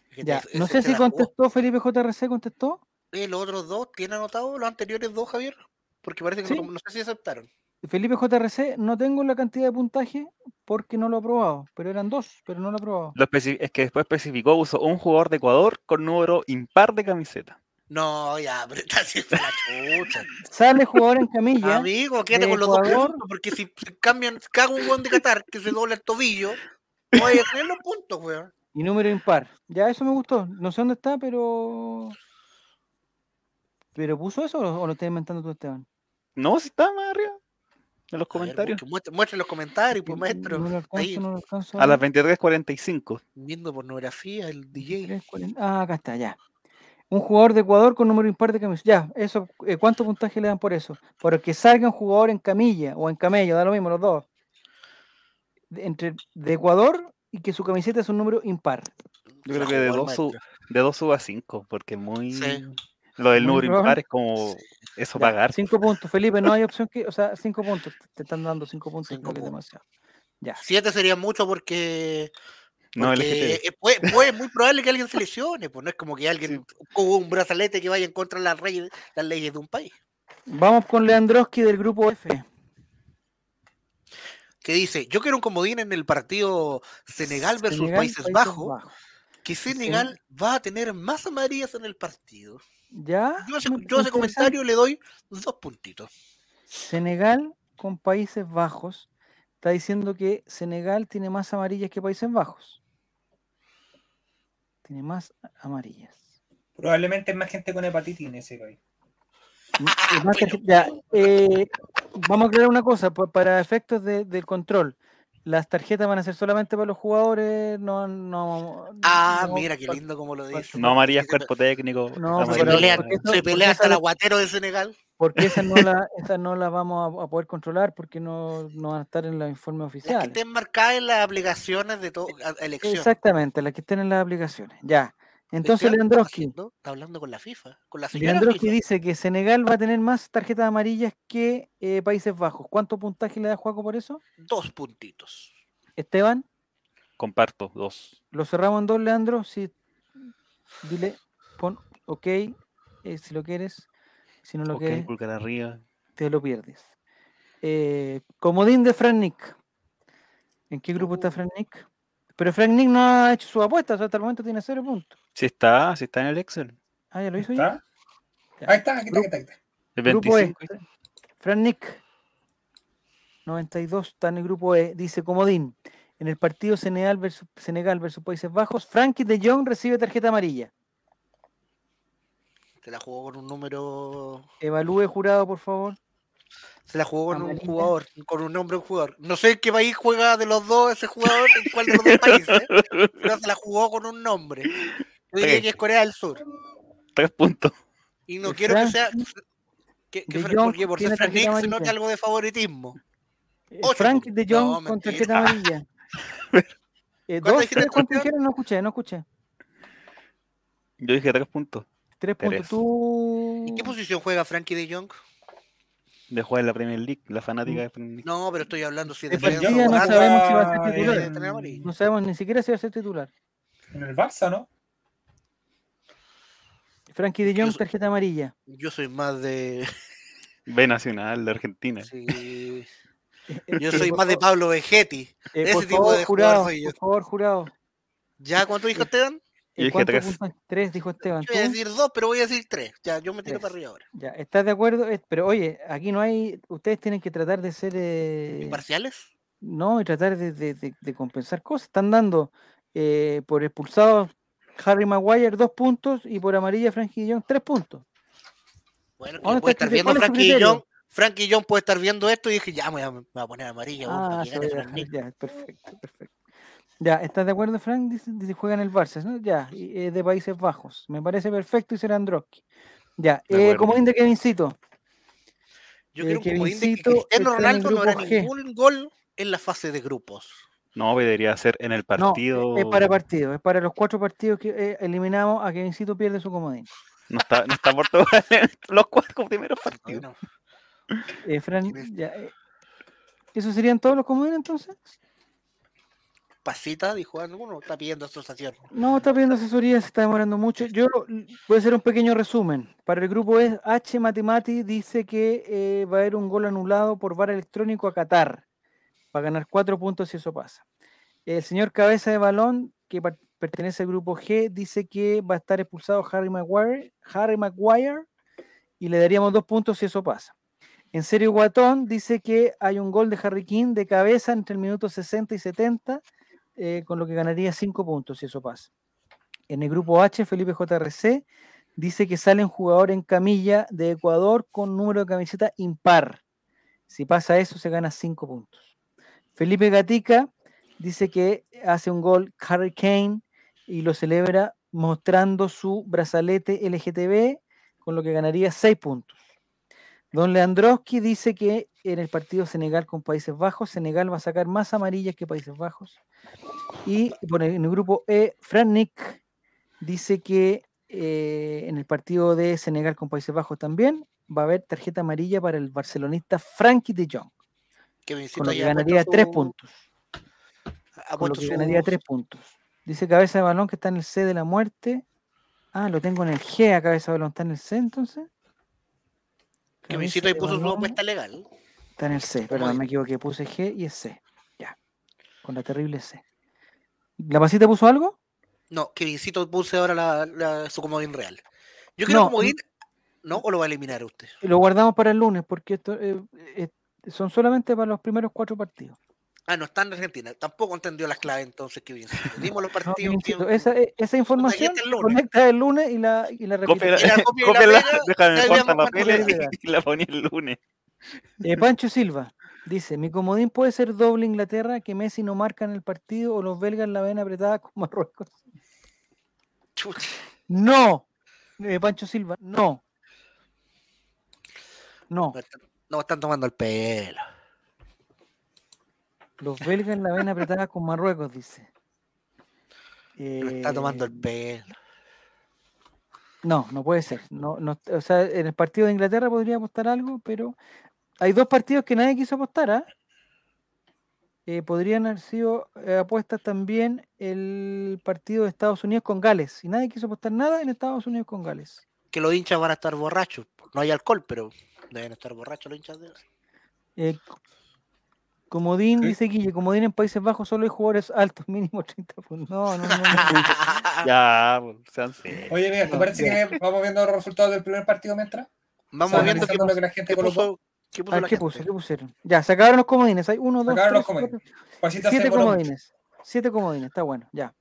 Fíjate, Ya, eso- no eso sé se si la jugó. contestó Felipe JRC, contestó. Oye, los otros dos, ¿tienen anotado los anteriores dos, Javier? Porque parece que Sí. no, no sé si aceptaron. Felipe JRC, no tengo la cantidad de puntaje porque no lo ha probado, pero eran dos, pero no lo ha probado. Lo especi- es que después especificó, usó un jugador de Ecuador con número impar de camiseta. No, ya, pero *laughs* está haciendo la *laughs* chucha. Sale jugador en *laughs* camilla. Amigo, quédate de con los dos Ecuador. puntos, porque si si cambian, cago un guan de Qatar que se dobla el tobillo, no vaya a tener los puntos, weón. Y número impar. Ya eso me gustó. No sé dónde está, pero. ¿Pero puso eso o o lo estás inventando tú, Esteban? No, si está más arriba. En los comentarios. Muestra, muestra los comentarios, pues maestro. No lo ahí. alcanzo, no lo alcanzo. A las ver. 23.45. Viendo pornografía, el DJ. Tres, cuarenta- Ah, acá está, ya. Un jugador de Ecuador con número impar de camilla. Ya, eso, eh, ¿cuánto puntaje le dan por eso? Por que salga un jugador en camilla o en camello, da lo mismo, los dos. De- entre de Ecuador y que su camiseta es un número impar. Yo creo que de dos, sub, de dos sub a 5, porque muy. Sí. Lo del Muy número impar probable. es como eso Ya, pagar. Cinco puntos, Felipe, no hay opción que. O sea, cinco puntos. te- Te están dando cinco puntos. Cinco creo que es puntos. demasiado. Ya. Siete sería mucho porque No, Porque, LGTB. eh, puede, puede- es muy probable que alguien se lesione, pues no es como que alguien coja un brazalete que vaya en contra de las, reyes- las leyes de un país. Vamos con Leandroski del grupo F. Que dice, yo quiero un comodín en el partido Senegal versus Senegal, Países, Bajos, que Senegal. Senegal va a tener más amarillas en el partido. Ya. Yo a ese, me- yo a ese interesante. comentario le doy dos puntitos. Senegal con Países Bajos. Está diciendo que Senegal tiene más amarillas que Países Bajos. Tiene más a- *laughs* amarillas. Probablemente hay más gente con hepatitis en ese país. Mm, y más tarje- ya, eh, vamos a aclarar una cosa, pa- para efectos de- del control. Las tarjetas van a ser solamente para los jugadores, no, no. Ah, no- mira qué pa- lindo como lo cuatro. dice. No amarillas Dice, cuerpo técnico. No, pero no, Se amarillas- pero- pelea, porque eso- se porque pelea hasta esa- el aguatero de Senegal. Porque esas no *laughs* las esa no la vamos a, a poder controlar porque no, no van a estar en los informes Las que oficiales. estén marcadas en las aplicaciones de toda elección. Exactamente, las que estén en las aplicaciones. Ya. Entonces, Esteban, ¿qué está Leandroski. haciendo? Está hablando con la FIFA, con la señora Leandroski FIFA. dice que Senegal va a tener más tarjetas amarillas que eh, Países Bajos. ¿Cuánto puntaje le da Juaco por eso? Dos puntitos. Esteban, Comparto, dos. lo cerramos en dos, Leandro. Si, dile, pon ok, eh, si lo quieres. Si no lo Ok, quieres, pulgar arriba. te lo pierdes. Eh, comodín de Frank Nick. ¿En qué grupo está Frank Nick? Pero Frank Nick no ha hecho su apuesta, o sea, hasta el momento tiene cero puntos. Si está, si está en el Excel. Ah, ya lo hizo ya. ¿Está? Ahí está, aquí está, aquí está. aquí está. El Grupo E. 25. Fran Nick, 92, está en el grupo E, dice Comodín. En el partido Senegal versus, Senegal versus Países Bajos, Frankie de Jong recibe tarjeta amarilla. Se la jugó con un número. Evalúe, jurado, por favor. Se la jugó con un Amarilla. jugador, con un nombre de un jugador. No sé en qué país juega de los dos ese jugador, en cuál de los dos países, ¿eh? pero se la jugó con un nombre. Yo diría Ok. que es Corea del Sur. Tres puntos. *laughs* Y no De quiero que Fran- sea. Que, que de Fran- Jong porque por tiene ser Fran tarjeta Nick se note amarilla. algo de favoritismo. Eh, Ocho Frankie de puntos. Jong No, con mentira. tarjeta *laughs* amarilla. Eh, ¿Cuánto dos, dijiste, tres, ¿Cuánto Sebastián? dijeron? No escuché, no escuché. Yo dije tres puntos. Tres Tres. puntos. Tú. ¿En qué posición juega Frankie de Jong? De jugar en la Premier League, la Mm. fanática de Premier League. No, pero estoy hablando si De defensa partida o no volante. sabemos si va a ser Ah, titular. Debe tener amarillo. No sabemos ni siquiera si va a ser titular. En el Barça, ¿no? Frankie de Jong, so- tarjeta amarilla. Yo soy más de. B Nacional de Argentina. *laughs* sí, Yo soy más de Pablo Vegetti. Eh, ese por tipo favor, de jugador jurado, soy yo. por favor, jurado. ¿Ya cuánto dijo Esteban? Yo Eh, dije ¿cuánto tres. puntaje? Tres, dijo Esteban. Yo voy a ¿Tú? decir dos, pero voy a decir tres. Ya, yo me tiro Tres. para arriba ahora. Ya, ¿estás de acuerdo? Es- Pero oye, aquí no hay, ustedes tienen que tratar de ser, eh, ¿Imparciales? no, y tratar de, de- de- de compensar cosas. Están dando eh, por expulsado Harry Maguire dos puntos y por amarilla Frankie de Jong tres puntos. Bueno, que ¿Dónde puede está estar el criterio? viendo ¿Cuál es su Frankie y criterio? John. Frankie y John puede estar viendo esto y dije, ya me voy a, me voy a poner amarilla. vos, Ah, para que se gane voy a Fran dejar, Nick". ya, perfecto, perfecto. Ya, ¿estás de acuerdo, Frank? Dice, dice, juega en el Barça, ¿no? Ya, y, eh, de Países Bajos. Me parece perfecto y será Androski. Ya, De eh, acuerdo. como indica Kevincito, Yo Eh, quiero un comodín de que Kevincito Cristiano está en el Ronaldo no hará grupo G. ningún gol en la fase de grupos. No, debería ser en el No, partido. es para partido, es para los cuatro partidos que eh, eliminamos a Kevincito pierde su comodín. No está, no está Portugal *laughs* en los cuatro primeros Ay, *laughs* partidos. no. Eh, Fran, Tienes- ya, eh, ¿Eso serían todos los comodines entonces? pasita, dijo alguno, está pidiendo asociación. No, está pidiendo asesoría, se está demorando mucho. Yo voy a hacer un pequeño resumen. Para el grupo es H Matemati dice que eh, va a haber un gol anulado por VAR electrónico a Qatar. Va a ganar cuatro puntos si eso pasa. El señor Cabeza de Balón, que par- pertenece al grupo G, dice que va a estar expulsado Harry Maguire, Harry Maguire y le daríamos dos puntos si eso pasa. En serio, Guatón dice que hay un gol de Harry King de cabeza entre el minuto 60 y 70, eh, con lo que ganaría 5 puntos si eso pasa. En el grupo H, Felipe JRC dice que sale un jugador en camilla de Ecuador con número de camiseta impar. Si pasa eso, se gana 5 puntos. Felipe Gatica dice que hace un gol Harry Kane y lo celebra mostrando su brazalete LGTB, con lo que ganaría 6 puntos. Don Leandrowski dice que en el partido Senegal con Países Bajos, Senegal va a sacar más amarillas que Países Bajos. Y por el- en el grupo E, Fran Nick dice que eh, en el partido de Senegal con Países Bajos también va a haber tarjeta amarilla para el barcelonista Frankie de Jong, Que Vincito con lo que ya ha puesto ganaría 3 su- puntos Ha con lo puesto que su- ganaría tres puntos. Dice cabeza de balón que está en el C de la muerte. Ah, lo tengo en el G a cabeza de balón. ¿Está en el C entonces? Que Cabeza Vincito ahí de puso su balón apuesta legal. Está en el C, dice? perdón, me equivoqué. Puse G y es C. Ya. Con la terrible C. ¿La pasita puso algo? No, que Vincito puso ahora la, la- su comodín real. Yo quiero No, comodín, ¿no? ¿O lo va a eliminar usted? Lo guardamos para el lunes porque esto eh, eh, son solamente para los primeros cuatro partidos. Ah, no está en Argentina. Tampoco entendió las claves entonces *laughs* que Vincito. Dimos los No, partidos. insisto, que- esa, eh, esa información el lunes. conecta el lunes y la, y la repite. Cópiala, Mira, copia la cópiala, pega, déjame ya en veamos cuánto le portapapeles llega. *laughs* y la poní el lunes. *laughs* Eh, Pancho Silva dice: Mi comodín puede ser doble Inglaterra, que Messi no marca en el partido o los belgas la ven apretada con Marruecos. Chucha. No, Eh, Pancho Silva, no. No, No están- No están tomando el pelo. los belgas la ven apretada con Marruecos, dice. No está tomando el Eh, pelo. No, no puede ser. No, no, o sea, en el partido de Inglaterra podría apostar algo, pero hay dos partidos que nadie quiso apostar, ¿ah? Eh, podrían haber sido eh, apuestas también el partido de Estados Unidos con Gales. Y nadie quiso apostar nada en Estados Unidos con Gales. Que los hinchas van a estar borrachos. No hay alcohol, pero deben estar borrachos los hinchas de Eh, c- Comodín, Sí. dice Guille, Comodín en Países Bajos solo hay jugadores altos, mínimo 30 puntos. No, no, no. no. Ah. Ya, pues, sean serios. Oye, mira, ¿te parece que vamos viendo los resultados del primer partido mientras? *laughs* Vamos viendo qué Analizando lo que la gente qué colocó. puso, qué puso A ver, la Ah, ¿qué gente. puse? ¿Qué pusieron? Ya, se acabaron los comodines. Hay uno, dos, acabaron tres, los comodines. cuatro, Pasita se siete demoró mucho. comodines. Siete comodines, está bueno, ya.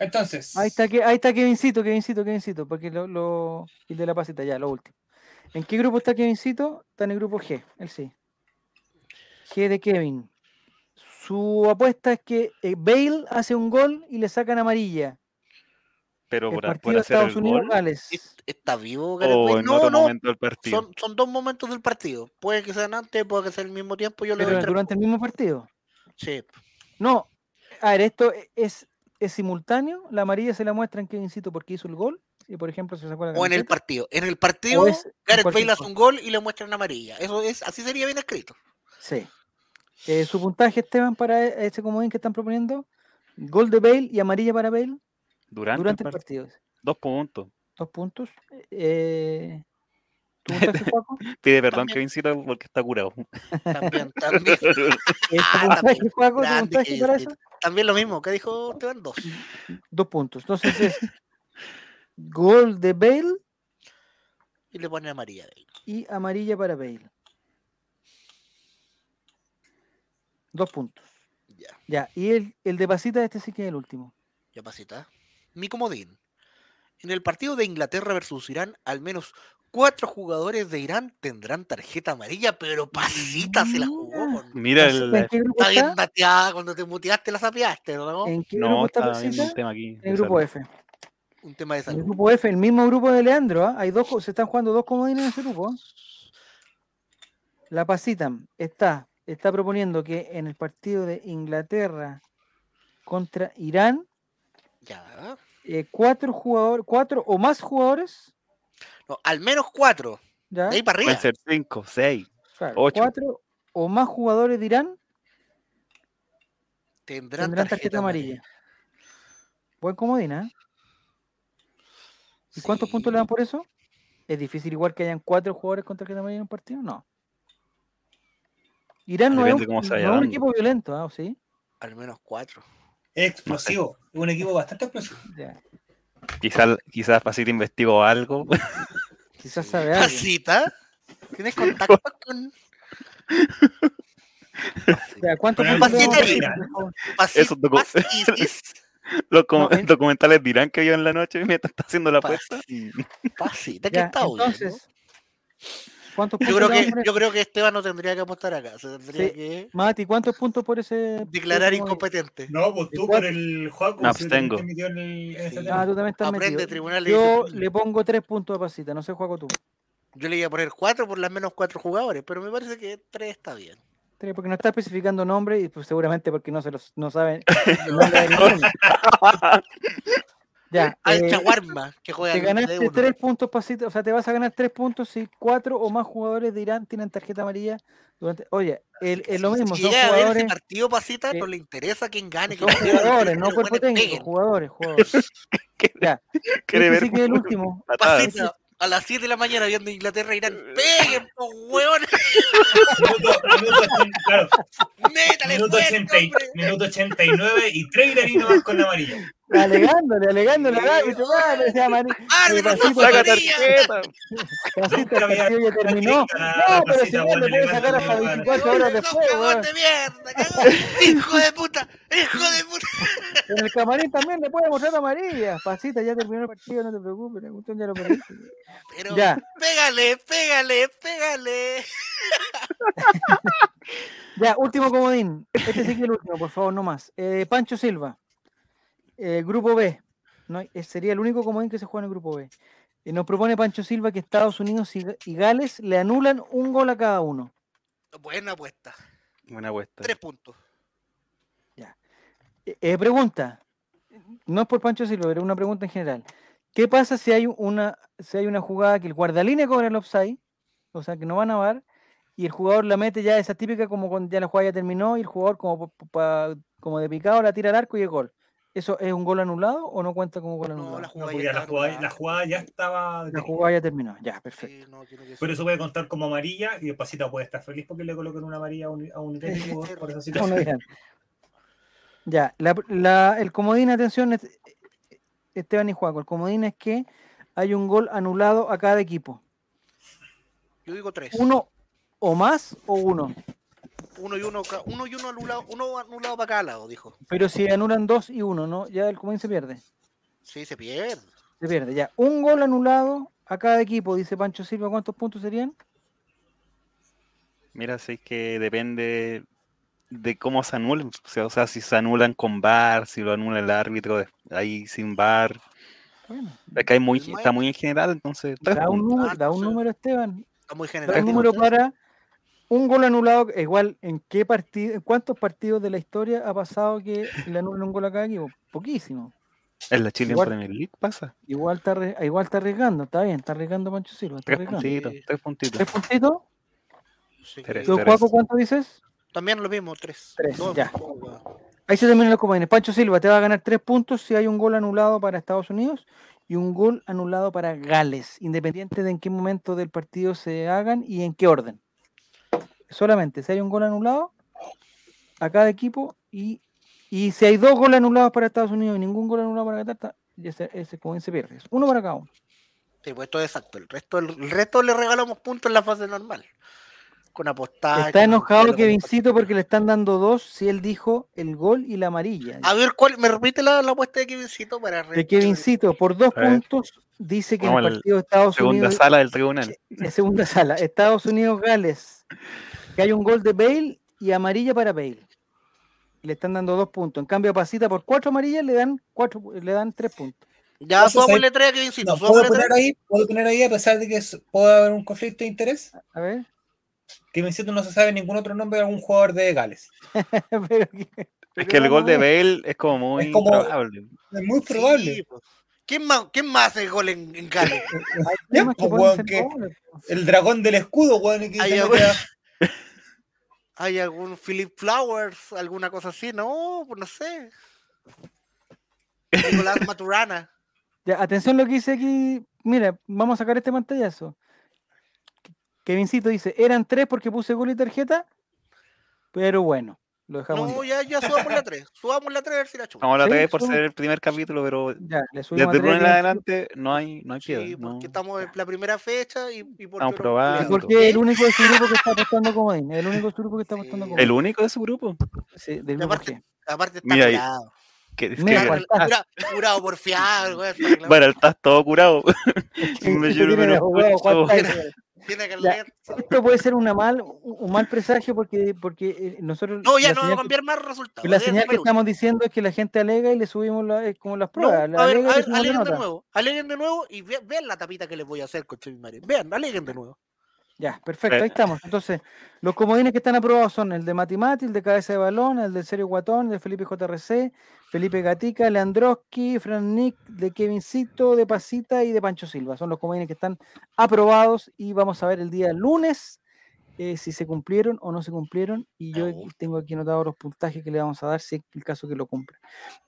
Entonces, Ahí está, que, ahí está Kevincito, Kevincito, Kevincito, porque lo, lo- el de la pasita, ya, lo último. ¿En qué grupo está Kevincito? Está en el grupo G, él sí. G de Kevin. Su apuesta es que eh, Bale hace un gol y le sacan amarilla. Pero El por, partido por hacer Estados el gol. Unidos-Gales. ¿Est- ¿Está vivo Gareth O Bale? Oh, en No, otro no. momento del partido. Son, son dos momentos del partido. Puede que sean antes, puede que sea al mismo tiempo. Yo le doy Pero tres durante el mismo partido. puntos. Sí. No, a ver, esto e- es, es simultáneo. La amarilla se la muestra en Kevincito porque hizo el gol. Y por ejemplo, se sacó la O en el camiseta. partido. En el partido, es en Gareth cualquier Bale hace cosa. un gol y le muestran amarilla. Eso es, así sería bien escrito. Sí. Eh, su puntaje, Esteban, para e- este comodín que están proponiendo: gol de Bale y amarilla para Bale Durante, durante el el partido. partido. Dos puntos. Dos puntos. Eh, ¿tu puntaje, Joaco? Pide perdón También. que Vincito porque está curado. *laughs* También, también. Eh, ¿tu Ah, puntaje, también. Joaco? ¿Tu Grande puntaje que para es, eh, eso? También lo mismo que dijo Esteban, dos. Dos puntos. Entonces es gol de Bale Y le ponen amarilla. Bale. y amarilla para Bale. Dos puntos. Ya, Ya. Y el, el de pasita, este sí que es el último. ya pasita. Mi comodín. En el partido de Inglaterra versus Irán, al menos cuatro jugadores de Irán tendrán tarjeta amarilla, pero pasita se la jugó. Mira. con- Mira Pasita, el. ¿En qué grupo Está bien está? bateada, cuando te muteaste la sapeaste, ¿no? ¿En qué No, grupo está está viendo un pasita? tema aquí. En el de grupo salud. F. Un tema En de El salud. grupo F, el mismo grupo de Leandro, ¿ah? hay dos, co- se están jugando dos comodines en ese grupo. ¿ah? La Pasitam está, está proponiendo que en el partido de Inglaterra contra Irán, Ya. eh, cuatro jugadores, cuatro o más jugadores, No, al menos cuatro. ¿ya? De ahí para Pueden arriba. ser cinco, seis. Claro, ocho. cuatro o más jugadores de Irán Tendrán, Tendrán tarjeta amarilla. Buen comodín, ¿eh? ¿Y cuántos puntos le dan por eso? ¿Es difícil igual que hayan cuatro jugadores con tarjeta amarilla en un partido? No. Irán no es Depende un, cómo se no vaya es un dando. equipo violento, ¿ah? ¿O ¿sí? Al menos cuatro. Es explosivo. Es un equipo bastante explosivo. Ya. Quizás quizás Facil investigó algo. *laughs* Quizás sabe algo. ¿Facita? ¿Tienes *laughs* contacto con Ya, ¿Cuántos Pero el puntos le damos paciente por Irán. favor? Facit- Eso tocó- Facitis? Los com- No, en- documentales dirán que vio en la noche mientras está haciendo la Pa- apuesta. Facita, ¿qué Ya, está oyendo? Entonces, ¿cuántos puntos Yo creo, le damos que, por yo creo que Esteban no tendría que apostar acá. Se tendría Sí. que ese- Mati, ¿cuántos puntos por ese? declarar ese comodín? incompetente. No, pues tú por el Joaco. No, si pues te tengo. metió en el- en esa Sí. Ah, tarea. tú también estás Aprende, metido. tribunal, le Yo dice- le pongo tres puntos a pasita, no sé, juego tú. Yo le iba a poner cuatro por las menos cuatro jugadores, pero me parece que tres está bien. Tres, porque no está especificando nombre y pues, seguramente porque no se los no *laughs* saben. el nombre de ninguno. *laughs* ya, Al eh, Chaguarma, que juega te al de ganaste uno. tres puntos, pasito. O sea, te vas a ganar tres puntos si cuatro o más jugadores de Irán tienen tarjeta amarilla. durante Oye, el- es lo mismo, Si son llega a ver ese jugadores, partido, Pasita, que- no le interesa quién gane. son quién pierda, lo que jugadores, quiere no que los cuerpo buenos técnico, peguen. jugadores, jugadores. Ya, *laughs* Quiere este ver sí que es el fútbol último. patada. Pasita, a las 7 de la mañana viendo Inglaterra Irán, peguen, po, hueón, Ah, *laughs* Minuto, minuto, ochen- claro, métale minuto fuerte, 80 y- hombre. minuto 89 y tres iraninos más con la amarilla. Alegándole, *laughs* alegándole, alegándole. Árbitro, Pasita, ¡Saca María. tarjeta! Pasita, Nunca el había- partido ya terminó. No, pero si no, le puede sacar hasta 24 horas Sos Pues después, cagón weón. de mierda, cagón. *laughs* hijo de puta, hijo de puta. En el camarín también le puede mostrar amarilla. Pasita, ya terminó el partido, no te preocupes, la cuestión ya lo perdiste. Pero Ya, pégale, pégale, pégale. ya, último comodín. Este sí que es el último, por favor, no más. Eh, Pancho Silva, eh, grupo B. No, eh, sería el único comodín que se juega en el grupo B. Y nos propone Pancho Silva que Estados Unidos y, y Gales le anulan un gol a cada uno. Buena apuesta, Buena apuesta. tres puntos. Eh, eh, pregunta, no es por Pancho Silva, pero una pregunta en general. ¿Qué pasa si hay una, si hay una jugada que el guardalínea cobra el offside? O sea, que no van a VAR y el jugador la mete ya esa típica como cuando ya la jugada ya terminó y el jugador como, po- po- pa- como de picado la tira al arco y es gol. ¿Eso es un gol anulado o no cuenta como gol anulado? No, la, la No, jugada porque ya ya la, jugada, la estaba anulada. jugada ya estaba. jugada ya terminó, ya, perfecto. *laughs* Sí, no, tiene que Por ser. eso puede contar como amarilla y Despacito puede estar feliz porque le colocan una amarilla a un, a un técnico por esa No, no situación. dirán. Ya, la, la- el comodín, atención, es- eh, Esteban y Juaco, el comodín es que hay un gol anulado a cada equipo. Yo digo tres. uno o más o uno. Uno y uno, ca- uno y uno anulado, uno anulado para cada lado, dijo. Pero si anulan dos y uno, ¿no? Ya el comodín se pierde. Sí, se pierde. Se pierde, ya. Un gol anulado a cada equipo, dice Pancho Silva. ¿Cuántos puntos serían? Mira, si es que depende de cómo se anulan. O sea, o sea, si se anulan con VAR, si lo anula el árbitro, de- ahí sin VAR. Bueno, Acá hay muy, Pues no está hay- muy en general, entonces. tres da un puntos. número, da un entonces- número Esteban. Está muy Da general. un número para un gol anulado. Igual, ¿en qué partido, en cuántos partidos de la historia ha pasado que le anulan un gol a cada equipo? Poquísimo. En la Chilean Igual- Premier League pasa. Igual está, arri- igual está arriesgando, está bien, está arriesgando Pancho Silva. Está Tres arriesgando. puntitos, Sí. tres puntitos. ¿Tres puntitos? Sí. Tres. ¿Tú, Juaco, cuánto dices? También lo mismo, tres. Tres, Dos, ya. oh, weón. Ahí se terminan los comodines. Pancho Silva te va a ganar tres puntos si hay un gol anulado para Estados Unidos y un gol anulado para Gales, independiente de en qué momento del partido se hagan y en qué orden. Solamente si hay un gol anulado a cada equipo y, y si hay dos goles anulados para Estados Unidos y ningún gol anulado para Qatar, ta- y ese, ese comodín se pierde. Es Uno para cada uno. Sí, pues todo exacto. El resto, el, resto le regalamos puntos en la fase normal. Con apostar. Está con- enojado con- Kevincito porque le están dando dos si él dijo el gol y la amarilla. A ver, ¿cuál? ¿Me repite la, la apuesta de Kevincito para De Kevincito, por dos A ver. puntos, dice que en el Vamos al partido de Estados Segunda Unidos sala del tribunal. en segunda sala, Estados Unidos, Gales. Que hay un gol de Bale y amarilla para Bale. Le están dando dos puntos. En cambio, a Pasita por cuatro amarillas le dan cuatro, pu- le dan tres puntos. Ya, Eso subámosle tres a Kevincito. pues No, ¿puedo, subámosle tres. poner ahí, puedo poner ahí, a pesar de que es- pueda haber un conflicto de interés, A ver. *laughs* que Vincent no se sabe ningún otro nombre de algún jugador de Gales. pero que- Es pero que el gol de vamos a ver. Bale es como muy Es como- probable. Es muy Sí, probable. pues. ¿Quién más, ¿Quién más hace gol en, en Gales? Hay temas que pues, pueden weón, ser que- goles, po. El dragón del escudo, weón. que Ay, se ya, mete a- ¿Hay algún Philip Flowers? ¿Alguna cosa así? No, pues no sé. *laughs* Nicolás Maturana. Ya, atención lo que dice aquí. Mira, vamos a sacar este pantallazo. Ke- Kevincito dice, eran tres porque puse gol y tarjeta, pero bueno, lo dejamos. en No, dos. ya, ya subamos la 3. Subamos la 3 a ver si la chupa. Vamos a la Sí, 3 por somos- ser el primer capítulo, pero Ya, le subimos desde Bruno a tres, en Kevincito. adelante no hay, no hay piedra. Sí, no. porque estamos en la primera fecha y, y porque Estamos no- probando. Y Porque es el único de su grupo que está apostando como Dean, El único de su grupo que está apostando como El único de su grupo. Sí, del Y grupo aparte, G. Aparte está Mira ahí. curado. Que, es Mira, que- cual- Está curado, curado por fiar, güey. está claro. bueno, estás todo *laughs* curado. *laughs* Me Esto lloro, tiene pero los huevos, mucho. ¿cuántas veces? Tiene que Ya. leer. Esto puede ser una mal, un mal presagio porque, porque eh, nosotros. No, ya la no va a señal que- cambiar más resultados. eh, La debe ser señal que el último. estamos diciendo es que la gente alega y le subimos la- eh, como las No, pruebas. la a ver, alega y a le ver, subimos la aleguen de nota. nuevo, aleguen de nuevo y ve- vean la tapita que les voy a hacer con Chivimares. Vean, aleguen de nuevo. Ya, perfecto, ahí estamos. Entonces, los comodines que están aprobados son el de Matimati, el de Cabeza de Balón, el del Serio Guatón, el de Felipe JRC, Felipe Gatica, Leandroski, Fran Nick, de Kevincito, de Pasita y de Pancho Silva. Son los comodines que están aprobados y vamos a ver el día lunes eh, si se cumplieron o no se cumplieron. Y yo aquí tengo aquí anotados los puntajes que le vamos a dar si es el caso que lo cumplan.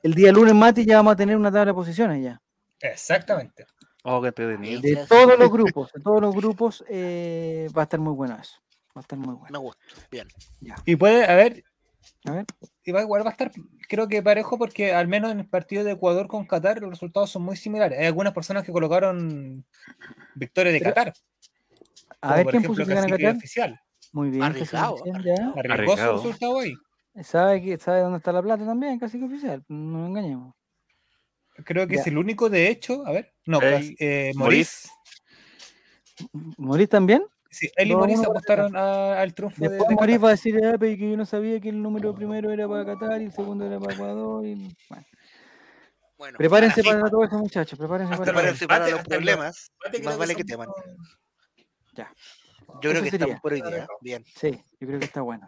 El día lunes, Mati, ya vamos a tener una tabla de posiciones ya. Exactamente. Oh, qué entretenido. Sí, De sí, todos los grupos, de todos los grupos eh, va a estar muy bueno eso. Va a estar muy bueno. Me gusta. Bien. Y puede, a ver, A ver. y va, igual va a estar, creo que parejo, porque al menos en el partido de Ecuador con Qatar los resultados son muy similares. Hay algunas personas que colocaron victoria de Pero- Qatar, A como ver por quién ejemplo puso el que gana cacique Qatar. oficial. Muy bien. cacique Arriesgado, oficial, ya. Arriesgó su Arriesgado. resultado ahí. Sabe, que, sabe dónde está la plata también, casi que oficial. No nos engañemos. Creo que Ya. es el único, de hecho, a ver, no, Ey, eh, Moritz. Moritz. ¿Morís también? Sí, él y Dos a Moritz uno para apostaron a- al triunfo de, Después de Morís Qatar. va a decir, ah, pero que yo no sabía que el número primero era para Qatar y el segundo era para Ecuador. y el-". Bueno, Bueno, prepárense ahora sí, para todo eso, muchachos. Prepárense Hasta para todo. luego. prepárense para Empate, los hasta el problemas. Aparte creo Más vale que son- teman. Yo Eso creo que sería. estamos por hoy día. Bien. Sí, yo creo que está bueno.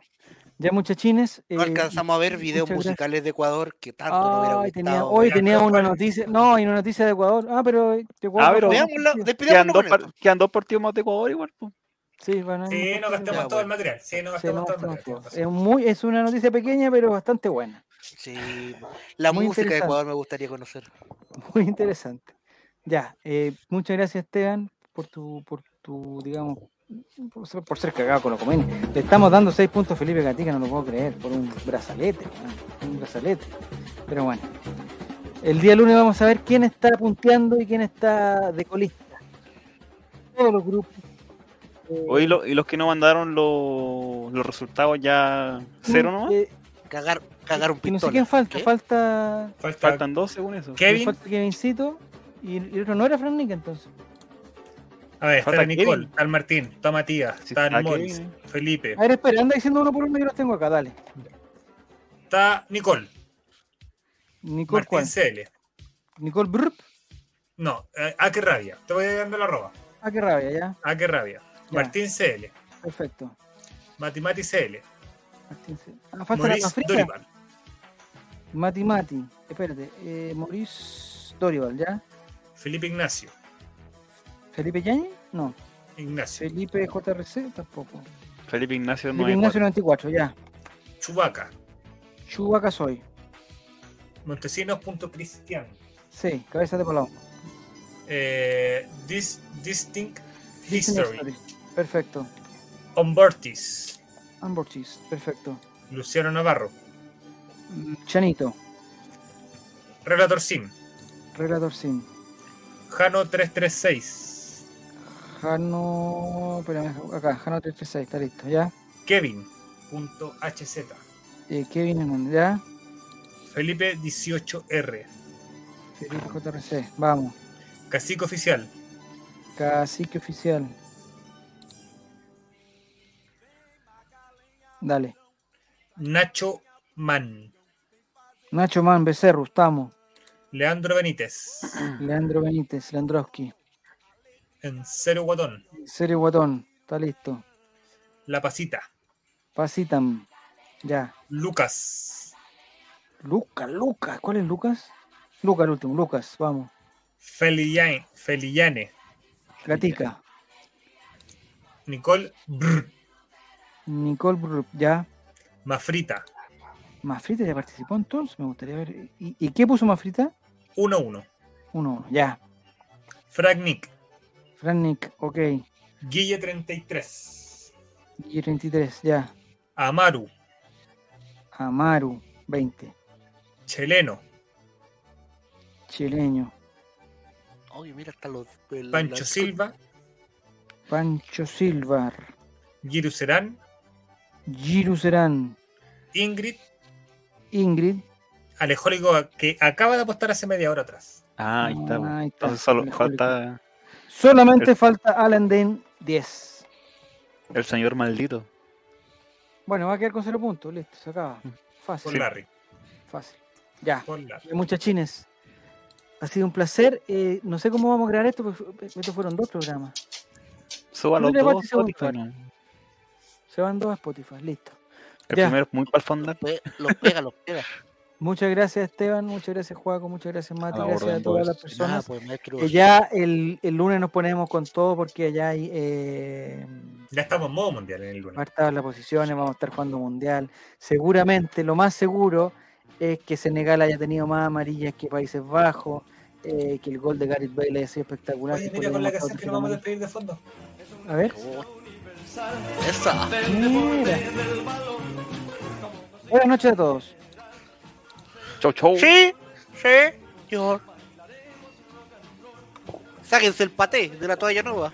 Ya, muchachines. No eh, alcanzamos a ver videos muchas gracias. musicales de Ecuador que tanto nos hubiera Ay, gustado. tenía- hoy Mira, tenía creo una que- noticia. No, hay una noticia de Ecuador. Ah, pero de Ecuador. pero- no jugó Veámosla, Quedan partido. despidámonos dos, con par- esto. quedan dos partidos más de Ecuador igual. po. Sí, van a- Sí, no gastamos Ya, todo el bueno. material. Sí, no Sí, no, gastamos todo el no, material. no. es, muy, es una noticia pequeña, pero bastante buena. Sí, la Muy música de interesante. Ecuador me gustaría conocer. Muy interesante. Ya, eh, muchas gracias, Esteban, por tu, por tu digamos, por ser, por ser cagado con los comines. Le estamos dando seis puntos a Felipe Gatica, no lo puedo creer, por un brazalete, weón, un brazalete. Pero bueno, el día lunes vamos a ver quién está punteando y quién está de colista. Todos los grupos. eh, Hoy lo- y los que no mandaron lo- los resultados ya cero nomás. eh, Cagar, cagar un y no pistola. sé quién falta, ¿Qué? falta Falta Faltan dos según eso. Me Kevin. falta Kevincito y, y el otro no era Fran Nick entonces. A ver, Falta está Nicole, Kevin. está el Martín, está Matías, Sí, está está el Moritz, Kevin, Felipe, A ver, espera, anda diciendo uno por uno, yo los tengo acá, dale. está Nicole, Nicole Martín cuál? Cele. Nicole Brr. No, eh, a qué rabia. Te voy dando la arroba. Ah, qué rabia, ya. A qué rabia. Ya. Martín Cele, Perfecto. Mati Mati Cele, Martín C- Ah, falta la Moritz más fría. Dorival. Mati Mati. Espérate. Eh, Maurice Dorival, ¿ya? Felipe Ignacio. Felipe Yañez? No. Ignacio. Felipe JRC tampoco. Felipe Ignacio no Felipe Ignacio 94, ya. Chubaca. Chubaca soy. Montesinos.cristian. Sí, cabeza de paloma. Eh, Dis- Distinct History. Perfecto. Ombortis. Amborchis, perfecto. Luciano Navarro. Chanito, Relator Sim. Relator Sim. Jano 336. Jano. Espérame, acá, Jano 336, está listo, ya. Kevin.hz. Eh, Kevin Hernández, ya. Felipe 18R. Felipe JRC, vamos. Cacique Oficial. Cacique oficial. Dale. Nacho Man. Nacho Man, Becerro, estamos. Leandro Benítez. Leandro Benítez, Leandroski. En Cero Guatón. Serio Guatón, está listo. La Pasita. Pasitan. Ya. Lucas. Lucas, Lucas. ¿Cuál es Lucas? Lucas, el último. Lucas, vamos. Felian- Felillane. Gatica. Nicole Brr. Nicole Brup, ya. Mafrita, Mafrita ya participó entonces, me gustaría ver. ¿Y, y qué puso Mafrita? 1-1. 1-1, ya. Frank Nick, Frannick, ok. Guille 33. Y 33, ya. Amaru, Amaru, 20. Cheleno, Chileño. Oye, mira, hasta los. el- Pancho la- Silva, Pancho Silva. Giru Serán, Giru Serán. Ingrid, Ingrid. Alejólico, que acaba de apostar hace media hora atrás. Ah, ahí está. pues. Ahí está, Entonces solo mejor falta Solamente El- falta Alan Den 10. el señor maldito. Bueno, va a quedar con 0 puntos, listo, se acaba. Fácil, Por Larry, fácil. Ya, por Larry. muchachines. Ha sido un placer. eh, no sé cómo vamos a grabar esto, porque fu- estos fueron dos programas. Suba los No le dos. botes segundo, Spotify, ¿no? Se van dos a Spotify, listo. El Ya. primero es muy para el fondo. Pe- eh, Los pega, los *laughs* pega. Muchas gracias, Esteban. Muchas gracias, Juaco. Muchas gracias, Mati. la Gracias orden, a todas pues. las De nada, personas. pues, maestro. Eh, ya el, el lunes nos ponemos con todo porque allá hay. eh, Ya estamos en modo mundial en el lunes. Va a estar las posiciones, vamos a estar jugando mundial. Seguramente, lo más seguro es que Senegal haya tenido más amarillas que Países Bajos, eh, que el gol de Gareth Bale haya sido espectacular. Oye, que mira fue con lo la que más canción que nos vamos a causó despedir de fondo. Senegal. A ver, Esa. mira. Buenas noches a todos. Chau, chau. Sí, sí, señor. Sáquense el paté de la toalla nueva.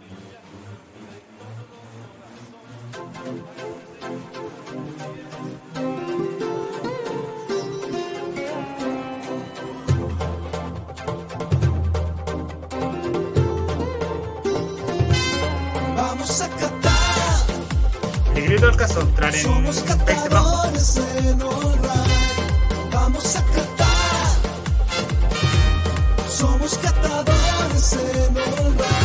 Vamos a catar, Te grito el caso, entrar en somos Este Países Bajos. catadores en online. Vamos a catar, somos catadores en online.